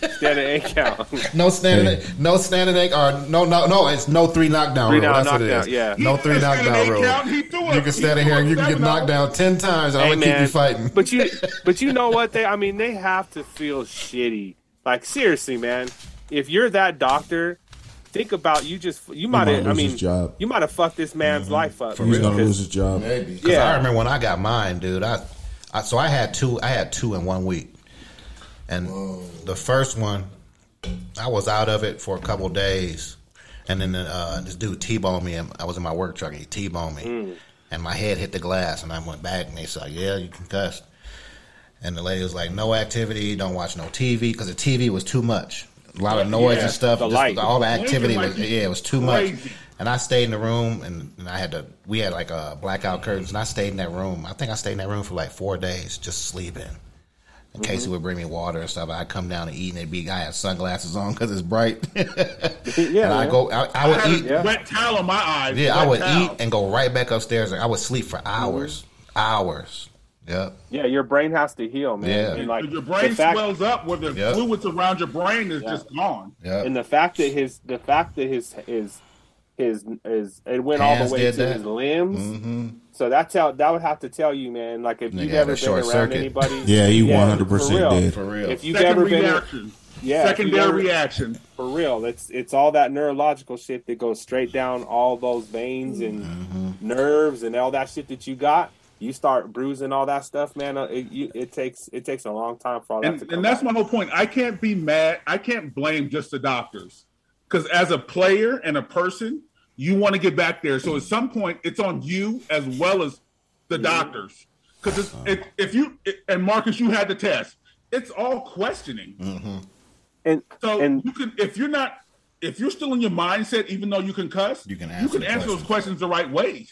Speaker 4: Instead of eight count,
Speaker 5: No standing,
Speaker 3: Hey.
Speaker 5: no standing eight or no, no, no. It's no three knockdown
Speaker 4: Three
Speaker 5: rule.
Speaker 4: down,
Speaker 5: That's what it
Speaker 4: knockdown,
Speaker 5: is.
Speaker 4: yeah.
Speaker 5: No
Speaker 6: He
Speaker 5: three
Speaker 6: just had an
Speaker 5: knockdown
Speaker 6: eight
Speaker 5: rule.
Speaker 6: count, he threw
Speaker 5: You
Speaker 6: it.
Speaker 5: can stand in
Speaker 6: He
Speaker 5: here, and
Speaker 6: threw
Speaker 5: you can
Speaker 6: it
Speaker 5: get
Speaker 6: seven
Speaker 5: knocked down ten times, and I'm
Speaker 4: hey
Speaker 5: gonna keep you
Speaker 4: man.
Speaker 5: fighting.
Speaker 4: But you, but you know what they? I mean, they have to feel shitty. Like seriously, man. If you're that doctor, think about you. Just you might
Speaker 3: might
Speaker 4: have. I
Speaker 3: lose
Speaker 4: mean,
Speaker 3: his job. Mm-hmm.
Speaker 4: you might have fucked this man's life up.
Speaker 3: He's gonna
Speaker 4: because-
Speaker 3: lose his job.
Speaker 9: Maybe.
Speaker 5: Because
Speaker 4: Yeah.
Speaker 5: I remember when I got mine, dude. I, I so I had two. I had two in one week, and the first one, I was out of it for a couple of days, and then uh, this dude t-boned me. And I was in my work truck. And he t-boned me,
Speaker 4: Mm.
Speaker 5: and my head hit the glass, and I went back. And they said, "Yeah, you concussed." And the lady was like, "No activity. Don't watch no TV because the TV was too much. A lot of noise
Speaker 6: Yeah,
Speaker 5: and stuff.
Speaker 4: the
Speaker 5: just
Speaker 4: light.
Speaker 5: all the activity
Speaker 6: Blinking
Speaker 5: was
Speaker 6: lights.
Speaker 5: yeah, it was too much."
Speaker 6: Crazy.
Speaker 5: And I stayed in the room, and, and I had to. We had like uh, blackout
Speaker 6: Mm-hmm.
Speaker 5: curtains, and I stayed in that room. I think I stayed in that room for like four days, just sleeping. And Casey
Speaker 6: Mm-hmm.
Speaker 5: would bring me water and stuff. I'd come down and eat, and it'd be I had sunglasses on because it's bright.
Speaker 4: Yeah,
Speaker 5: and I
Speaker 4: man.
Speaker 5: go, I, I
Speaker 6: I
Speaker 5: would
Speaker 6: had
Speaker 5: eat.
Speaker 6: a
Speaker 5: Yeah,
Speaker 6: wet towel on my eyes.
Speaker 5: I
Speaker 6: wet
Speaker 5: would
Speaker 6: towel. Mm-hmm.
Speaker 5: eat and go right back upstairs. and I would sleep for hours, hours. Yep.
Speaker 4: Yeah, your brain has to heal, man.
Speaker 5: Yeah.
Speaker 4: And like
Speaker 6: your brain
Speaker 4: the fact,
Speaker 6: swells up where the
Speaker 5: Yeah.
Speaker 6: fluids around your brain is just gone.
Speaker 5: Yep.
Speaker 4: and the fact that his the fact that his his his his it went all
Speaker 5: Hands
Speaker 4: the way to
Speaker 5: did that. Mm-hmm.
Speaker 4: his limbs. So that's how that would have to tell you, man. Like if
Speaker 5: Nigga
Speaker 4: you've
Speaker 5: had
Speaker 4: ever
Speaker 5: a
Speaker 4: been
Speaker 5: short
Speaker 4: around
Speaker 5: circuit.
Speaker 4: anybody,
Speaker 3: Yeah, he
Speaker 4: for
Speaker 3: 100%
Speaker 4: real.
Speaker 3: did.
Speaker 5: For real.
Speaker 4: If you've ever
Speaker 6: Secondary
Speaker 4: been,
Speaker 6: reaction.
Speaker 4: yeah, if
Speaker 6: Secondary
Speaker 4: you've ever-
Speaker 6: reaction.
Speaker 4: for real, it's it's all that neurological shit that goes straight down all those veins and
Speaker 5: Mm-hmm.
Speaker 4: nerves and all that shit that you got. You start bruising all that stuff, man. uh, It, you, it takes it takes a long time for all that
Speaker 6: and,
Speaker 4: to come.
Speaker 6: and that's
Speaker 4: out.
Speaker 6: my whole point. I can't be mad. I can't blame just the doctors because as a player and a person, you want to get back there. So at some point, it's on you as well as the doctors. Because it, if you and Marcus, you had the test. It's all questioning.
Speaker 4: and
Speaker 6: So
Speaker 4: and
Speaker 6: you can, if you're not, if you're still in your mindset, even though you can cuss,
Speaker 5: You can
Speaker 6: you
Speaker 5: answer
Speaker 6: can
Speaker 5: the
Speaker 6: answer those
Speaker 5: questions.
Speaker 6: questions the right way.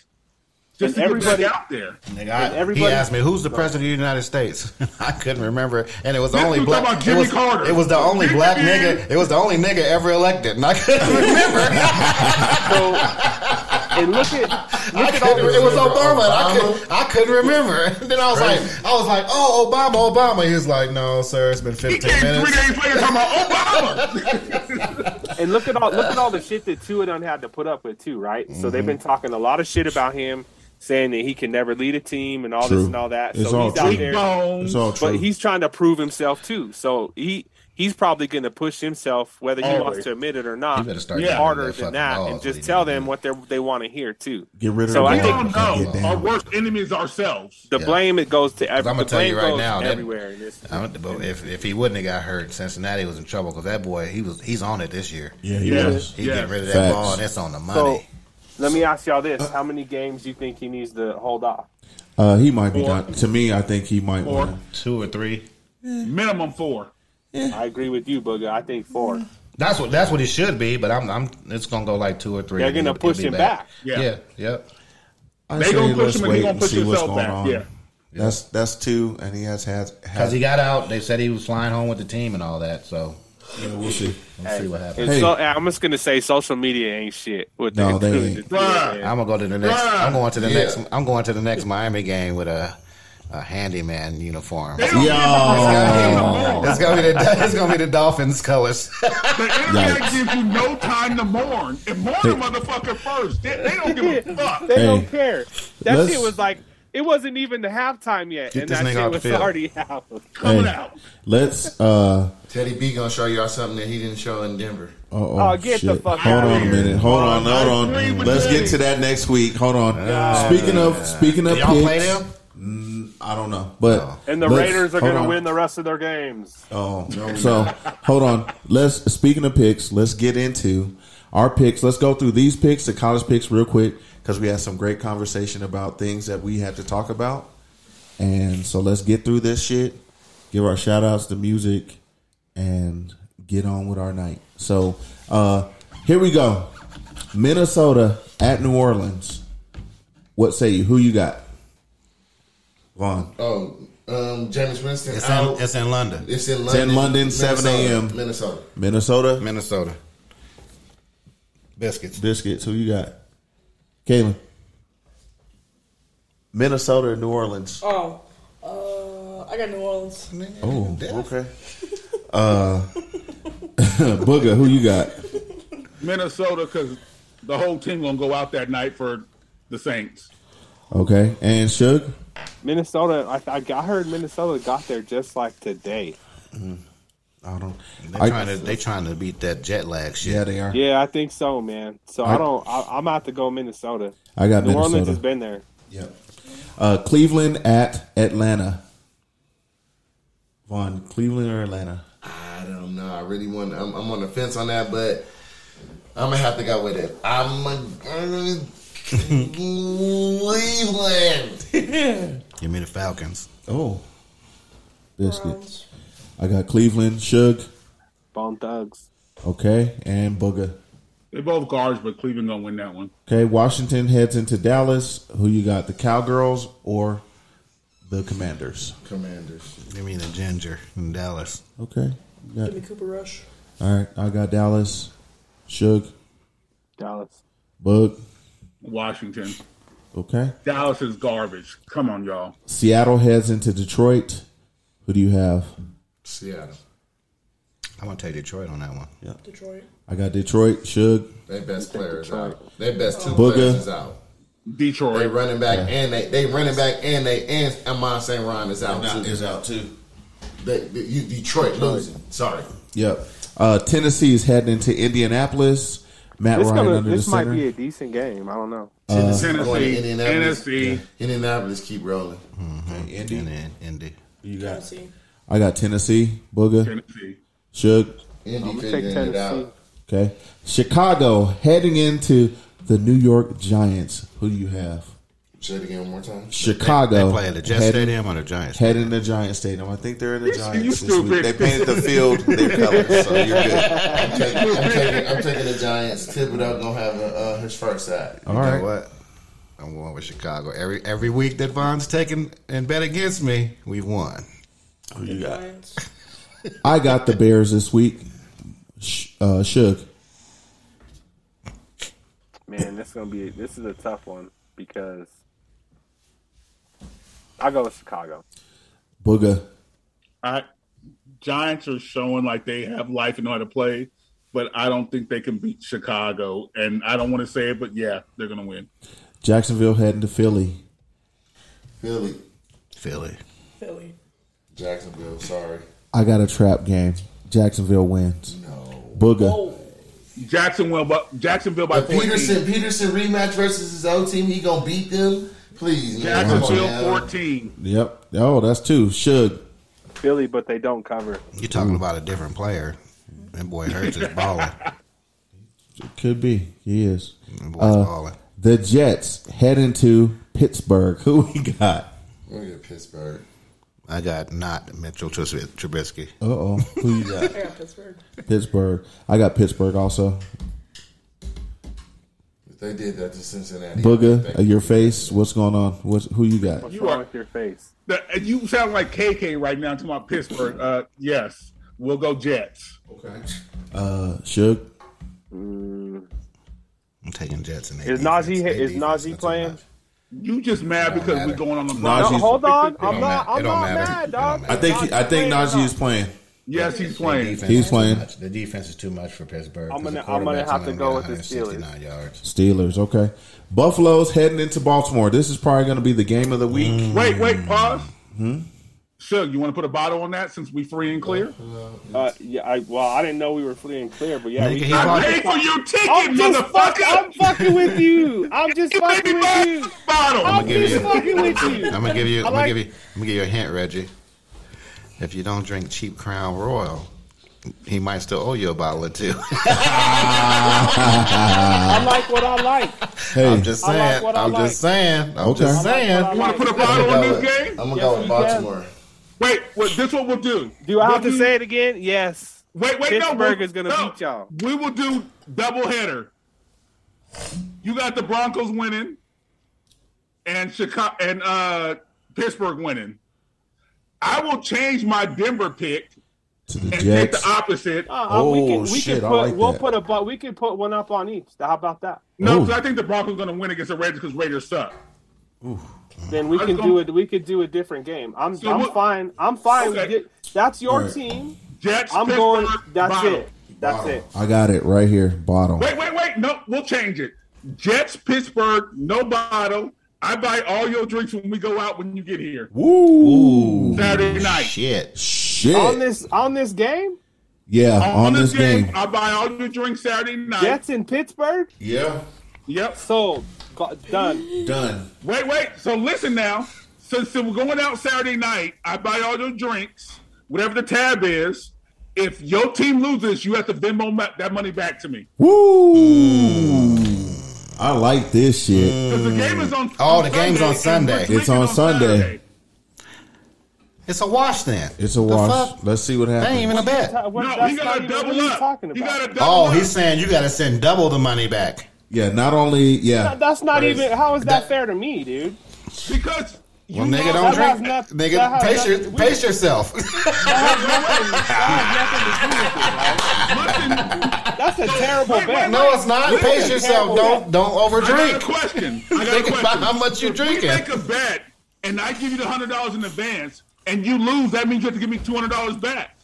Speaker 6: Just
Speaker 4: And
Speaker 6: to get back
Speaker 4: everybody-
Speaker 6: out there.
Speaker 5: Nigga, I- he
Speaker 4: everybody-
Speaker 5: asked me, "Who's the president of the United States?" I couldn't remember, and it was the
Speaker 6: This
Speaker 5: only
Speaker 6: dude
Speaker 5: black.
Speaker 6: talking about Jimmy
Speaker 5: it was,
Speaker 6: Carter.
Speaker 5: It was the only
Speaker 6: Jimmy
Speaker 5: black
Speaker 6: Carter.
Speaker 5: nigga. It was the only nigga ever elected, and I couldn't remember.
Speaker 4: so and look at
Speaker 5: I couldn't, it was
Speaker 9: remember
Speaker 5: Obama. and I
Speaker 9: Obama.
Speaker 5: couldn't. I couldn't remember. Then I was like, I was like, "Oh, Obama, Obama." He was like, "No, sir, it's been 15
Speaker 6: He came three
Speaker 5: minutes."
Speaker 6: days later talking about Obama.
Speaker 4: and look at all look at all the shit that Tua done had to put up with too, right? So
Speaker 5: Mm-hmm.
Speaker 4: they've been talking a lot of shit about him, saying that he can never lead a team and all
Speaker 3: True.
Speaker 4: this and all that.
Speaker 3: It's
Speaker 4: so
Speaker 3: all
Speaker 4: he's out
Speaker 3: true.
Speaker 4: there,
Speaker 6: Bones.
Speaker 3: It's all
Speaker 4: but
Speaker 3: true.
Speaker 4: he's trying to prove himself too. So he he's probably going to push himself, whether he wants
Speaker 6: Always.
Speaker 4: to admit it or
Speaker 5: You
Speaker 4: not,
Speaker 5: better start
Speaker 6: Yeah.
Speaker 5: getting rid
Speaker 4: harder
Speaker 5: of
Speaker 4: than
Speaker 5: fucking
Speaker 4: that,
Speaker 5: balls,
Speaker 4: and
Speaker 5: what
Speaker 4: just
Speaker 5: he
Speaker 4: tell
Speaker 5: did.
Speaker 4: them what they they want to hear too.
Speaker 3: Get rid of
Speaker 4: So
Speaker 3: the
Speaker 4: I
Speaker 6: We
Speaker 3: ball.
Speaker 6: all
Speaker 4: think-
Speaker 6: know
Speaker 3: Get down.
Speaker 6: our worst enemy is ourselves.
Speaker 4: The
Speaker 5: Yeah.
Speaker 4: blame it goes to every,
Speaker 5: I'm gonna
Speaker 4: the
Speaker 5: tell you
Speaker 4: blame
Speaker 5: right
Speaker 4: goes
Speaker 5: now, that-
Speaker 4: everywhere. in this-
Speaker 5: I'm- but if if he wouldn't have got hurt, Cincinnati was in trouble because that boy he was he's on it this year.
Speaker 3: Yeah, he
Speaker 6: Yeah.
Speaker 3: was.
Speaker 5: He
Speaker 6: Yeah.
Speaker 5: getting rid of that
Speaker 3: Facts.
Speaker 5: ball and it's on the money.
Speaker 4: so let me ask y'all
Speaker 5: Uh.
Speaker 4: this: How many games do you think he needs to hold off?
Speaker 3: Uh, he might be
Speaker 6: Or-
Speaker 3: done. To me, I think he might
Speaker 6: Or-
Speaker 3: want to.
Speaker 5: Two or three.
Speaker 6: Minimum four.
Speaker 4: I agree with you, Booger. I think four.
Speaker 5: That's what that's what it should be, but I'm I'm it's gonna go like two or three.
Speaker 4: They're
Speaker 5: and he'll-
Speaker 4: gonna push
Speaker 5: he'll
Speaker 4: him
Speaker 5: be
Speaker 4: back.
Speaker 5: Yeah.
Speaker 6: Yeah.
Speaker 5: yep.
Speaker 3: I
Speaker 6: They
Speaker 3: say
Speaker 6: gonna push
Speaker 3: let's
Speaker 6: him and he
Speaker 3: wait
Speaker 6: gonna
Speaker 3: and
Speaker 6: push
Speaker 3: see what's
Speaker 6: himself
Speaker 3: going
Speaker 6: back,
Speaker 3: on.
Speaker 6: yeah.
Speaker 3: That's that's two, and he has has
Speaker 5: Because
Speaker 3: has.
Speaker 5: he got out, they said he was flying home with the team and all that. So
Speaker 3: Yeah, we'll see.
Speaker 5: we'll see what happens.
Speaker 4: It's
Speaker 3: Hey.
Speaker 4: so, I'm just gonna say social media ain't shit. With
Speaker 3: No,
Speaker 4: the,
Speaker 3: they ain't.
Speaker 5: I'm gonna go to the next. I'm going to the next. I'm going to the next Miami game with a, a handyman uniform. It's
Speaker 6: Yo,
Speaker 5: gonna, be the, it's gonna be the Dolphins colors.
Speaker 6: The internet
Speaker 3: Yikes.
Speaker 6: gives you no time to mourn. And mourn
Speaker 3: Hey.
Speaker 6: the motherfucker first. They, they don't give a fuck.
Speaker 4: They
Speaker 3: Hey,
Speaker 4: don't care. That
Speaker 3: let's-
Speaker 4: shit was like it wasn't even the halftime yet,
Speaker 5: Get
Speaker 4: and
Speaker 5: this
Speaker 4: that
Speaker 5: nigga out
Speaker 4: shit
Speaker 5: the
Speaker 4: was
Speaker 5: field.
Speaker 4: already out.
Speaker 6: Coming out.
Speaker 3: Let's uh
Speaker 9: Teddy B gonna show y'all something that he didn't show in Denver.
Speaker 3: oh,
Speaker 4: Oh, get the fuck
Speaker 3: hold
Speaker 4: outta
Speaker 3: on a
Speaker 4: here.
Speaker 3: minute hold on
Speaker 6: I
Speaker 3: hold
Speaker 6: agree
Speaker 3: on
Speaker 6: with
Speaker 3: let's
Speaker 6: Dave.
Speaker 3: get to that next week hold on speaking of speaking of
Speaker 5: y'all play
Speaker 3: picks,
Speaker 5: them?
Speaker 3: mm, I don't know but
Speaker 4: And the
Speaker 3: let's-
Speaker 4: Raiders are
Speaker 3: hold
Speaker 4: gonna
Speaker 3: on.
Speaker 4: win the rest of their games.
Speaker 3: Oh, so hold on. Let's speaking of picks, let's get into our picks. Let's go through these picks, the college picks, real quick because we had some great conversation about things that we had to talk about. And so let's get through this shit. Give our shout outs to music and get on with our night. So uh here we go. Minnesota at New Orleans. What say you? Who you got? Vaughn.
Speaker 5: Uh,
Speaker 9: Oh, um, James Winston.
Speaker 5: It's
Speaker 9: out.
Speaker 5: in, it's in London,
Speaker 9: It's in London.
Speaker 3: in London, 7 a.m..
Speaker 9: Minnesota, Minnesota.
Speaker 3: Minnesota.
Speaker 5: Minnesota. Biscuits.
Speaker 3: Biscuits, who you got? Kaylin. Minnesota, or New Orleans.
Speaker 8: Oh, uh, I got New Orleans.
Speaker 3: Oh, okay. Uh, Booger, who you got?
Speaker 6: Minnesota, because the whole team gonna go out that night for the Saints.
Speaker 3: Okay, and Suge.
Speaker 4: Minnesota, I, I, I heard Minnesota got there just like today.
Speaker 3: I don't.
Speaker 5: They're
Speaker 3: I-
Speaker 5: trying to they trying to beat that jet lag shit.
Speaker 3: yeah, they are.
Speaker 4: Yeah, I think so, man. So I,
Speaker 3: I-
Speaker 4: don't. I, I'm out to go Minnesota.
Speaker 3: I got
Speaker 4: New Orleans
Speaker 3: Minnesota.
Speaker 4: has been there.
Speaker 3: Yep. Uh, Cleveland at Atlanta. Vaughn, Cleveland or Atlanta?
Speaker 9: I don't know. Um, I really want. I'm, I'm on the fence on that, but I'm gonna have to go with it. I'm gonna Cleveland.
Speaker 5: You mean the Falcons?
Speaker 3: Oh,
Speaker 8: Browns.
Speaker 3: biscuits. I got Cleveland, Suge.
Speaker 4: Bone Thugs.
Speaker 3: Okay, and Booger.
Speaker 6: They're both guards, but Cleveland gonna win that one.
Speaker 3: Okay, Washington heads into Dallas. Who you got, the Cowgirls or the Commanders?
Speaker 9: Commanders.
Speaker 5: You mean the Ginger in Dallas?
Speaker 3: Okay. you got-
Speaker 8: Give me Cooper Rush.
Speaker 3: all right, I got Dallas, Suge,
Speaker 4: Dallas.
Speaker 3: Bug.
Speaker 6: Washington.
Speaker 3: Okay.
Speaker 6: Dallas is garbage. Come on, y'all.
Speaker 3: Seattle heads into Detroit. Who do you have?
Speaker 9: Seattle.
Speaker 5: I'm gonna take Detroit on that one.
Speaker 8: Detroit.
Speaker 3: I got Detroit, Suge.
Speaker 9: Their best player is out. Their best two
Speaker 3: Booger.
Speaker 9: players is out. They
Speaker 6: Detroit.
Speaker 9: running back and they they running back and they and Amon St. Ron is out too.
Speaker 3: out too.
Speaker 9: They, they- you, Detroit losing. Sorry.
Speaker 3: Yep. Uh, Tennessee is heading into Indianapolis. Matt
Speaker 4: This
Speaker 3: Ryan
Speaker 4: gonna.
Speaker 3: under
Speaker 4: This
Speaker 3: the
Speaker 4: might
Speaker 3: center.
Speaker 4: be a decent game. I don't know.
Speaker 9: Going to
Speaker 6: Tennessee.
Speaker 9: Indianapolis.
Speaker 6: Tennessee.
Speaker 9: Indianapolis keep rolling.
Speaker 3: Okay,
Speaker 5: Mm-hmm. And
Speaker 3: Indy.
Speaker 5: then Indy.
Speaker 3: You got.
Speaker 8: Tennessee.
Speaker 3: I got Tennessee, Booger,
Speaker 6: Tennessee.
Speaker 3: Suge.
Speaker 9: Indy
Speaker 4: I'm gonna take
Speaker 9: figuring it
Speaker 4: Tennessee.
Speaker 9: out.
Speaker 3: Okay. Chicago heading into the New York Giants. Who do you have?
Speaker 9: Say it again one more time.
Speaker 3: Chicago.
Speaker 5: They play at the Jet
Speaker 3: heading,
Speaker 5: Stadium or the Giants.
Speaker 3: Heading to Giant Stadium. I think they're in the Giants. This week.
Speaker 6: stupid.
Speaker 3: They painted the field their colors, so you're good.
Speaker 9: I'm taking, I'm taking, I'm taking the Giants. Thibodeau gonna have a, uh, his first side.
Speaker 3: All
Speaker 5: You
Speaker 3: right.
Speaker 5: know what? I'm going with Chicago. Every every week that Vaughn's taken and bet against me, we've won.
Speaker 8: Giants.
Speaker 3: I got the Bears this week. Sh- Uh, Shook.
Speaker 4: Man, this gonna be. This is a tough one because I go with Chicago.
Speaker 3: Booga.
Speaker 6: I, Giants are showing like they have life and know how to play, but I don't think they can beat Chicago. And I don't want to say it, but yeah, they're gonna win.
Speaker 3: Jacksonville heading to Philly.
Speaker 9: Philly,
Speaker 5: Philly.
Speaker 8: Philly.
Speaker 9: Jacksonville. Sorry,
Speaker 3: I got a trap game. Jacksonville wins.
Speaker 9: no.
Speaker 3: Booga.
Speaker 8: Oh,
Speaker 6: Jacksonville, but Jacksonville by
Speaker 9: The
Speaker 6: 14.
Speaker 9: Peterson Peterson rematch versus his old team. He gonna beat them. Please, man. Come on
Speaker 6: Jacksonville
Speaker 9: now.
Speaker 6: 14.
Speaker 3: Yep. Oh, that's two. Shug.
Speaker 4: Philly, but they don't cover.
Speaker 5: You're talking about a different player. That boy Hurts is balling.
Speaker 3: Could be. He is.
Speaker 5: That boy's
Speaker 3: Uh,
Speaker 5: balling.
Speaker 3: The Jets heading to Pittsburgh. Who we got?
Speaker 9: Look at Pittsburgh.
Speaker 5: I got not Mitchell Trus- Trubisky.
Speaker 3: Uh oh. Who you got?
Speaker 8: I got Pittsburgh.
Speaker 3: Pittsburgh. I got Pittsburgh also.
Speaker 9: They did that to Cincinnati.
Speaker 3: Booger,
Speaker 9: They-
Speaker 3: uh, your face. What's going on? What's who you got?
Speaker 6: You
Speaker 4: What's wrong
Speaker 6: are-
Speaker 4: with your face?
Speaker 6: The- and you sound like KK right now to my Pittsburgh. Uh, yes, we'll go Jets.
Speaker 9: Okay.
Speaker 3: Uh, Suge.
Speaker 5: I'm taking Jets and they
Speaker 4: Is
Speaker 5: defense.
Speaker 4: Najee-
Speaker 5: They
Speaker 4: is Najee
Speaker 5: defense, not too
Speaker 4: playing?
Speaker 5: much.
Speaker 6: You just mad because
Speaker 5: matter.
Speaker 6: we're going on the
Speaker 3: Nah,
Speaker 6: no,
Speaker 3: Najee-
Speaker 4: No,
Speaker 3: Najee-
Speaker 4: hold on. I'm not.
Speaker 5: don't matter. It
Speaker 4: I'm
Speaker 5: don't
Speaker 4: not
Speaker 5: matter. It
Speaker 4: mad,
Speaker 5: don't
Speaker 4: dog.
Speaker 5: matter.
Speaker 3: I think he, I think Najee is playing.
Speaker 6: Yes, he's
Speaker 5: The
Speaker 6: playing.
Speaker 5: defense
Speaker 3: He's
Speaker 5: is too
Speaker 3: playing.
Speaker 5: much. The defense is too much for Pittsburgh.
Speaker 4: I'm
Speaker 5: 'cause
Speaker 4: gonna-
Speaker 5: the
Speaker 4: I'm gonna
Speaker 5: quarterback's
Speaker 4: have to
Speaker 5: only
Speaker 4: go
Speaker 5: gonna get
Speaker 4: with the Steelers.
Speaker 5: 169 yards.
Speaker 3: Steelers. Okay. Buffalo's heading into Baltimore. This is probably going to be the game of the week.
Speaker 6: Wait, wait, pause. Suge, you want to put a bottle on that since we free and clear?
Speaker 4: Uh, yeah, I, well, I didn't know we were free and clear, but yeah,
Speaker 5: Nigga,
Speaker 4: we,
Speaker 5: he
Speaker 6: I
Speaker 5: bought-
Speaker 6: paid for your ticket,
Speaker 4: I'm just fuck, I'm
Speaker 6: motherfucker.
Speaker 4: fucking with you. I'm just
Speaker 6: You made
Speaker 4: fucking
Speaker 6: me
Speaker 4: with
Speaker 6: buy
Speaker 4: you.
Speaker 6: a bottle.
Speaker 4: I'm
Speaker 5: give
Speaker 4: just
Speaker 5: you-
Speaker 4: fucking with you.
Speaker 5: I'm gonna give you.
Speaker 4: I
Speaker 5: I'm
Speaker 4: like-
Speaker 5: gonna give you. I'm gonna give you a hint, Reggie. If you don't drink cheap Crown Royal, he might still owe you a bottle or two.
Speaker 4: I like what I like.
Speaker 5: I'm
Speaker 3: Hey,
Speaker 5: just
Speaker 4: I
Speaker 5: saying.
Speaker 4: like what I
Speaker 5: I'm
Speaker 4: like.
Speaker 5: just saying. I'm
Speaker 3: Okay.
Speaker 5: just
Speaker 4: I
Speaker 5: saying.
Speaker 4: like
Speaker 6: you want to
Speaker 4: what
Speaker 6: put
Speaker 4: I
Speaker 6: a
Speaker 4: like.
Speaker 9: I'm
Speaker 6: bottle
Speaker 9: gonna
Speaker 6: on
Speaker 9: go
Speaker 6: this
Speaker 9: with,
Speaker 6: game?
Speaker 9: I'm gonna
Speaker 4: Yes,
Speaker 9: go
Speaker 4: we can.
Speaker 9: with Baltimore.
Speaker 6: Wait, what, this what we'll do.
Speaker 4: Do I have
Speaker 6: We'll
Speaker 4: to say it again? Yes.
Speaker 6: Wait, wait, no.
Speaker 4: Pittsburgh
Speaker 6: we'll-
Speaker 4: is gonna
Speaker 6: no.
Speaker 4: beat y'all.
Speaker 6: We will do double header. You got the Broncos winning, and Chicago and uh, Pittsburgh winning. I will change my Denver pick
Speaker 3: to the
Speaker 6: and take the
Speaker 3: Jets.
Speaker 6: opposite.
Speaker 4: Uh, we
Speaker 3: Oh,
Speaker 4: can, we
Speaker 3: shit, I
Speaker 4: can put,
Speaker 3: like
Speaker 4: we'll
Speaker 3: that.
Speaker 4: put a bu- we can put one up on each. How about that?
Speaker 6: No,
Speaker 3: Ooh.
Speaker 6: because I think the Broncos going to win against the Raiders because Raiders suck.
Speaker 4: Then we
Speaker 6: I
Speaker 4: can
Speaker 6: don't-
Speaker 4: do it. We could do a different game. I'm
Speaker 6: So
Speaker 4: I'm
Speaker 6: what-
Speaker 4: fine. I'm fine.
Speaker 6: Okay.
Speaker 4: with it. That's your
Speaker 3: Alright.
Speaker 4: team.
Speaker 6: Jets,
Speaker 4: I'm
Speaker 6: Pittsburgh,
Speaker 4: going. That's
Speaker 6: bottom.
Speaker 4: it. That's it.
Speaker 3: I got it right here. Bottom.
Speaker 6: Wait, wait, wait. No, we'll change it. Jets, Pittsburgh, no bottle. I buy all your drinks when we go out when you get here
Speaker 3: Woo!
Speaker 6: Saturday night.
Speaker 5: Shit.
Speaker 4: On
Speaker 3: Shit.
Speaker 4: this on this game,
Speaker 3: Yeah, on this game.
Speaker 6: I buy all your drinks Saturday night.
Speaker 4: Jets in Pittsburgh.
Speaker 9: Yeah.
Speaker 6: Yep.
Speaker 4: So go- done.
Speaker 3: Done.
Speaker 6: Wait, wait. So listen now. Since we're going out Saturday night, I buy all your drinks, whatever the tab is. If your team loses, you have to Venmo ma- that money back to me.
Speaker 3: Woo! I like this shit.
Speaker 6: Because the game is on.
Speaker 5: Oh,
Speaker 6: on
Speaker 5: the game's on
Speaker 6: Sunday, and
Speaker 5: Sunday.
Speaker 6: we're
Speaker 3: It's on
Speaker 6: drinking
Speaker 3: Sunday.
Speaker 6: Saturday.
Speaker 5: It's a wash then.
Speaker 3: It's a
Speaker 5: The
Speaker 3: wash.
Speaker 5: fuck?
Speaker 3: Let's see what
Speaker 5: That
Speaker 3: happens.
Speaker 5: ain't even a bet.
Speaker 4: What,
Speaker 6: No,
Speaker 4: that's
Speaker 6: he
Speaker 4: not
Speaker 6: got to
Speaker 4: even-
Speaker 6: double
Speaker 4: what are you
Speaker 6: up.
Speaker 4: talking
Speaker 6: He
Speaker 4: about?
Speaker 6: got to double
Speaker 5: Oh,
Speaker 6: up.
Speaker 5: he's saying you got to send double the money back.
Speaker 3: Yeah, not only yeah.
Speaker 4: that's not even. How is that,
Speaker 5: that-
Speaker 4: fair to me, dude?
Speaker 6: because
Speaker 5: Well,
Speaker 6: you
Speaker 5: nigga, don't
Speaker 6: lost-
Speaker 4: that
Speaker 5: drink.
Speaker 4: has not- that
Speaker 5: nigga,
Speaker 4: has
Speaker 5: pace, your,
Speaker 4: nothing- we-
Speaker 5: pace yourself.
Speaker 4: That's a terrible
Speaker 6: Wait, wait,
Speaker 4: bet.
Speaker 5: no, it's not.
Speaker 4: Listen,
Speaker 5: Pace yourself. Don't don't
Speaker 6: I got a
Speaker 5: overdrink.
Speaker 6: question. I got a
Speaker 5: Think
Speaker 6: question.
Speaker 5: about how much you're
Speaker 6: If we
Speaker 5: drinking.
Speaker 6: make a bet, and I give you the hundred dollars in advance, and you lose. That means you have to give me two hundred dollars back.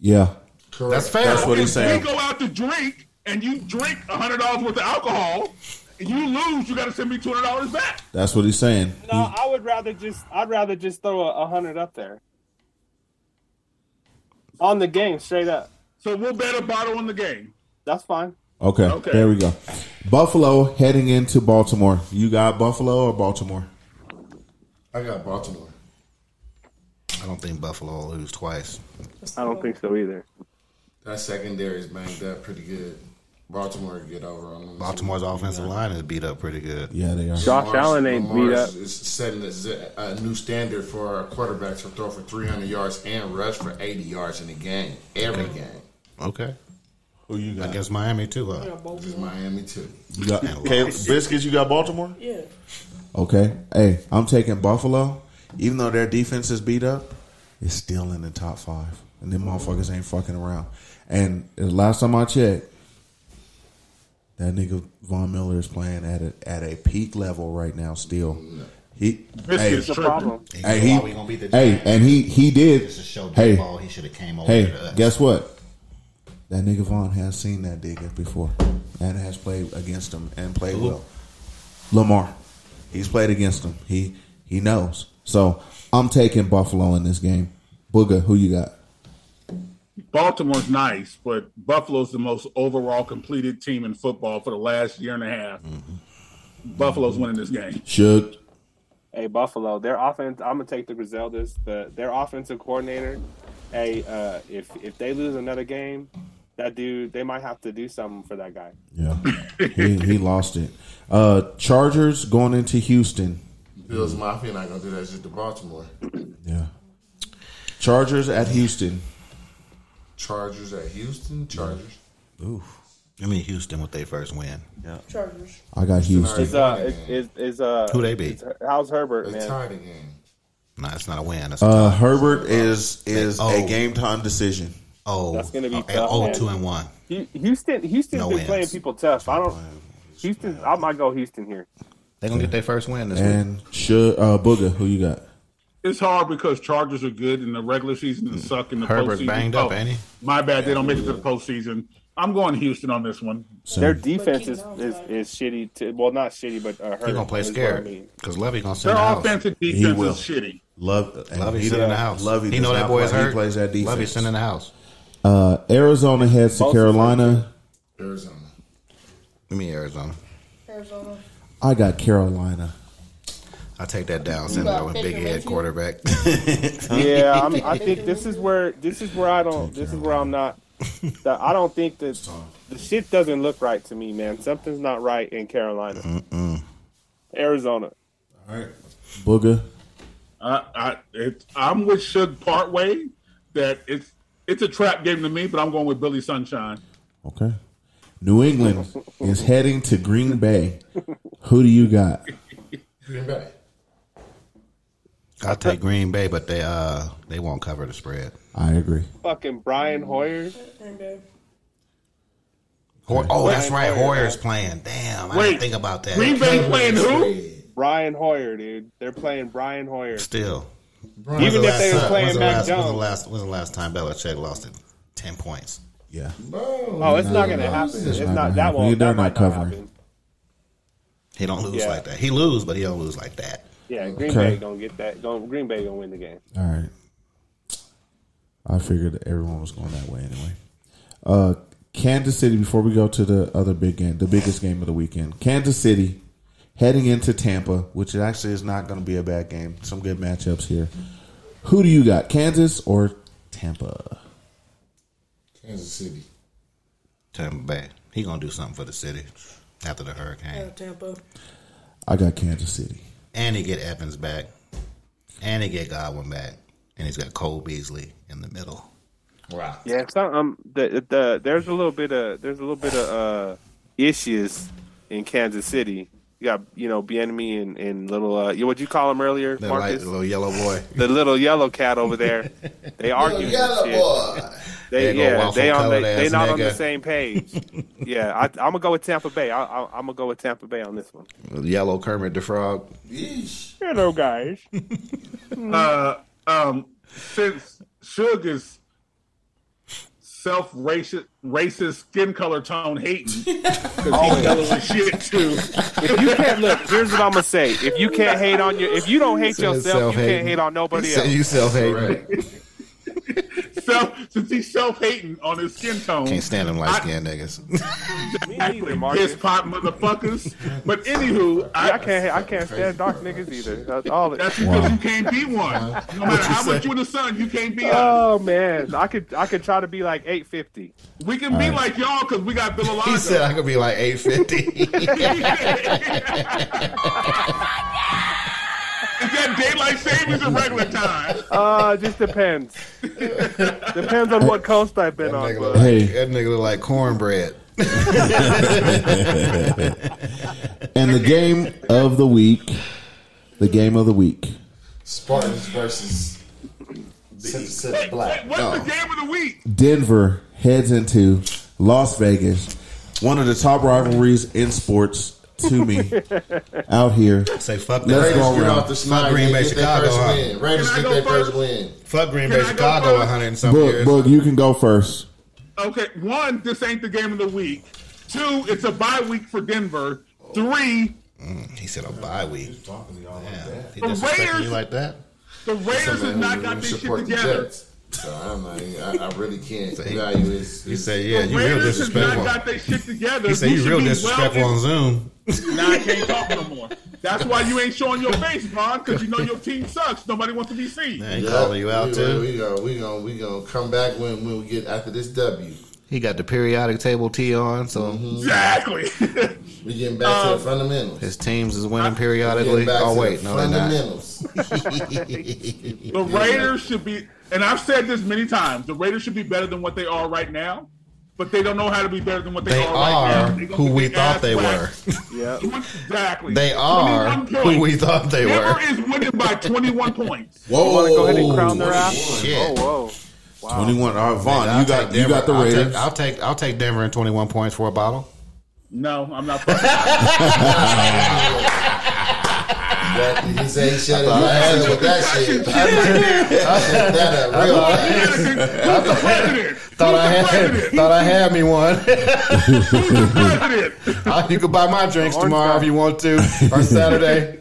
Speaker 3: Yeah.
Speaker 9: Correct.
Speaker 5: That's fair.
Speaker 3: That's what he's
Speaker 6: If
Speaker 3: saying.
Speaker 6: we go out to drink, and you drink hundred dollars worth of alcohol, and you lose, you got to send me two hundred dollars back.
Speaker 3: That's what he's saying.
Speaker 4: No, I would rather just. I'd rather just throw a, a hundred up there on the game, straight up.
Speaker 6: So we'll bet a bottle on the game.
Speaker 4: That's fine.
Speaker 3: Okay,
Speaker 6: Okay.
Speaker 3: there we go. Buffalo heading into Baltimore. You got Buffalo or Baltimore?
Speaker 9: I got Baltimore.
Speaker 5: I don't think Buffalo will lose twice.
Speaker 4: I don't think so either.
Speaker 9: That secondary is banged up pretty good. Baltimore get over on them.
Speaker 5: Baltimore's offensive line is beat up pretty good.
Speaker 3: Yeah, they are.
Speaker 4: Josh Allen ain't beat
Speaker 9: Lamar's
Speaker 4: up.
Speaker 9: Is setting a, z- a new standard for our quarterbacks to throw for 300 yards and rush for 80 yards in a game, every game.
Speaker 5: Okay.
Speaker 3: Who you got?
Speaker 5: Against Miami, too, huh?
Speaker 9: This is Miami too.
Speaker 3: You got
Speaker 5: Caleb
Speaker 3: Biscuits, you got Baltimore?
Speaker 8: Yeah.
Speaker 3: Okay. Hey, I'm taking Buffalo. Even though their defense is beat up, it's still in the top five. And them motherfuckers ain't fucking around. And the last time I checked, that nigga Von Miller is playing at a, at a peak level right now. Still, he hey,
Speaker 6: Biscuits
Speaker 4: The
Speaker 6: tripping.
Speaker 4: problem.
Speaker 3: hey, he, hey, and he he did.
Speaker 5: Just to show
Speaker 3: Hey,
Speaker 5: Big Ball he should have came over
Speaker 3: Hey,
Speaker 5: to us.
Speaker 3: guess what? That nigga Vaughn has seen that nigga before and has played against him and played well. Lamar, he's played against him. He he knows. So I'm taking Buffalo in this game. Booger, who you got?
Speaker 6: Baltimore's nice, but Buffalo's the most overall completed team in football for the last year and a half.
Speaker 9: Mm-hmm.
Speaker 6: Buffalo's winning this game.
Speaker 3: Shug.
Speaker 4: Hey Buffalo, their offense. I'm gonna take the Griseldas. The their offensive coordinator. Hey, uh, if if they lose another game, that dude, they might have to do something for that guy.
Speaker 3: Yeah, he, he lost it. Uh, Chargers going into Houston.
Speaker 9: Bills Mafia not gonna do that shit to Baltimore.
Speaker 3: Yeah, Chargers at Houston.
Speaker 9: Chargers at Houston. Chargers.
Speaker 3: Ooh,
Speaker 5: I mean, Houston with their first win. Yeah.
Speaker 8: Chargers.
Speaker 3: I got Houston.
Speaker 4: Is uh is is, is uh
Speaker 5: Who they beat?
Speaker 4: is- how's Herbert
Speaker 9: They
Speaker 4: man?
Speaker 9: tied the game.
Speaker 5: No, it's not a win. It's
Speaker 3: Uh, Herbert is is
Speaker 5: Oh.
Speaker 3: a game time decision.
Speaker 5: oh,
Speaker 4: that's gonna be
Speaker 5: oh,
Speaker 4: tough,
Speaker 5: oh,
Speaker 4: man.
Speaker 5: two and one.
Speaker 4: Hu- Houston Houston's
Speaker 5: No
Speaker 4: been
Speaker 5: wins.
Speaker 4: playing people tough. I don't Houston. I might go Houston here.
Speaker 5: They're gonna get their first win this week.
Speaker 3: And should uh, Booger, who you got?
Speaker 6: It's hard because Chargers are good in the regular season
Speaker 9: Mm.
Speaker 6: and suck in the
Speaker 5: Herbert's
Speaker 6: postseason. Oh,
Speaker 5: banged up, ain't he?
Speaker 6: My bad. They don't make it to the postseason. I'm going Houston on this one.
Speaker 4: Their
Speaker 3: Same.
Speaker 4: defense
Speaker 8: But
Speaker 4: is,
Speaker 8: Keenan
Speaker 4: is,
Speaker 8: Allen.
Speaker 4: is shitty. To, well, not shitty, but uh,
Speaker 5: They're
Speaker 4: Herbert
Speaker 5: gonna play
Speaker 4: is what I
Speaker 5: scared
Speaker 4: mean.
Speaker 5: because Levy gonna
Speaker 6: Their
Speaker 5: send the house.
Speaker 6: offense and
Speaker 3: He
Speaker 6: defense
Speaker 3: will.
Speaker 6: is shitty.
Speaker 3: Love and
Speaker 5: Levy's
Speaker 3: he
Speaker 5: sending
Speaker 3: does-
Speaker 5: the house.
Speaker 3: Love,
Speaker 5: he know that boy is hurt.
Speaker 3: He plays that defense.
Speaker 5: Levy's sending the house.
Speaker 3: Uh, Arizona heads to
Speaker 4: Both of them.
Speaker 3: Carolina.
Speaker 9: Arizona.
Speaker 5: Give me Arizona.
Speaker 8: Arizona.
Speaker 3: I got Carolina.
Speaker 5: I take that down. Send it
Speaker 2: got
Speaker 5: with
Speaker 2: Baker
Speaker 5: big head
Speaker 2: Mayfield?
Speaker 5: quarterback.
Speaker 4: Yeah, I'm, I think this is where this is where I don't. This is where I'm not. The, I don't think that the shit doesn't look right to me, man. Something's not right in Carolina, Arizona.
Speaker 9: All right.
Speaker 3: Booger.
Speaker 6: I, I it, I'm with Suge partway. That it's it's a trap game to me, but I'm going with Billy Sunshine.
Speaker 3: Okay. New England is heading to Green Bay. Who do you got?
Speaker 9: Green Bay.
Speaker 5: I take Green Bay, but they uh they won't cover the spread.
Speaker 3: I agree.
Speaker 4: Fucking Brian Hoyer.
Speaker 8: Green Bay.
Speaker 5: Hoy- oh, that's
Speaker 4: Wait,
Speaker 5: right.
Speaker 4: wait,
Speaker 5: Hoyer's playing. Damn, I
Speaker 6: Wait,
Speaker 5: didn't think about that.
Speaker 6: Green Bay playing who?
Speaker 4: Brian Hoyer, dude. They're playing Brian Hoyer.
Speaker 5: Still,
Speaker 9: Brian,
Speaker 4: Even
Speaker 5: When's the
Speaker 4: if they
Speaker 5: last
Speaker 4: were
Speaker 5: time-
Speaker 4: playing
Speaker 5: when's the
Speaker 4: Mac
Speaker 5: last- when's the
Speaker 4: Jones.
Speaker 5: last- When's the last time Belichick lost it? Ten points.
Speaker 3: Yeah.
Speaker 4: Oh, it's not gonna
Speaker 3: no,
Speaker 4: happen.
Speaker 3: it's
Speaker 4: It's
Speaker 3: not gonna
Speaker 4: not that
Speaker 3: happen.
Speaker 4: won't.
Speaker 3: They're
Speaker 4: That
Speaker 3: not
Speaker 4: might not
Speaker 3: covering.
Speaker 4: happen.
Speaker 5: He don't lose
Speaker 4: Yeah.
Speaker 5: like that. He lose, but he don't lose like that.
Speaker 4: Yeah, Green
Speaker 3: Okay.
Speaker 4: Bay gonna get that. Gonna, Green Bay gonna win the game.
Speaker 3: All right. I figured that everyone was going that way anyway. Uh, Kansas City, before we go to the other big game, the biggest game of the weekend, Kansas City heading into Tampa, which actually is not going to be a bad game. Some good matchups here. Who do you got, Kansas or Tampa?
Speaker 9: Kansas City.
Speaker 5: Tampa Bay. He gonna do something for the city after the
Speaker 8: Yeah,
Speaker 5: hurricane,
Speaker 8: uh, Tampa.
Speaker 3: I got Kansas City.
Speaker 5: and he get Evans back, and he get Godwin back, and he's got Cole Beasley in the middle.
Speaker 9: Wow.
Speaker 4: Yeah, it's not, um, the, the there's a little bit of there's a little bit of uh, issues in Kansas City. You got you know Bienemy and and little uh, what you call him earlier,
Speaker 5: The light,
Speaker 4: Marcus,
Speaker 5: little yellow boy.
Speaker 4: the little yellow cat over there. They arguing. and shit.
Speaker 5: There
Speaker 4: They
Speaker 5: go
Speaker 4: yeah,
Speaker 5: waffle
Speaker 4: they on the,
Speaker 5: colored ass
Speaker 4: they not on the
Speaker 5: nigga.
Speaker 4: same page. yeah, I, I'm gonna go with Tampa Bay. I, I, I'm gonna go with Tampa Bay on this one.
Speaker 5: Yellow Kermit the Frog.
Speaker 9: Yeesh.
Speaker 4: Hello, guys.
Speaker 6: Uh, um, since Suge is self racist, racist skin color tone hating, 'cause he's yellow as shit too.
Speaker 4: If you can't look, here's what I'm gonna say. If you can't hate on your, if you don't hate
Speaker 5: Said
Speaker 4: yourself, you
Speaker 5: self-hating.
Speaker 4: can't hate on nobody else.
Speaker 5: You self hate.
Speaker 9: Right.
Speaker 6: Self, since he's self hating on his skin tone,
Speaker 5: Can't stand them light skinned niggas.
Speaker 4: Me neither, Marcus.
Speaker 6: piss pot motherfuckers. But anywho, I,
Speaker 4: Yeah, I can't. I can't stand dark niggas either. That's all. It,
Speaker 6: That's because you can't be one. No matter how much you in the sun, you can't be us.
Speaker 4: oh man, I could. I could try to be like eight fifty.
Speaker 6: We can be like y'all because we got Bill
Speaker 5: he said I could be like eight fifty.
Speaker 6: Is that daylight savings or regular time?
Speaker 4: Uh, just depends. depends on what coast I've been on. bro.
Speaker 3: Hey.
Speaker 5: That nigga look like cornbread.
Speaker 3: And the game of the week, the game of the week.
Speaker 9: Spartans versus Set, Set Black.
Speaker 6: What's the game of the week?
Speaker 3: Denver heads into Las Vegas, one of the top rivalries in sports to me out here.
Speaker 5: Say fuck
Speaker 3: Let's
Speaker 5: that.
Speaker 3: go
Speaker 9: Raiders get
Speaker 3: around.
Speaker 9: off the snide
Speaker 5: Green
Speaker 9: and
Speaker 5: Bay,
Speaker 9: get
Speaker 5: Chicago,
Speaker 9: their first
Speaker 5: huh?
Speaker 9: win. Raiders
Speaker 6: Can I
Speaker 9: get
Speaker 6: go
Speaker 9: their
Speaker 6: first?
Speaker 9: first win.
Speaker 5: Fuck Green
Speaker 6: Can
Speaker 5: Bay,
Speaker 6: I go
Speaker 5: Chicago,
Speaker 6: first?
Speaker 5: hundred and something
Speaker 3: Boog,
Speaker 5: years.
Speaker 3: Boog, you can go first.
Speaker 6: Okay, one, this ain't the game of the week. Two, it's a bye week for Denver. Three,
Speaker 5: He said a bye week.
Speaker 9: Talking to y'all
Speaker 5: Yeah.
Speaker 9: like that.
Speaker 5: He
Speaker 6: The
Speaker 5: disrespecting you
Speaker 6: Raiders-
Speaker 5: like that.
Speaker 6: the Raiders has not got this shit
Speaker 9: Support the
Speaker 6: together.
Speaker 9: Jets. So I'm not, I, I really can't
Speaker 5: he-
Speaker 9: value his.
Speaker 5: He
Speaker 9: his-
Speaker 5: said, "Yeah,
Speaker 6: The
Speaker 5: you real
Speaker 6: Raiders has not
Speaker 5: disrespectful."
Speaker 6: got their shit together.
Speaker 5: He said,
Speaker 6: We
Speaker 5: "You
Speaker 6: should
Speaker 5: real
Speaker 6: be well
Speaker 5: disrespectful
Speaker 6: in-
Speaker 5: on Zoom."
Speaker 6: Now I can't talk no more. That's why you ain't showing your face, Ron, because you know your team sucks. Nobody wants to be seen.
Speaker 5: Man,
Speaker 9: Yup,
Speaker 5: calling you
Speaker 9: we,
Speaker 5: out
Speaker 9: We,
Speaker 5: too.
Speaker 9: we gonna we gonna we gonna come back when when we get after this W.
Speaker 5: He got the periodic table tee on, so
Speaker 6: Exactly.
Speaker 9: We getting back
Speaker 6: Um,
Speaker 9: to the fundamentals.
Speaker 5: his teams is winning
Speaker 9: Getting
Speaker 5: periodically.
Speaker 9: back
Speaker 5: Oh
Speaker 9: to
Speaker 5: wait,
Speaker 9: the
Speaker 5: no, they're not.
Speaker 9: fundamentals.
Speaker 6: the Raiders should be, and I've said this many times, the Raiders should be better than what they are right now. but they don't know how to be better than what they,
Speaker 5: They
Speaker 6: are, right
Speaker 5: are
Speaker 6: now. They gonna
Speaker 5: who
Speaker 6: get
Speaker 5: we
Speaker 6: their
Speaker 5: thought
Speaker 6: ass
Speaker 5: they were.
Speaker 6: whacked.
Speaker 4: Yeah.
Speaker 6: Exactly.
Speaker 5: They are
Speaker 6: 21
Speaker 5: who
Speaker 6: points.
Speaker 5: we thought they
Speaker 6: Denver
Speaker 5: were.
Speaker 6: is winning by 21 points.
Speaker 3: Whoa!
Speaker 4: wanna go ahead and crown their ass?
Speaker 5: Shit.
Speaker 4: Oh, whoa. Wow.
Speaker 3: Twenty-one. All right, Vaughn,
Speaker 5: I'll
Speaker 3: you got
Speaker 5: take
Speaker 3: you got the
Speaker 5: Denver.
Speaker 3: Raiders.
Speaker 5: I'll take, I'll take I'll take Denver and 21 points for a bottle.
Speaker 6: No, I'm not. fucking-
Speaker 9: He said he should have answered with that shit. I said that up real
Speaker 6: Who's
Speaker 9: fast.
Speaker 6: the president?
Speaker 5: Thought
Speaker 6: Who's
Speaker 5: I
Speaker 6: the
Speaker 5: had
Speaker 6: president?
Speaker 5: thought I had me one.
Speaker 6: Who's the president?
Speaker 5: you can buy my drinks
Speaker 4: Orange
Speaker 5: tomorrow
Speaker 4: guy.
Speaker 5: if you want to or Saturday.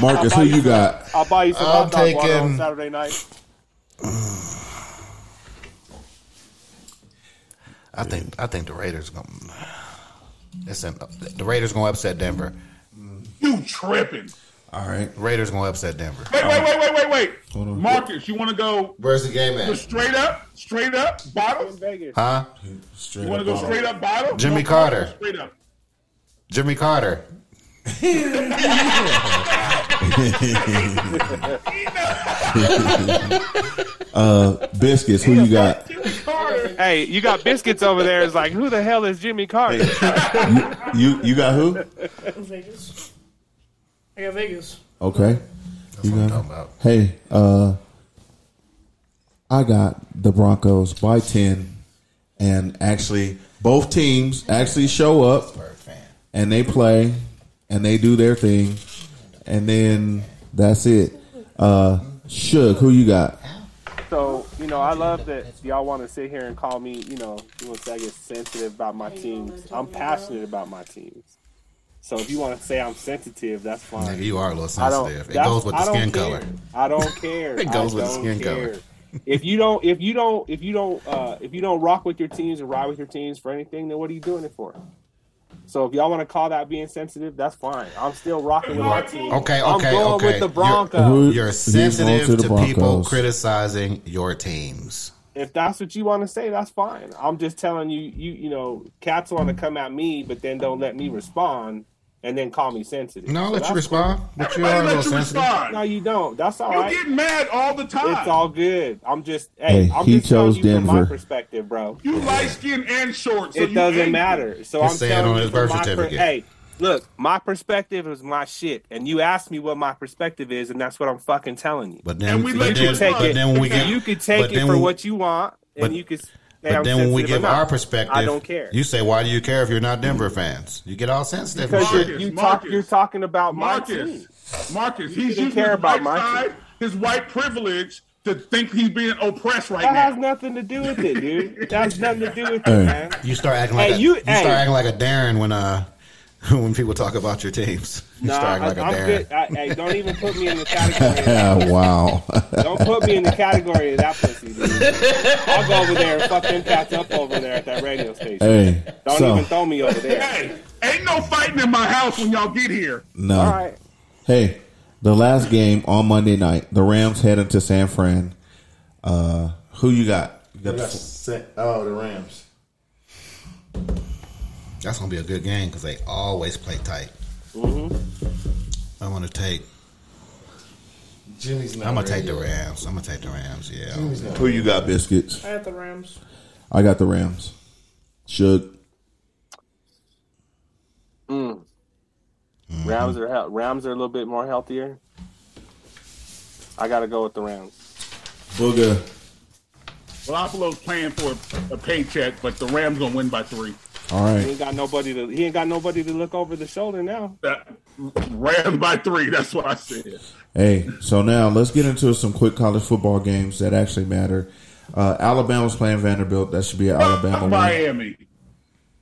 Speaker 3: Marcus, who you got?
Speaker 4: I'll buy you some
Speaker 5: I'm
Speaker 4: hot dog water
Speaker 5: taking-
Speaker 4: on Saturday night.
Speaker 5: I think I think the Raiders going. Listen, the Raiders going to upset Denver.
Speaker 6: You tripping?
Speaker 3: All right.
Speaker 5: Raiders going to upset Denver.
Speaker 6: Wait, wait, wait, wait, wait, wait.
Speaker 3: Hold on.
Speaker 6: Marcus, you want to go
Speaker 9: Where's the game
Speaker 6: just
Speaker 9: at?
Speaker 6: straight up, straight up bottom?
Speaker 4: Vegas.
Speaker 5: Huh?
Speaker 3: Straight
Speaker 6: You want to go
Speaker 3: on.
Speaker 6: straight up bottom?
Speaker 5: Jimmy
Speaker 6: No, bottom,
Speaker 5: Carter.
Speaker 6: Straight up.
Speaker 5: Jimmy Carter.
Speaker 3: Biscuits, who you got?
Speaker 6: Jimmy Carter.
Speaker 4: Hey, you got biscuits over there. It's like, who the hell is Jimmy Carter?
Speaker 3: You you got who?
Speaker 8: Vegas. I got Vegas.
Speaker 3: Okay.
Speaker 5: That's what I'm talking about.
Speaker 3: Hey, uh I got the Broncos by ten and actually both teams actually show up and they play and they do their thing and then that's it. Uh Shook, who you got?
Speaker 4: So, you know, I love that y'all want to sit here and call me, you know, you want to say I get sensitive about my teams. I'm passionate about my teams. So if you want to say I'm sensitive, that's fine.
Speaker 5: Nigga, you are a little
Speaker 4: I don't.
Speaker 5: sensitive. It
Speaker 4: that's-
Speaker 5: goes with
Speaker 4: I
Speaker 5: the
Speaker 4: don't
Speaker 5: skin
Speaker 4: care.
Speaker 5: color.
Speaker 4: I don't care.
Speaker 5: It goes
Speaker 4: I
Speaker 5: with the
Speaker 4: don't
Speaker 5: skin color.
Speaker 4: care. If you don't, if you don't, if you don't, uh, if you don't rock with your teams and ride with your teams for anything, then what are you doing it for? So if y'all want to call that being sensitive, that's fine. I'm still rocking with my team.
Speaker 5: Okay,
Speaker 4: I'm
Speaker 5: okay,
Speaker 4: going
Speaker 5: okay.
Speaker 4: with the
Speaker 5: You're-
Speaker 4: Broncos.
Speaker 5: You're
Speaker 3: He's going to
Speaker 5: sensitive
Speaker 3: the
Speaker 5: to people
Speaker 3: Broncos.
Speaker 5: criticizing your teams.
Speaker 4: If that's what you want to say, that's fine. I'm just telling you, you you know, cats want to come at me, but then don't let me respond, and then call me sensitive.
Speaker 5: No,
Speaker 4: So
Speaker 5: let
Speaker 4: that's
Speaker 5: you respond. But you are a little
Speaker 6: Everybody let you
Speaker 5: sensitive.
Speaker 6: respond.
Speaker 4: cool. No, you don't. That's all
Speaker 6: you
Speaker 4: right.
Speaker 6: get mad all the time.
Speaker 4: It's all good. I'm just hey,
Speaker 3: Hey,
Speaker 4: I'm
Speaker 3: he
Speaker 4: just telling
Speaker 3: chose
Speaker 4: you from my
Speaker 3: Denver.
Speaker 4: perspective, bro.
Speaker 6: you light skin and short. So
Speaker 4: it
Speaker 6: you
Speaker 4: doesn't
Speaker 6: angry.
Speaker 4: matter. So
Speaker 5: Just
Speaker 4: I'm
Speaker 5: say it
Speaker 4: telling
Speaker 5: on
Speaker 4: you
Speaker 5: his
Speaker 4: from
Speaker 5: birth
Speaker 4: my per-
Speaker 5: certificate.
Speaker 4: hey, look, my perspective is my shit, and you asked me what my perspective is, and that's what I'm fucking telling you.
Speaker 5: But then,
Speaker 6: And we let
Speaker 5: but
Speaker 6: you
Speaker 5: then,
Speaker 6: take
Speaker 5: but
Speaker 6: it.
Speaker 5: then when we get,
Speaker 4: you could take
Speaker 5: but
Speaker 4: it
Speaker 5: then
Speaker 4: for
Speaker 5: when-
Speaker 4: what you want,
Speaker 5: but-
Speaker 4: and you could. Say
Speaker 5: But
Speaker 4: I'm
Speaker 5: then when we
Speaker 4: sensitive or
Speaker 5: give
Speaker 4: not.
Speaker 5: our perspective,
Speaker 4: I don't care.
Speaker 5: You say, why do you care if you're not Denver fans? You get all sensitive and
Speaker 4: because
Speaker 5: shit.
Speaker 4: you're, you
Speaker 6: Marcus,
Speaker 4: talk,
Speaker 6: Marcus.
Speaker 4: you're talking about my team.
Speaker 6: Marcus, Marcus,
Speaker 4: You
Speaker 6: he's
Speaker 4: didn't
Speaker 6: using
Speaker 4: care
Speaker 6: his
Speaker 4: about
Speaker 6: white
Speaker 4: my
Speaker 6: side, his white privilege to think he's being oppressed right
Speaker 4: That has
Speaker 6: now.
Speaker 4: nothing to do with it, dude. That has nothing to do with it,
Speaker 3: Hey.
Speaker 4: man.
Speaker 5: You start acting like
Speaker 4: Hey,
Speaker 5: a, you,
Speaker 4: you-
Speaker 5: start
Speaker 4: hey.
Speaker 5: acting like a Darren when uh when people talk about your teams. You
Speaker 4: Nah,
Speaker 5: start
Speaker 4: I,
Speaker 5: acting like
Speaker 4: I'm
Speaker 5: a Darren.
Speaker 4: good. I, hey, don't even put me in the category.
Speaker 3: wow.
Speaker 4: Don't put me in the category of that pussy, dude. I'll go over there and fuck them cats up over there at that radio station.
Speaker 3: hey.
Speaker 4: Don't
Speaker 3: so
Speaker 4: even throw me over there.
Speaker 6: Hey, ain't no fighting in my house when y'all get here.
Speaker 3: no.
Speaker 4: All right.
Speaker 3: Hey, the last game on Monday night, the Rams heading to San Fran. Uh, who you got? You got the-
Speaker 9: Oh, the Rams.
Speaker 5: That's gonna be a good game because they always play tight.
Speaker 4: Mm-hmm.
Speaker 5: I want to take.
Speaker 9: Jimmy's not.
Speaker 5: I'm gonna
Speaker 9: ready.
Speaker 5: take the Rams. I'm gonna take the Rams. Yeah.
Speaker 9: Jimmy's not.
Speaker 3: who you got? Biscuits.
Speaker 8: I got the Rams.
Speaker 3: I got the Rams. Should
Speaker 4: Rams are hel- Rams are a little bit more healthier. I gotta go with the Rams.
Speaker 3: Booga?
Speaker 6: Garoppolo's playing for a, a paycheck, but the Rams gonna win by three.
Speaker 3: All
Speaker 4: He
Speaker 3: right.
Speaker 4: ain't got nobody to he ain't got nobody to look over the shoulder now.
Speaker 6: That, Rams by three. That's what I said.
Speaker 3: Hey, so now let's get into some quick college football games that actually matter. Uh, Alabama's playing Vanderbilt. That should be an Alabama win.
Speaker 6: Miami.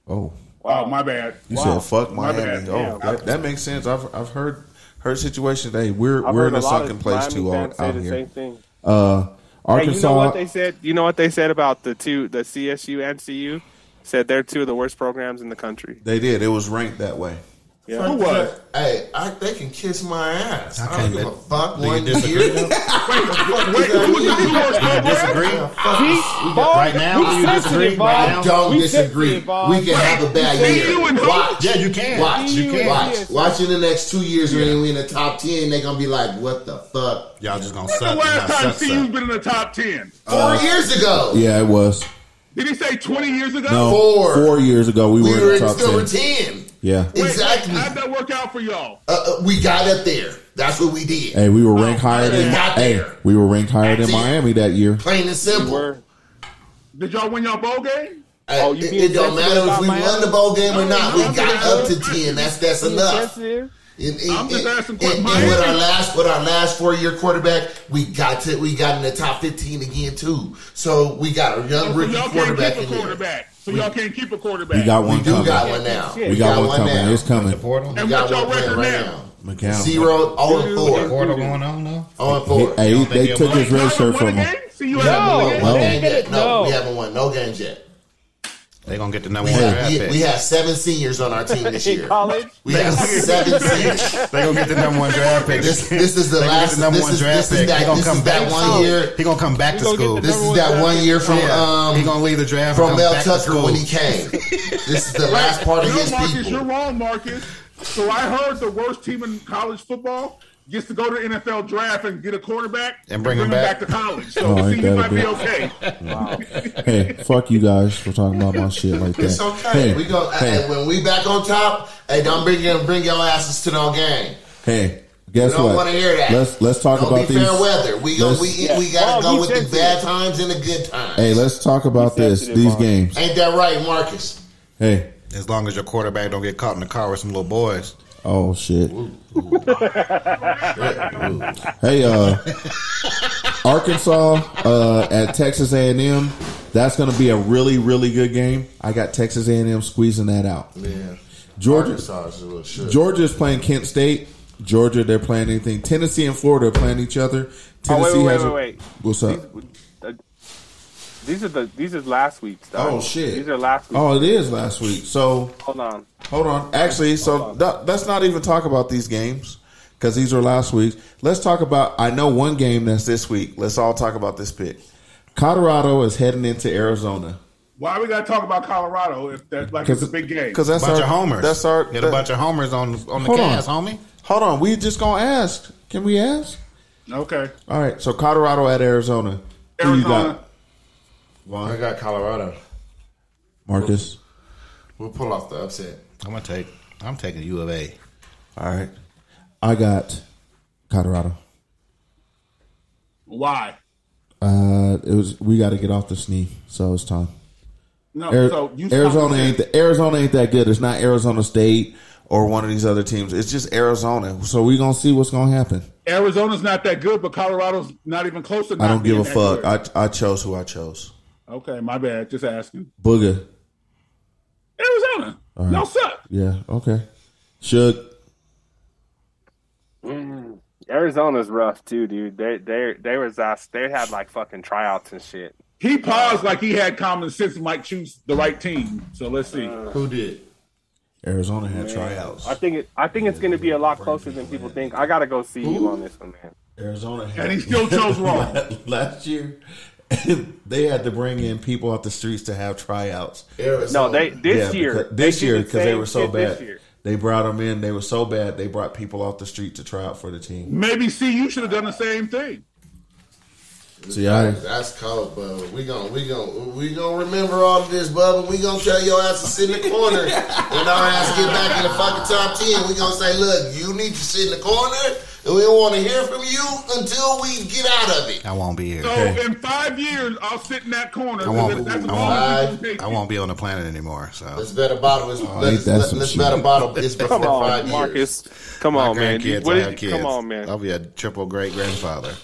Speaker 3: Oh,
Speaker 6: Oh, my bad.
Speaker 3: you
Speaker 4: Wow.
Speaker 3: said fuck
Speaker 6: My
Speaker 3: Miami.
Speaker 6: bad.
Speaker 3: Oh,
Speaker 6: Yeah.
Speaker 3: that, that makes sense. I've I've heard heard situations. Hey, we're
Speaker 4: I've
Speaker 3: we're
Speaker 4: heard
Speaker 3: in a,
Speaker 4: lot of
Speaker 3: sunken place
Speaker 4: Miami
Speaker 3: too
Speaker 4: fans
Speaker 3: out,
Speaker 4: say
Speaker 3: out
Speaker 4: the
Speaker 3: here.
Speaker 4: Same thing.
Speaker 3: Uh,
Speaker 4: Hey,
Speaker 3: Arkansas.
Speaker 4: you know what they said? You know what they said about the two the CSU and CU? Said they're two of the worst programs in the country.
Speaker 3: They did. It was ranked that way.
Speaker 4: Yeah.
Speaker 6: Who was?
Speaker 5: Hey, I, they can kiss my ass. I,
Speaker 1: can't
Speaker 5: don't give a
Speaker 1: let-
Speaker 5: fuck.
Speaker 1: do you
Speaker 5: One
Speaker 1: disagree?
Speaker 5: year. Wait,
Speaker 6: Wait, who was the who was
Speaker 1: You disagree? Right now,
Speaker 11: we
Speaker 1: do you
Speaker 11: sensitive,
Speaker 1: disagree?
Speaker 11: Bob.
Speaker 1: Right now,
Speaker 5: Don't
Speaker 11: We
Speaker 5: disagree. We
Speaker 11: sensitive, Bob.
Speaker 5: can have a bad year.
Speaker 6: you and who?
Speaker 5: Watch.
Speaker 1: Yeah, you can.
Speaker 5: Watch.
Speaker 1: You can.
Speaker 5: Watch. Watch in the next two years when we in the top ten, they're gonna be like, "What the fuck?"
Speaker 1: Y'all just gonna
Speaker 6: the
Speaker 1: suck.
Speaker 6: last
Speaker 1: Nah,
Speaker 6: time
Speaker 1: suck,
Speaker 6: CU's
Speaker 1: suck.
Speaker 6: been in the top ten?
Speaker 5: Four years ago,
Speaker 3: uh, Yeah, it was.
Speaker 6: Did he say twenty years ago?
Speaker 3: No,
Speaker 5: Four.
Speaker 3: four years ago we,
Speaker 5: we
Speaker 3: were in
Speaker 5: were
Speaker 3: the
Speaker 5: in
Speaker 3: top
Speaker 5: still
Speaker 3: ten.
Speaker 5: ten.
Speaker 3: Yeah,
Speaker 6: Wait,
Speaker 5: Exactly.
Speaker 6: How'd that work out for y'all?
Speaker 5: Uh, uh, we got up there. That's what we did.
Speaker 3: hey, we were ranked
Speaker 4: Oh,
Speaker 3: higher
Speaker 5: they
Speaker 3: than
Speaker 5: got
Speaker 3: hey,
Speaker 5: there.
Speaker 3: we were ranked higher than
Speaker 5: That's it.
Speaker 3: Miami that year.
Speaker 5: Plain and simple.
Speaker 4: We're,
Speaker 6: Did y'all win y'all bowl game?
Speaker 5: Hey,
Speaker 4: Oh, you
Speaker 5: it,
Speaker 4: being
Speaker 5: it don't
Speaker 4: sensitive
Speaker 5: matter if
Speaker 4: about
Speaker 5: we won
Speaker 4: Miami?
Speaker 5: the bowl game or not. We
Speaker 6: I'm
Speaker 5: got
Speaker 6: just
Speaker 5: up to
Speaker 6: asking.
Speaker 5: ten. That's that's enough.
Speaker 4: sensitive.
Speaker 5: And,
Speaker 6: I'm just asking
Speaker 5: and-
Speaker 6: what
Speaker 5: and
Speaker 6: Miami-
Speaker 5: with our last with our last four year quarterback, we got to we got in the top fifteen again too. So we got a young
Speaker 6: So
Speaker 5: rookie
Speaker 6: y'all can't
Speaker 5: quarterback
Speaker 6: keep
Speaker 5: in
Speaker 6: a
Speaker 5: there.
Speaker 6: quarterback. So y'all can't keep a quarterback.
Speaker 3: We got
Speaker 5: We
Speaker 3: one
Speaker 5: do
Speaker 3: coming.
Speaker 5: got one now.
Speaker 3: we got, one coming. It's
Speaker 1: The
Speaker 3: coming.
Speaker 1: portal.
Speaker 5: We
Speaker 6: And
Speaker 5: got
Speaker 6: what's
Speaker 5: one
Speaker 6: y'all
Speaker 5: playing
Speaker 6: record
Speaker 5: right
Speaker 6: now?
Speaker 5: now.
Speaker 3: McCown.
Speaker 5: Zero,
Speaker 1: The
Speaker 5: 0 and 4.
Speaker 1: portal going on though.
Speaker 5: 0 and
Speaker 3: He-
Speaker 5: 4.
Speaker 3: hey, he-
Speaker 1: Y'all think
Speaker 3: they
Speaker 1: he'll
Speaker 3: took
Speaker 1: win?
Speaker 3: his red shirt from him.
Speaker 6: See you
Speaker 11: No.
Speaker 6: no.
Speaker 5: No, we
Speaker 11: They
Speaker 5: ain't
Speaker 11: ain't
Speaker 5: yet.
Speaker 11: gonna-
Speaker 5: no,
Speaker 11: no.
Speaker 5: we haven't won no games yet.
Speaker 1: They gonna get the number
Speaker 5: We
Speaker 1: one
Speaker 5: have,
Speaker 1: draft
Speaker 5: we,
Speaker 1: pick.
Speaker 5: we have seven seniors on our team this year.
Speaker 4: In college,
Speaker 5: We have seven seniors.
Speaker 1: They gonna get the number one draft pick.
Speaker 5: This, this is the
Speaker 1: They gonna get
Speaker 5: last.
Speaker 1: the number
Speaker 5: This
Speaker 1: one
Speaker 5: is,
Speaker 1: draft
Speaker 5: this is
Speaker 1: pick. He
Speaker 5: that.
Speaker 1: gonna
Speaker 5: This is
Speaker 1: come
Speaker 5: that
Speaker 1: back.
Speaker 5: one year.
Speaker 1: He gonna come back to
Speaker 11: gonna get
Speaker 1: school.
Speaker 11: the
Speaker 5: This is
Speaker 11: Number
Speaker 5: that
Speaker 11: one
Speaker 5: one year from
Speaker 1: Yeah. he
Speaker 5: um
Speaker 1: gonna leave the draft
Speaker 5: from
Speaker 1: and come
Speaker 5: Mel
Speaker 1: back to
Speaker 5: Tucker
Speaker 1: school.
Speaker 5: when he came. This is the last part of
Speaker 6: No,
Speaker 5: his
Speaker 6: Marcus, you're
Speaker 5: people.
Speaker 6: wrong, Marcus. So I heard the worst team in college football gets to go to NFL draft and get a quarterback
Speaker 1: And bring him back.
Speaker 6: to college. So
Speaker 3: Oh,
Speaker 6: the
Speaker 3: ain't
Speaker 6: senior
Speaker 3: that a
Speaker 6: might be
Speaker 3: bit.
Speaker 6: okay.
Speaker 3: Hey, fuck you guys for talking about my shit like that.
Speaker 5: It's okay.
Speaker 3: Hey,
Speaker 5: we go.
Speaker 3: hey,
Speaker 5: Hey. When we back on top, hey, don't bring your bring your asses to no game.
Speaker 3: hey, guess
Speaker 5: We don't
Speaker 3: what?
Speaker 5: want to hear that.
Speaker 3: Let's let's talk
Speaker 5: don't
Speaker 3: about
Speaker 5: be
Speaker 3: these.
Speaker 5: fair weather. We go.
Speaker 3: let's-
Speaker 5: We we gotta
Speaker 4: Well,
Speaker 5: go
Speaker 4: you
Speaker 5: with the
Speaker 4: sensitive.
Speaker 5: bad times and the good times.
Speaker 3: Hey, let's talk about this.
Speaker 4: sensitive,
Speaker 3: These
Speaker 4: Mark.
Speaker 3: games.
Speaker 5: Ain't that right, Marcus?
Speaker 3: Hey,
Speaker 1: As long as your quarterback don't get caught in the car with some little boys.
Speaker 3: oh shit. Hey, uh, Arkansas uh, at Texas A and M. That's going to be a really really good game. I got Texas A and M squeezing that out.
Speaker 5: Yeah.
Speaker 3: Georgia
Speaker 5: is a little shit.
Speaker 3: Georgia's playing Kent State. Georgia, they're playing anything. Tennessee and Florida are playing each other.
Speaker 4: Oh, wait,
Speaker 3: Tennessee
Speaker 4: wait,
Speaker 3: has
Speaker 4: wait,
Speaker 3: a-
Speaker 4: wait,
Speaker 3: What's
Speaker 4: wait.
Speaker 3: up?
Speaker 4: These, uh, these are the these is last week's. dog.
Speaker 3: Oh shit!
Speaker 4: These are last week's.
Speaker 3: Oh, it is last week. So
Speaker 4: Hold on.
Speaker 3: hold on. Actually, so th- let's not even talk about these games because these are last week's. Let's talk about. I know one game that's this week. Let's all talk about this pick. Colorado is heading into Arizona
Speaker 6: Why we gotta talk about Colorado if that's like it's a big game?
Speaker 3: because that's
Speaker 1: bunch
Speaker 3: our
Speaker 1: of homers.
Speaker 3: That's our.
Speaker 1: Get
Speaker 3: that-
Speaker 1: a bunch of homers on on the
Speaker 3: Hold on.
Speaker 1: cast, homie.
Speaker 3: hold on, we just gonna ask. Can we ask?
Speaker 6: Okay.
Speaker 3: All right. So Colorado at Arizona. Who you
Speaker 6: Arizona.
Speaker 3: got,
Speaker 5: I got Colorado.
Speaker 3: Marcus?
Speaker 5: We'll pull off the upset.
Speaker 1: I'm gonna take. I'm taking U of A.
Speaker 3: All right. I got Colorado.
Speaker 6: Why?
Speaker 3: Uh, it was we got to get off the sneak, so it's time.
Speaker 6: No,
Speaker 3: Ari-
Speaker 6: so you
Speaker 3: Arizona ain't the, Arizona ain't that good. It's not Arizona State or one of these other teams. It's just Arizona. So we gonna see what's gonna happen.
Speaker 6: Arizona's not that good, but Colorado's not even close to.
Speaker 3: I don't
Speaker 6: not being
Speaker 3: give a
Speaker 6: that
Speaker 3: fuck.
Speaker 6: good.
Speaker 3: I I chose who I chose.
Speaker 6: okay, my bad. Just asking.
Speaker 3: Booger.
Speaker 6: Arizona, y'all suck.
Speaker 3: Yeah. Okay. Shook.
Speaker 4: Arizona's rough too, dude. They they they was uh, they had like fucking tryouts and shit.
Speaker 6: He paused like he had common sense and might choose the right team. So let's see.
Speaker 5: Who did?
Speaker 3: Arizona had tryouts.
Speaker 4: I think it I think it's gonna be a lot closer than people think. I gotta go see you on this one, man.
Speaker 3: Arizona had
Speaker 6: And he still chose wrong.
Speaker 3: last year. they had to bring in people off the streets to have tryouts.
Speaker 4: No, they
Speaker 3: Yeah,
Speaker 4: this year
Speaker 3: because- this
Speaker 4: they did
Speaker 3: year
Speaker 4: the
Speaker 3: because they
Speaker 4: same
Speaker 3: were so
Speaker 4: shit this
Speaker 3: bad.
Speaker 4: year.
Speaker 3: They brought them in. They were so bad. They brought people off the street to try out for the team.
Speaker 6: Maybe CU should have done the same thing. Mm.
Speaker 3: See, I
Speaker 5: That's cold, Bubba. We gon' we gon' we gon' remember all of this, Bubba. We gon' tell your ass to sit in the corner. when our ass get back in the fucking top ten, we gon' say, look, you need to sit in the corner, and we don't want to hear from you until we get out of it.
Speaker 1: I won't be here.
Speaker 6: So
Speaker 3: Okay.
Speaker 6: in five years, I'll sit in that corner.
Speaker 1: I won't-
Speaker 6: That's as
Speaker 1: I
Speaker 6: long
Speaker 1: won't-
Speaker 6: as people take
Speaker 1: I
Speaker 6: you.
Speaker 1: won't be on the planet anymore. So
Speaker 5: Let's bet a bottle. Is,
Speaker 3: Oh, ain't
Speaker 5: let's
Speaker 3: that
Speaker 5: let,
Speaker 3: some
Speaker 5: let's
Speaker 3: shit.
Speaker 5: bet a bottle. It's before
Speaker 4: Come
Speaker 5: five
Speaker 4: on,
Speaker 5: years.
Speaker 4: Marcus. Come
Speaker 1: My
Speaker 4: on, man.
Speaker 1: grandkids
Speaker 4: What
Speaker 1: will
Speaker 4: is-
Speaker 1: have kids.
Speaker 4: Come on, man.
Speaker 1: I'll be a triple great grandfather.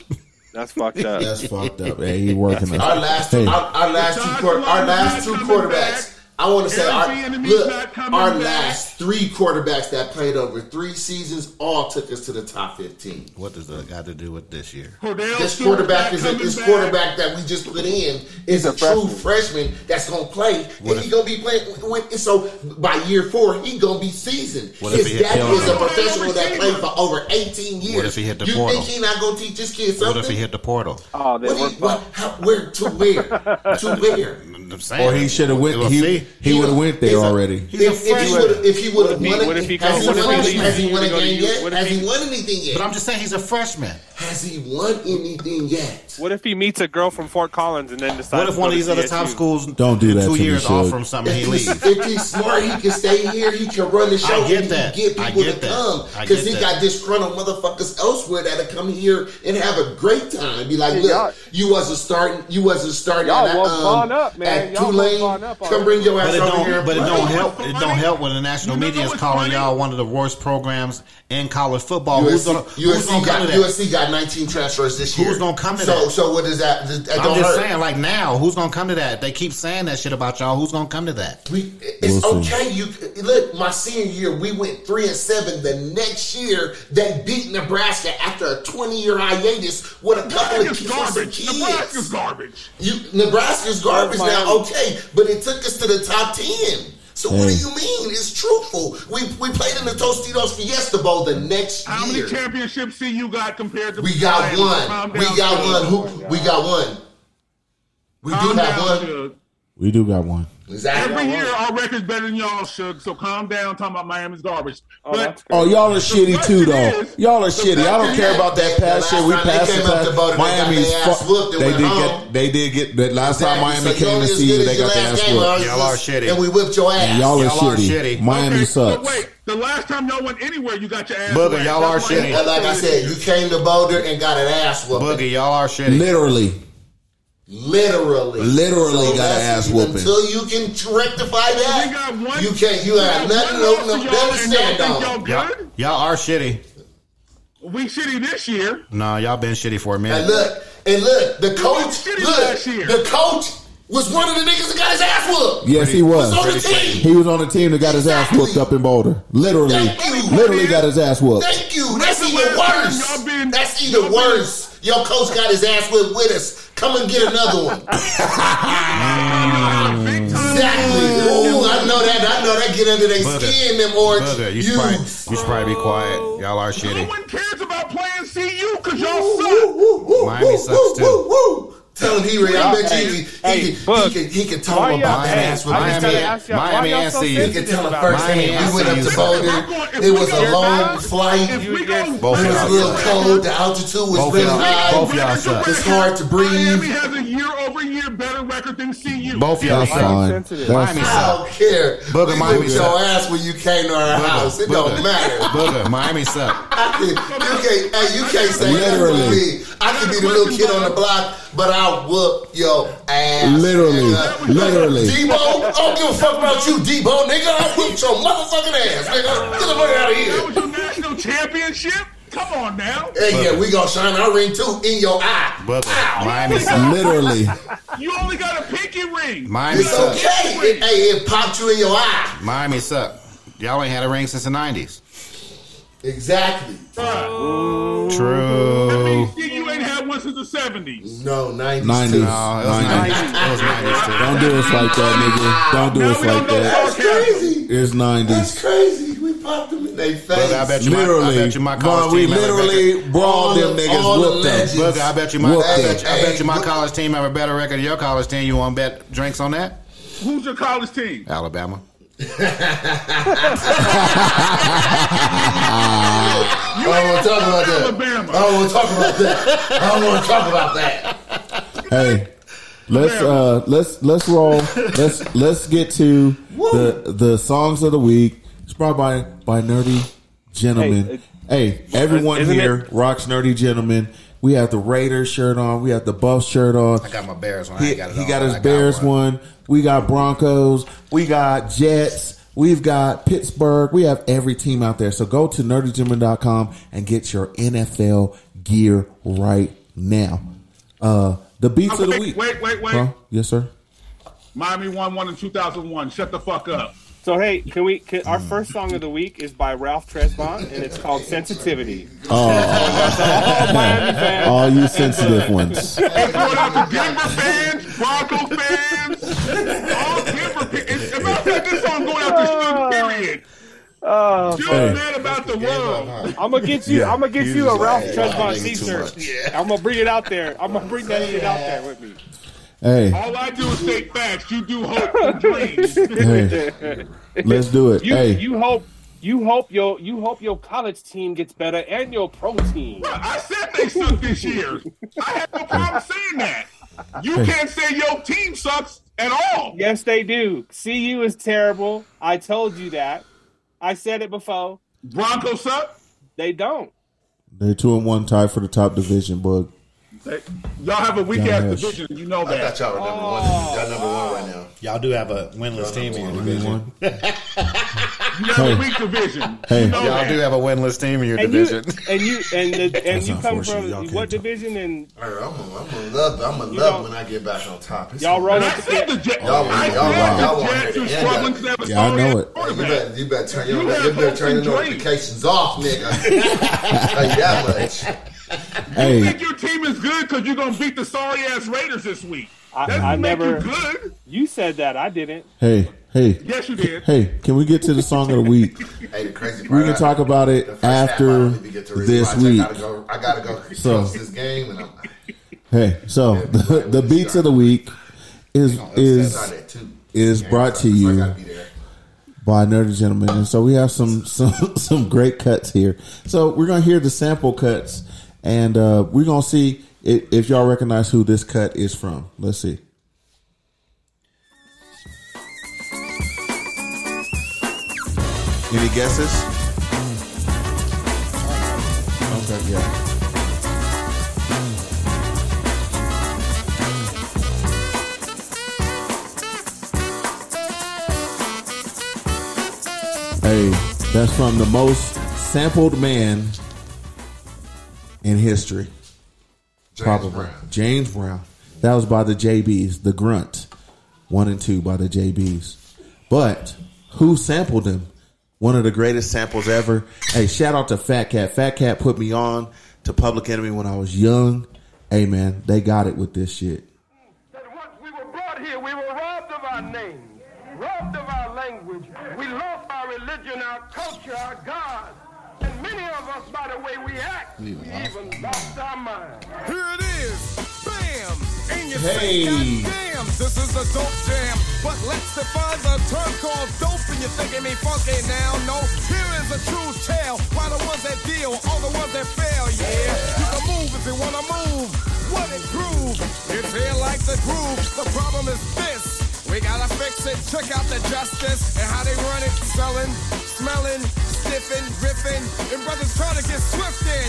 Speaker 4: That's fucked up.
Speaker 3: that's fucked up. Hey, he working.
Speaker 5: Our last,
Speaker 3: Hey.
Speaker 5: our, our last two,
Speaker 6: Josh
Speaker 5: quar- our
Speaker 6: Allen
Speaker 5: last
Speaker 6: not
Speaker 5: two quarterbacks.
Speaker 6: coming back.
Speaker 5: I want to say our,
Speaker 6: Every enemy's
Speaker 5: look,
Speaker 6: not coming
Speaker 5: our
Speaker 6: back.
Speaker 5: last three quarterbacks that played over three seasons all took us to the top fifteen.
Speaker 3: What does that got to do with this year?
Speaker 6: Cordell
Speaker 5: This
Speaker 6: Stewart's
Speaker 5: quarterback
Speaker 6: not
Speaker 5: is a,
Speaker 6: coming
Speaker 5: this
Speaker 6: back.
Speaker 5: quarterback that we just put in is a,
Speaker 4: a
Speaker 5: true
Speaker 4: freshman.
Speaker 5: freshman that's gonna play,
Speaker 3: What
Speaker 5: and
Speaker 3: if-
Speaker 5: he's gonna be playing. When, and so by year four, he gonna be seasoned.
Speaker 3: What if
Speaker 5: His
Speaker 3: he hit
Speaker 5: dad
Speaker 3: the
Speaker 5: is a
Speaker 3: portal?
Speaker 5: professional that played for over eighteen years.
Speaker 3: What if he hit the
Speaker 5: you
Speaker 3: portal?
Speaker 5: think he not gonna teach his kid something?
Speaker 3: What if he hit the portal?
Speaker 4: Oh, they
Speaker 5: What do
Speaker 4: were
Speaker 5: you- what- how- where to where to where?
Speaker 3: I'm saying,
Speaker 9: Or he should have went.
Speaker 3: We'll
Speaker 9: He,
Speaker 3: see.
Speaker 9: he would have went there
Speaker 5: He's a-
Speaker 9: already.
Speaker 5: If, if he
Speaker 3: freshman.
Speaker 5: would, if he would have
Speaker 4: What if he-
Speaker 5: won,
Speaker 4: what
Speaker 5: a-
Speaker 4: if he
Speaker 5: has
Speaker 3: goes-
Speaker 5: he
Speaker 3: what if
Speaker 5: won
Speaker 3: he
Speaker 5: any-
Speaker 3: leaves?
Speaker 5: has he won
Speaker 4: He would
Speaker 5: a
Speaker 4: go to
Speaker 5: game
Speaker 4: you.
Speaker 5: yet?
Speaker 4: What if
Speaker 5: Has he
Speaker 4: he-
Speaker 5: won anything
Speaker 3: But I'm
Speaker 5: yet?
Speaker 3: just saying he's a freshman.
Speaker 5: Has he won anything yet?
Speaker 4: What if he meets a girl from Fort Collins and then decides?
Speaker 3: What if
Speaker 4: to
Speaker 3: one
Speaker 4: go
Speaker 3: of
Speaker 4: to
Speaker 3: these other
Speaker 4: CSU?
Speaker 3: top schools
Speaker 9: Don't do that
Speaker 3: two
Speaker 9: to me,
Speaker 3: years off
Speaker 9: Shug.
Speaker 3: from something he
Speaker 5: If he's,
Speaker 3: leaves?
Speaker 5: if he's smart, he can stay here. He can run the show.
Speaker 3: I get
Speaker 5: and he
Speaker 3: that.
Speaker 5: Can get
Speaker 3: I
Speaker 5: people
Speaker 3: get
Speaker 5: to
Speaker 3: that.
Speaker 5: come
Speaker 3: I
Speaker 5: because
Speaker 3: get
Speaker 5: he
Speaker 3: that.
Speaker 5: got disgruntled motherfuckers elsewhere that'll come here and have a great time. Be like,
Speaker 4: Hey, y'all-
Speaker 5: look, you wasn't starting. You wasn't starting.
Speaker 4: Y'all
Speaker 5: at,
Speaker 4: was
Speaker 5: um,
Speaker 4: blown up, man.
Speaker 5: At
Speaker 4: Y'all was
Speaker 5: Tulane,
Speaker 4: blown up
Speaker 5: come bring your ass
Speaker 3: But it
Speaker 5: over here.
Speaker 3: don't.
Speaker 5: and
Speaker 3: But it
Speaker 5: play.
Speaker 3: don't help. It don't help when the national
Speaker 6: You know
Speaker 3: media is
Speaker 6: what's
Speaker 3: calling
Speaker 6: funny?
Speaker 3: y'all one of the worst programs in college football. who's
Speaker 5: USC,
Speaker 3: gonna who's
Speaker 5: USC
Speaker 3: gonna come
Speaker 5: got
Speaker 3: to that?
Speaker 5: USC got 19 transfers this
Speaker 3: Who's
Speaker 5: year.
Speaker 3: gonna come to
Speaker 5: so,
Speaker 3: that?
Speaker 5: So what does that? That that
Speaker 3: I'm
Speaker 5: don't
Speaker 3: just
Speaker 5: hurt.
Speaker 3: saying, like now, who's gonna come to that? If They keep saying that shit about y'all. Who's gonna come to that?
Speaker 5: We, it's
Speaker 9: We'll see.
Speaker 5: okay. You look. My senior year, we went three and seven. The next year, they beat Nebraska after a twenty-year hiatus with a couple of
Speaker 6: Nebraska's
Speaker 5: kids. with some
Speaker 6: garbage. Nebraska's
Speaker 5: kids.
Speaker 6: garbage.
Speaker 5: You, Nebraska's garbage now.
Speaker 4: Miami.
Speaker 5: Okay, but it took us to the top ten. So what do
Speaker 9: Hey.
Speaker 5: you mean? It's truthful. We we played in the Tostitos Fiesta Bowl the next
Speaker 6: How
Speaker 5: year.
Speaker 6: many championships see you got compared to
Speaker 5: we got
Speaker 6: Miami? Calm
Speaker 5: one. We
Speaker 6: down,
Speaker 5: got
Speaker 6: Shug.
Speaker 5: one. Who? We got one. We
Speaker 6: Calm
Speaker 5: do have
Speaker 6: down,
Speaker 5: one.
Speaker 6: Shug.
Speaker 9: We do got one.
Speaker 5: Exactly.
Speaker 6: Every year, our record's better than y'all, Shug. So calm down. Talking about Miami's garbage.
Speaker 4: Oh,
Speaker 6: but
Speaker 4: that's
Speaker 9: Oh, y'all are shitty too,
Speaker 6: question
Speaker 9: though.
Speaker 6: is-
Speaker 9: Y'all are
Speaker 6: the
Speaker 9: shitty. I don't
Speaker 6: question
Speaker 9: care
Speaker 6: is-
Speaker 9: about that
Speaker 5: The
Speaker 9: past
Speaker 5: last
Speaker 9: shit. We
Speaker 5: time they
Speaker 9: passed
Speaker 5: came
Speaker 9: the
Speaker 5: up to vote
Speaker 9: past.
Speaker 5: and they got
Speaker 9: Miami's
Speaker 5: their ass
Speaker 9: fuck.
Speaker 5: whooped and
Speaker 9: They
Speaker 5: went
Speaker 9: did
Speaker 5: home.
Speaker 9: get. They did get. That last time
Speaker 5: Exactly.
Speaker 9: Miami
Speaker 5: So
Speaker 9: came
Speaker 5: only
Speaker 9: to
Speaker 5: as
Speaker 9: see
Speaker 5: good
Speaker 9: you,
Speaker 5: as
Speaker 9: they
Speaker 5: your
Speaker 9: got their
Speaker 5: last
Speaker 9: ass
Speaker 5: game
Speaker 9: whooped.
Speaker 5: was.
Speaker 3: Y'all are shitty.
Speaker 5: And we whipped your ass.
Speaker 9: And y'all are
Speaker 3: Y'all are
Speaker 9: shitty.
Speaker 3: shitty.
Speaker 9: Miami
Speaker 6: okay,
Speaker 9: sucks.
Speaker 6: But wait, the last time y'all went anywhere, you got your ass.
Speaker 3: Booger,
Speaker 6: whacked.
Speaker 3: y'all are
Speaker 6: That's why
Speaker 3: shitty.
Speaker 5: And like I said, you came to Boulder and got an ass whooping.
Speaker 3: Boogie, y'all are shitty.
Speaker 9: Literally,
Speaker 5: Literally.
Speaker 9: Literally got an
Speaker 5: that's-
Speaker 9: ass whooping.
Speaker 5: Until you can rectify that,
Speaker 6: We got one.
Speaker 5: you can't, you
Speaker 6: we
Speaker 5: have
Speaker 6: got
Speaker 5: nothing,
Speaker 6: one
Speaker 5: no,
Speaker 6: loss
Speaker 5: no,
Speaker 6: to
Speaker 5: nothing
Speaker 6: y'all,
Speaker 5: to
Speaker 6: and y'all
Speaker 5: stand
Speaker 6: think
Speaker 5: on.
Speaker 6: y'all
Speaker 3: Y'all,
Speaker 6: good?
Speaker 3: y'all are shitty.
Speaker 6: We shitty this year.
Speaker 3: No, y'all been shitty for a
Speaker 5: And
Speaker 3: minute.
Speaker 5: look, and look, the coach,
Speaker 6: shitty
Speaker 5: look,
Speaker 6: last year.
Speaker 5: the coach was one of the niggas that got his ass whooped.
Speaker 9: yes, he
Speaker 5: Was on
Speaker 9: was.
Speaker 5: the team.
Speaker 9: He was on the team that got his ass whooped up in Boulder. Literally,
Speaker 5: Thank you.
Speaker 9: literally got his ass whooped.
Speaker 5: Thank you. That's
Speaker 6: the
Speaker 5: even
Speaker 6: last time
Speaker 5: worse.
Speaker 6: y'all been-
Speaker 5: That's
Speaker 6: y'all
Speaker 5: even
Speaker 6: been-
Speaker 5: worse. Your coach got his ass whipped with us. Come and get another one.
Speaker 6: Big time.
Speaker 5: Exactly. Ooh, I know that. I know that get under their
Speaker 3: Booger.
Speaker 5: skin, them orange
Speaker 3: Booger, you
Speaker 5: youths.
Speaker 3: should, probably, you should probably be quiet. Y'all are
Speaker 6: No
Speaker 3: shitty.
Speaker 6: one cares about playing CU because y'all
Speaker 5: Woo,
Speaker 6: suck.
Speaker 5: woo, woo, woo,
Speaker 3: Miami
Speaker 5: woo,
Speaker 3: sucks,
Speaker 5: woo,
Speaker 3: too.
Speaker 5: woo, woo. Tell him he ready. I bet you he,
Speaker 4: Hey,
Speaker 5: he,
Speaker 4: Boog.
Speaker 5: he, he, can, he can talk
Speaker 4: Why
Speaker 5: about
Speaker 4: y'all?
Speaker 5: my
Speaker 4: hey,
Speaker 5: ass with
Speaker 4: I'm just
Speaker 3: Miami-
Speaker 4: trying to ask y'all, why
Speaker 3: Miami
Speaker 4: y'all so
Speaker 3: NC.
Speaker 5: You can
Speaker 4: sensitive
Speaker 5: tell him
Speaker 4: about it?
Speaker 5: firsthand.
Speaker 3: Miami
Speaker 5: We went up
Speaker 3: is
Speaker 5: to
Speaker 3: a-
Speaker 5: Boulder. It was a
Speaker 6: If
Speaker 5: long
Speaker 6: we
Speaker 5: flight.
Speaker 6: If
Speaker 5: It
Speaker 6: we go
Speaker 4: Both
Speaker 3: of
Speaker 5: was
Speaker 3: y'all
Speaker 5: real
Speaker 3: suck.
Speaker 5: cold. The altitude was
Speaker 3: Both
Speaker 5: really
Speaker 3: y'all- both
Speaker 5: high.
Speaker 3: y'all
Speaker 6: Miami's a
Speaker 3: suck.
Speaker 5: It's
Speaker 6: record.
Speaker 5: hard to breathe.
Speaker 6: Miami has a year-over-year better record than CU.
Speaker 3: Both y'all
Speaker 9: That's
Speaker 3: suck.
Speaker 9: fine.
Speaker 4: sensitive.
Speaker 9: That's
Speaker 3: Miami
Speaker 5: I
Speaker 3: suck.
Speaker 5: don't care.
Speaker 3: Booger,
Speaker 5: we
Speaker 3: Miami
Speaker 5: whipped
Speaker 3: suck.
Speaker 5: your ass when you came to our house. It don't matter.
Speaker 3: Booger, Miami suck.
Speaker 5: you can't, hey, you can't say
Speaker 9: Literally.
Speaker 5: that to me. I could be the little kid on the block, but I'll whoop your ass.
Speaker 9: Literally,
Speaker 5: nigga.
Speaker 9: literally.
Speaker 5: Debo, I don't give a fuck about you, Debo, nigga. I'll whoop your motherfucking ass, nigga. Get the fuck out of
Speaker 6: That
Speaker 5: here.
Speaker 6: was your national championship. Come on now.
Speaker 5: Hey, yeah, we gonna shine our ring too in your eye.
Speaker 3: Booger, Miami suck.
Speaker 9: literally.
Speaker 6: You only got a pinky ring.
Speaker 3: Miami
Speaker 5: It's
Speaker 3: suck.
Speaker 5: okay. It- hey, it popped you in your eye.
Speaker 3: Miami suck. Y'all ain't had a ring since the 90s.
Speaker 5: Exactly.
Speaker 3: True.
Speaker 6: That means CU ain't had one since the seventies.
Speaker 5: No, 90s.
Speaker 9: Nineties.
Speaker 5: too.
Speaker 3: No, it was 90s. It was 90s too.
Speaker 9: Don't do us like that, nigga. Don't do
Speaker 6: Now
Speaker 9: us
Speaker 6: we don't
Speaker 9: like
Speaker 6: know
Speaker 9: that.
Speaker 5: That's crazy.
Speaker 9: It's
Speaker 5: That's
Speaker 9: nineties.
Speaker 5: crazy. We popped them in their face.
Speaker 3: Booger, I bet you
Speaker 9: Literally,
Speaker 3: my, I bet you my
Speaker 9: Bro,
Speaker 3: college
Speaker 9: we
Speaker 3: team had a record.
Speaker 9: literally brawled them niggas
Speaker 5: all the
Speaker 9: whooped them.
Speaker 5: legends.
Speaker 3: Booger, I bet you my,
Speaker 9: Whooped
Speaker 3: I
Speaker 9: it.
Speaker 3: bet, you- I bet you my
Speaker 5: Hey,
Speaker 3: college team have a better record than your college team. You want to bet drinks on that?
Speaker 6: Who's your college team?
Speaker 3: Alabama.
Speaker 5: I don't want to talk about that.
Speaker 6: Alabama.
Speaker 5: I don't want to talk about that. I don't want to talk about that.
Speaker 9: Hey, let's uh, let's let's roll. Let's let's get to the the songs of the week. It's brought by by Nerdy Gentlemen. Hey, everyone
Speaker 4: isn't
Speaker 9: here rocks Nerdy Gentlemen. We have the Raiders shirt on. We have the Buff shirt on.
Speaker 3: I got my Bears one. I
Speaker 9: He,
Speaker 3: ain't got it
Speaker 9: he
Speaker 3: on,
Speaker 9: got
Speaker 3: but
Speaker 9: his
Speaker 3: I
Speaker 9: Bears one. We got Broncos. We got Jets. We've got Pittsburgh. We have every team out there. So go to nerdygentleman.com and get your NFL gear right now. Uh, the beats of the
Speaker 6: Wait,
Speaker 9: week.
Speaker 6: wait, wait, wait.
Speaker 9: Huh? Yes, sir.
Speaker 6: Miami won one in 2001. Shut the fuck up.
Speaker 4: So hey, can we? Can, our first song of the week is by Ralph Tresvant, and it's called "Sensitivity." All Miami fans.
Speaker 5: Oh, All you sensitive ones.
Speaker 6: It's going out to Denver fans, Broncos fans, all Denver pe- It's about that this song going out to Slim, period. Oh, Feel
Speaker 5: man.
Speaker 6: mad about Ah. the world.
Speaker 4: I'm gonna get you.
Speaker 5: Yeah.
Speaker 4: I'm gonna get
Speaker 3: He's
Speaker 4: you a
Speaker 3: just
Speaker 4: Ralph
Speaker 3: like, y'all
Speaker 4: Tresvant
Speaker 3: niggas too
Speaker 4: T-shirt.
Speaker 3: much.
Speaker 4: I'm gonna bring it out there. I'm gonna bring that shit out there with me.
Speaker 5: Hey,
Speaker 6: All I do is state facts. You do hope you dream.
Speaker 5: hey, let's do it.
Speaker 4: You
Speaker 5: Hey,
Speaker 4: you hope you hope your you hope your college team gets better and your pro team.
Speaker 6: I said they suck this year. I had no problem saying that. You can't say your team sucks at all.
Speaker 4: Yes, they do. CU is terrible. I told you that. I said it before.
Speaker 6: Broncos suck.
Speaker 4: They don't.
Speaker 5: they're two and one tied for the top division, bug.
Speaker 6: They- Y'all have a weak ass
Speaker 5: Gosh.
Speaker 6: division. You know
Speaker 12: I thought
Speaker 6: that.
Speaker 12: y'all were number one. Y'all number one right now.
Speaker 3: Y'all do have a winless team in your division.
Speaker 5: One.
Speaker 6: You have a
Speaker 5: Hey.
Speaker 6: weak division.
Speaker 5: Hey.
Speaker 6: You know
Speaker 3: Y'all
Speaker 6: that.
Speaker 3: do have a winless team in your
Speaker 4: And you
Speaker 3: division.
Speaker 4: and you and the, and
Speaker 5: That's
Speaker 4: you come
Speaker 5: unfortunate. Y'all
Speaker 4: from
Speaker 5: can't
Speaker 4: what
Speaker 5: talk.
Speaker 4: division and
Speaker 12: All right, I'm gonna, I'm gonna love. I'm gonna
Speaker 4: You
Speaker 12: love
Speaker 4: know-
Speaker 12: when I get back on top. It's
Speaker 4: y'all
Speaker 12: gonna-
Speaker 4: roll
Speaker 6: And I
Speaker 4: with the
Speaker 6: said the
Speaker 4: Jets.
Speaker 6: Jets.
Speaker 12: Y'all
Speaker 6: I
Speaker 12: want- y'all want- y'all
Speaker 6: said
Speaker 12: want
Speaker 6: the Jets
Speaker 12: to
Speaker 6: who
Speaker 12: end up.
Speaker 6: struggling to have a
Speaker 5: Yeah, I know
Speaker 6: solid
Speaker 5: it.
Speaker 12: You
Speaker 6: quarterback.
Speaker 12: better, you better turn your,
Speaker 6: You
Speaker 12: you
Speaker 6: have
Speaker 12: better turn your
Speaker 6: fucking Drake.
Speaker 12: notifications off, nigga. Tell you that much.
Speaker 6: You
Speaker 5: Hey,
Speaker 6: think your team is good because you're gonna beat the sorry ass Raiders this week.
Speaker 4: I-
Speaker 6: That
Speaker 4: I
Speaker 6: doesn't make
Speaker 4: never-
Speaker 6: you good.
Speaker 4: You said that. I didn't.
Speaker 5: hey, hey,
Speaker 6: Yes, you did.
Speaker 5: hey! Can we get to the song of the week?
Speaker 12: Hey, the crazy part.
Speaker 5: We can talk about it
Speaker 12: the first half, I
Speaker 5: after
Speaker 12: don't even get to read
Speaker 5: this
Speaker 12: much.
Speaker 5: week.
Speaker 12: I gotta go. I gotta go
Speaker 5: So-
Speaker 12: coach this game, and I'm
Speaker 5: Hey, so the, the beats of the week is
Speaker 12: not
Speaker 5: is
Speaker 12: that too.
Speaker 5: is brought to
Speaker 12: I
Speaker 5: you
Speaker 12: gotta be there.
Speaker 5: by Nerdy Gentlemen, and so we have some some some great cuts here. So we're gonna hear the sample cuts, and uh, we're gonna see if, if y'all recognize who this cut is from. Let's see. Any guesses? Okay, yeah. Hey, that's from the most sampled man in history.
Speaker 12: James
Speaker 5: probably
Speaker 12: Brown.
Speaker 5: James Brown. That was by the JBs, the Grunt, one and two by the JBs. But who sampled him? One of the greatest samples ever. Hey, shout out to Fat Cat. Fat Cat put me on to Public Enemy when I was young. Hey man, they got it with this shit.
Speaker 13: that once we were brought here, we were robbed of our names, robbed of our language. We lost our religion, our culture, our God. And many of us, by the way we act, we even lost our minds.
Speaker 1: Here it is. Bam! And you
Speaker 5: Hey.
Speaker 1: say, God damn, this is a dope jam. But let's define the term called dope, and you're thinking me funky now. No, here is a true tale. Why the ones that deal, all the ones that fail, yeah. You can move if you wanna move. What it groove? It's here like the groove. The problem is this. We gotta fix it, check out the justice and how they run it, selling, smelling, sniffing, riffing, and brothers trying to get swift in.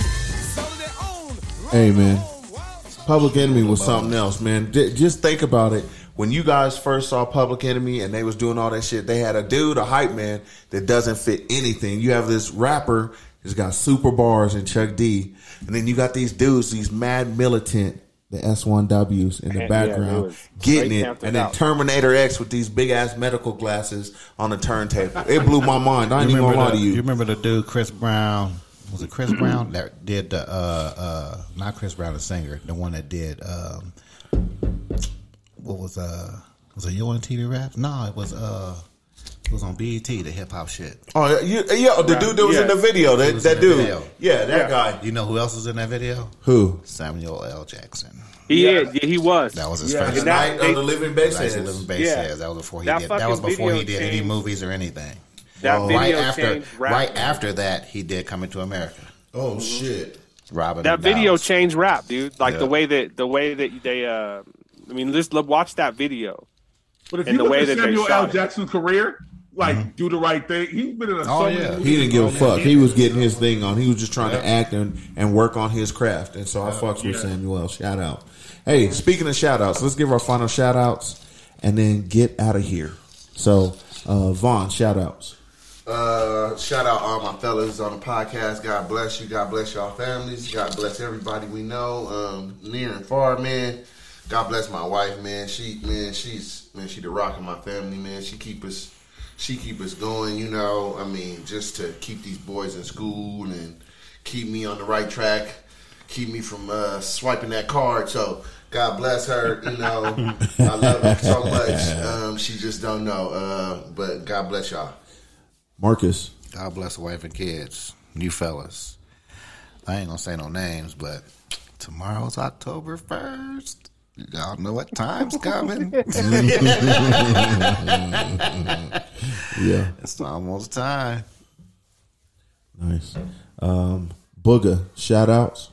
Speaker 1: Selling their own.
Speaker 5: Hey, man.
Speaker 1: Wild-
Speaker 5: Public Enemy was something else, man. J- just think about it. When you guys first saw Public Enemy and they was doing all that shit, they had a dude, a hype man, that doesn't fit anything. You have this rapper that's got super bars and Chuck D, and then you got these dudes, these mad militant, the S1Ws in the
Speaker 4: Yeah, it
Speaker 5: background
Speaker 4: was
Speaker 5: getting
Speaker 4: straight
Speaker 5: it,
Speaker 4: counted
Speaker 5: and then
Speaker 4: out.
Speaker 5: Terminator X with these big ass medical glasses on the turntable. It blew my mind. I ain't
Speaker 3: You
Speaker 5: even gonna lie
Speaker 3: remember,
Speaker 5: to
Speaker 3: the, you
Speaker 5: you.
Speaker 3: remember the dude Chris Brown? Was it Chris Brown that did the uh, uh, not Chris Brown the singer, the one that did um, what was uh was it UNT the rap? No, it was uh it was on BET the hip hop shit.
Speaker 5: Oh, you, yo, the dude that was in the
Speaker 4: Yeah.
Speaker 5: video, that,
Speaker 3: was in
Speaker 5: that
Speaker 3: the
Speaker 5: dude,
Speaker 3: video.
Speaker 5: yeah, that guy,
Speaker 3: You know who else was in that video?
Speaker 5: who
Speaker 3: Samuel L. Jackson.
Speaker 4: He is. Yeah, he was.
Speaker 3: That was his
Speaker 5: Yeah,
Speaker 3: first.
Speaker 4: that-
Speaker 5: Night of
Speaker 4: they-
Speaker 5: the Living Bass
Speaker 3: Nice
Speaker 5: Heads.
Speaker 3: Living Bass
Speaker 4: Yeah.
Speaker 3: Heads. That was before he
Speaker 4: That
Speaker 3: did. That was
Speaker 4: fucking
Speaker 3: before he
Speaker 4: video
Speaker 3: did any
Speaker 4: changed-
Speaker 3: movies or anything.
Speaker 4: That video
Speaker 3: right after,
Speaker 4: changed rap.
Speaker 3: right after that, he did Coming to America.
Speaker 12: Oh shit!
Speaker 3: Robin.
Speaker 4: that video
Speaker 3: Downs.
Speaker 4: changed rap, dude. Like
Speaker 3: Yeah.
Speaker 4: the way that the way that they. Uh, I mean, just look, watch that video.
Speaker 6: But if
Speaker 4: And
Speaker 6: you
Speaker 4: the
Speaker 6: look
Speaker 4: way
Speaker 6: at
Speaker 4: that they
Speaker 6: Samuel
Speaker 4: shot
Speaker 6: L.
Speaker 4: it.
Speaker 6: Jackson's career, like do the right thing. He's been in a
Speaker 3: Mm-hmm.
Speaker 6: so
Speaker 3: Oh,
Speaker 6: many
Speaker 3: yeah.
Speaker 6: movies.
Speaker 5: He didn't give a fuck. He was getting his thing on. He was just trying to act and, and work on his craft. And so I fucks with Samuel. Shout out. Hey, speaking of shout outs, let's give our final shout outs and then get out of here. So, uh, Vaughn, shout outs.
Speaker 12: Uh, shout out all my fellas on the podcast. God bless you. God bless y'all families. God bless everybody we know, um, near and far, man.
Speaker 14: God bless my wife, man. She man, she's man, she the rock of my family, man. She keep us she keep us going, you know. I mean, just to keep these boys in school and keep me on the right track, keep me from uh, swiping that card. So God bless her, you know. I love her so much. Um, she just don't know. Uh, but God bless y'all.
Speaker 5: Marcus.
Speaker 3: God bless the wife and kids, you fellas. I ain't gonna say no names, but tomorrow's October first. Y'all know what time's coming.
Speaker 5: Yeah.
Speaker 3: it's almost time.
Speaker 5: Nice. Um, Booga, shout outs.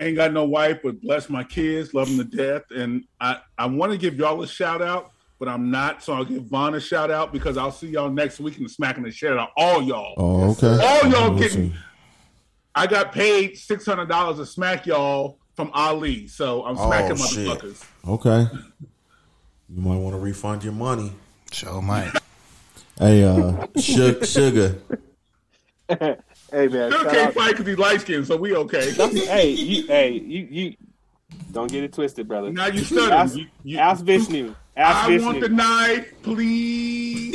Speaker 6: ain't got no wife, but bless my kids, love them to death. And I, I want to give y'all a shout out, but I'm not. So I'll give Vaughn a shout out because I'll see y'all next week and smacking the shit out of all y'all.
Speaker 5: Oh, okay.
Speaker 6: All y'all
Speaker 5: We'll
Speaker 6: getting.
Speaker 5: see.
Speaker 6: I got paid six hundred dollars to smack y'all from Ali, so
Speaker 3: Oh,
Speaker 6: I'm smacking motherfuckers.
Speaker 5: Okay. You might want to refund your money.
Speaker 3: Show might.
Speaker 5: Hey, uh, Sugar. sugar.
Speaker 4: hey man,
Speaker 6: Bill
Speaker 4: shout
Speaker 6: can't
Speaker 4: out-
Speaker 6: fight because he's light skinned, so we okay.
Speaker 4: Don't- hey, you, hey, you, you, don't get it twisted, brother.
Speaker 6: Now you stuttering.
Speaker 4: Ask,
Speaker 6: You-
Speaker 4: ask Vishnu. Ask
Speaker 6: I
Speaker 4: Vishnu.
Speaker 6: want the knife, please.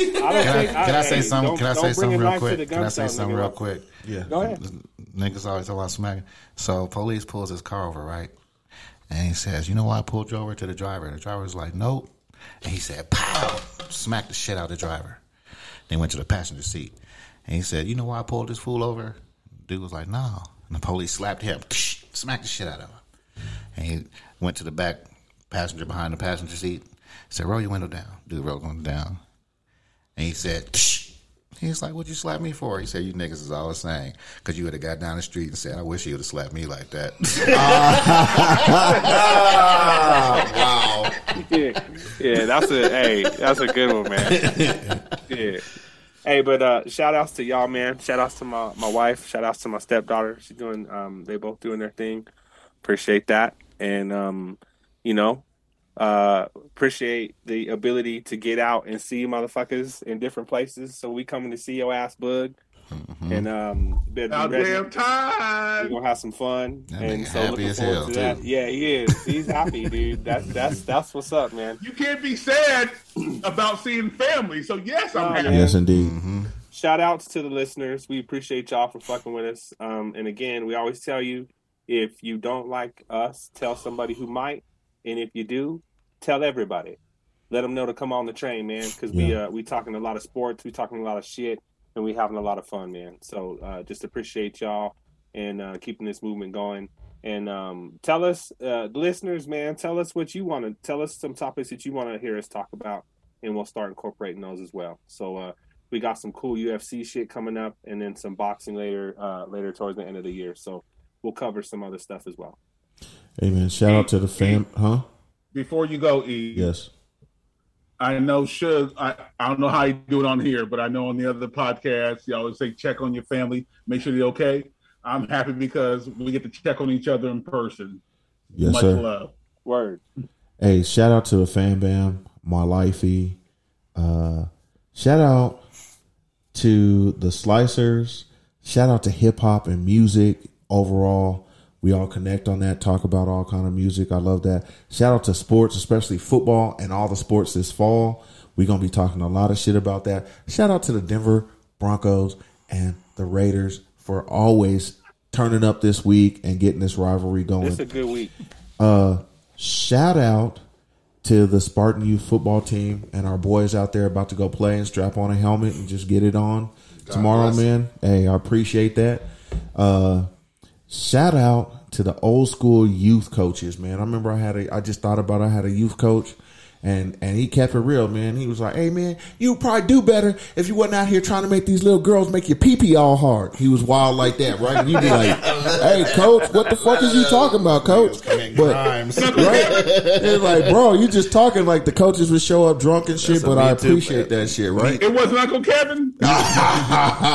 Speaker 4: I don't
Speaker 3: Can I,
Speaker 4: think-
Speaker 3: can I say
Speaker 4: hey,
Speaker 3: something?
Speaker 4: don't-
Speaker 3: Can I say
Speaker 4: don't bring
Speaker 3: something
Speaker 4: a
Speaker 3: real
Speaker 4: knife to the
Speaker 3: quick? Can I say
Speaker 4: gunshot,
Speaker 3: something
Speaker 4: nigga.
Speaker 3: real quick?
Speaker 5: Yeah.
Speaker 4: Go ahead.
Speaker 3: Niggas always talk about smacking. So police pulls his car over, right? And he says, "You know why I pulled you over?" To the driver, and the driver's like, "Nope." And he said, "Pow!" Smacked the shit out of the driver. They went to the passenger seat, and he said, "You know why I pulled this fool over?" Dude was like, "No." And the police slapped him, smacked the shit out of him. And he went to the back passenger behind the passenger seat. Said, "Roll your window down." Dude rolled the window down, and he said, "Psh." He's like, "What you slap me for?" He said, "You niggas is all the same, because you would have got down the street and said, I wish you would have slapped me like that.'"
Speaker 14: wow.
Speaker 4: yeah, yeah, that's a hey, that's a good one, man. Yeah. Hey, but uh shout outs to y'all, man. Shout outs to my, my wife, shout outs to my stepdaughter. She's doing um they both doing their thing. Appreciate that. And um, you know, uh appreciate the ability to get out and see motherfuckers in different places. So we coming to see your ass bug.
Speaker 3: Mm-hmm.
Speaker 4: And um better be
Speaker 6: About
Speaker 4: ready.
Speaker 6: damn time.
Speaker 4: We're gonna have some fun.
Speaker 3: That
Speaker 4: and
Speaker 3: nigga
Speaker 4: so
Speaker 3: happy
Speaker 4: looking
Speaker 3: as
Speaker 4: forward
Speaker 3: hell,
Speaker 4: to that.
Speaker 3: too.
Speaker 4: Yeah, he is. He's happy, dude. That's that's that's what's up, man.
Speaker 6: You can't be sad about seeing family. So yes, I'm happy.
Speaker 5: Yes, indeed.
Speaker 15: Mm-hmm.
Speaker 4: shout outs to the listeners. We appreciate y'all for fucking with us. Um, and again, we always tell you if you don't like us, tell somebody who might, and if you do, tell everybody. Let them know to come on the train, man, because we uh, we talking a lot of sports, we talking a lot of shit, and we having a lot of fun, man. So uh, just appreciate y'all and uh, keeping this movement going. And um, tell us, uh, listeners, man, tell us what you want to tell us some topics that you want to hear us talk about, and we'll start incorporating those as well. So uh, we got some cool UFC shit coming up, and then some boxing later, uh, later towards the end of the year. So we'll cover some other stuff as well.
Speaker 5: Hey, man, shout out to the fam. Huh?
Speaker 6: Before you go, E,
Speaker 5: Yes.
Speaker 6: I know Suge, I, I don't know how you do it on here, but I know on the other podcasts, you always say check on your family, make sure they're okay. I'm happy because we get to check on each other in person.
Speaker 5: Yes,
Speaker 6: Much
Speaker 5: sir.
Speaker 6: love.
Speaker 4: Word.
Speaker 5: Hey, shout out to the fam bam, my lifey. Uh, shout out to the slicers. Shout out to hip hop and music overall. We all connect on that. Talk about all kind of music. I love that. Shout out to sports, especially football and all the sports this fall. We're gonna be talking a lot of shit about that. Shout out to the Denver Broncos and the Raiders for always turning up this week and getting this rivalry going.
Speaker 4: It's a good week.
Speaker 5: Uh, shout out to the Spartan Youth football team and our boys out there about to go play and strap on a helmet and just get it on tomorrow,
Speaker 14: bless.
Speaker 5: man. Hey, I appreciate that. Uh, shout out to the old school youth coaches, man. I remember I had a, I just thought about I had a youth coach. And, and he kept it real, man. He was like, "Hey, man, you would probably do better if you wasn't out here trying to make these little girls make your pee pee all hard." He was wild like that, right? And you'd be like, "Hey, coach, what the fuck is you talking about, coach?"
Speaker 3: Commit
Speaker 5: But
Speaker 3: crimes.
Speaker 5: right? It's like, bro, you just talking like the coaches would show up drunk and shit,
Speaker 3: That's a
Speaker 5: but I
Speaker 3: me too,
Speaker 5: appreciate
Speaker 3: man.
Speaker 5: that shit, right?
Speaker 6: It wasn't Uncle Kevin.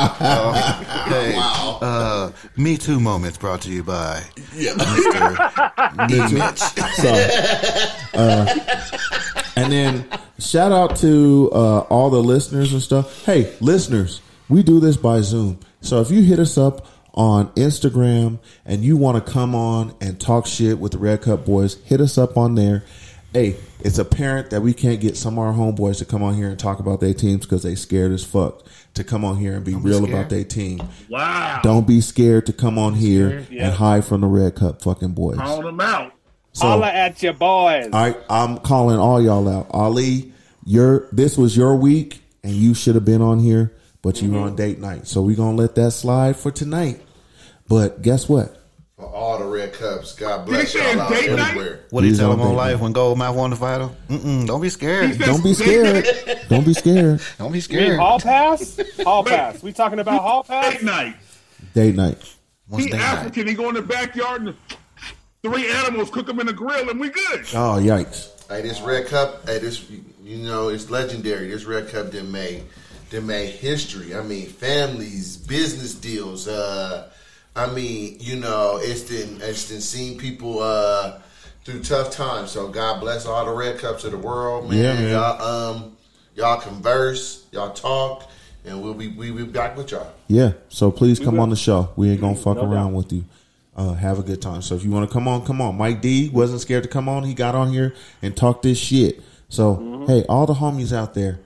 Speaker 3: Hey, uh, Me Too moments brought to you by Mr. E. Mitch.
Speaker 5: So, uh, and then shout out to uh, all the listeners and stuff. Hey, listeners, we do this by Zoom. So if you hit us up on Instagram and you want to come on and talk shit with the Red Cup Boys, hit us up on there. Hey, it's apparent that we can't get some of our homeboys to come on here and talk about their teams because they scared as fuck to come on here and be real
Speaker 6: scared.
Speaker 5: about their team.
Speaker 6: Wow.
Speaker 5: Don't be scared to come on here
Speaker 6: Scared, yeah.
Speaker 5: and hide from the Red Cup fucking boys.
Speaker 6: Call them out.
Speaker 5: So-
Speaker 16: Holla at your boys.
Speaker 5: I I'm calling all y'all out. Ali, your this was your week and you should have been on here, but you were on date night. So we're gonna let that slide for tonight. But guess what?
Speaker 3: For all the red cups, God bless
Speaker 15: Did he say
Speaker 3: y'all out
Speaker 15: date night?
Speaker 3: everywhere.
Speaker 15: What do you
Speaker 5: He's
Speaker 15: tell
Speaker 5: on
Speaker 15: them on
Speaker 5: date
Speaker 15: life
Speaker 5: night.
Speaker 15: when gold mouth won the vital? Mm-mm, don't be scared.
Speaker 5: Don't be scared. Don't be scared.
Speaker 15: Don't be scared.
Speaker 16: Mean hall pass? Hall pass. We talking about hall pass?
Speaker 6: Date night.
Speaker 5: Date night.
Speaker 6: He African. He go in the backyard and three animals, cook them in the grill, and we good.
Speaker 5: Oh yikes.
Speaker 3: Hey, this red cup. Hey, this you know it's legendary. This red cup that made that made history. I mean, families, business deals. Uh, I mean, you know, it's been it's been seeing people uh, through tough times. So God bless all the red cups of the world, man.
Speaker 5: Yeah, man.
Speaker 3: Y'all, um, y'all converse, y'all talk, and we'll be we will be back with y'all.
Speaker 5: Yeah. So please come on the show. We Mm-hmm. ain't gonna fuck
Speaker 3: No
Speaker 5: around with you. Uh, have a good time. So if you want to come on, come on. Mike D wasn't scared to come on. He got on here and talked this shit. So hey, all the homies out there,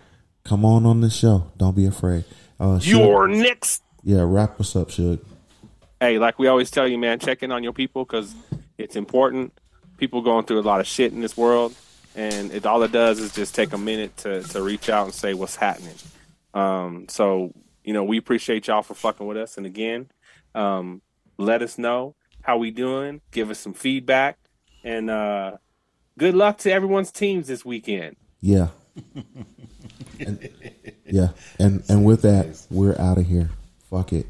Speaker 5: come on on the show. Don't be afraid. Uh,
Speaker 16: You're
Speaker 5: Suge-
Speaker 16: next.
Speaker 5: Yeah, wrap us up, Shug.
Speaker 4: Hey, like we always tell you, man, check in on your people because it's important. People going through a lot of shit in this world, and it all it does is just take a minute to to reach out and say what's happening. Um, so you know, we appreciate y'all for fucking with us. And again, um, let us know how we doing. Give us some feedback, and uh, good luck to everyone's teams this weekend.
Speaker 5: Yeah, yeah. And and with that, we're out of here. Fuck it.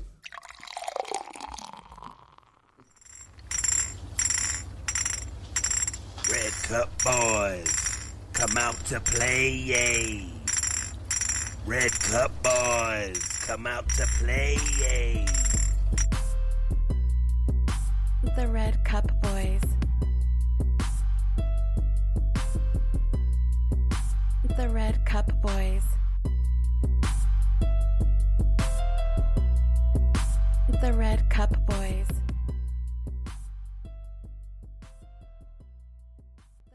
Speaker 1: Red Cup Boys, come out to play, yay. Red Cup Boys, come out to play, yay.
Speaker 2: The Red Cup Boys. The Red Cup Boys. The Red Cup Boys.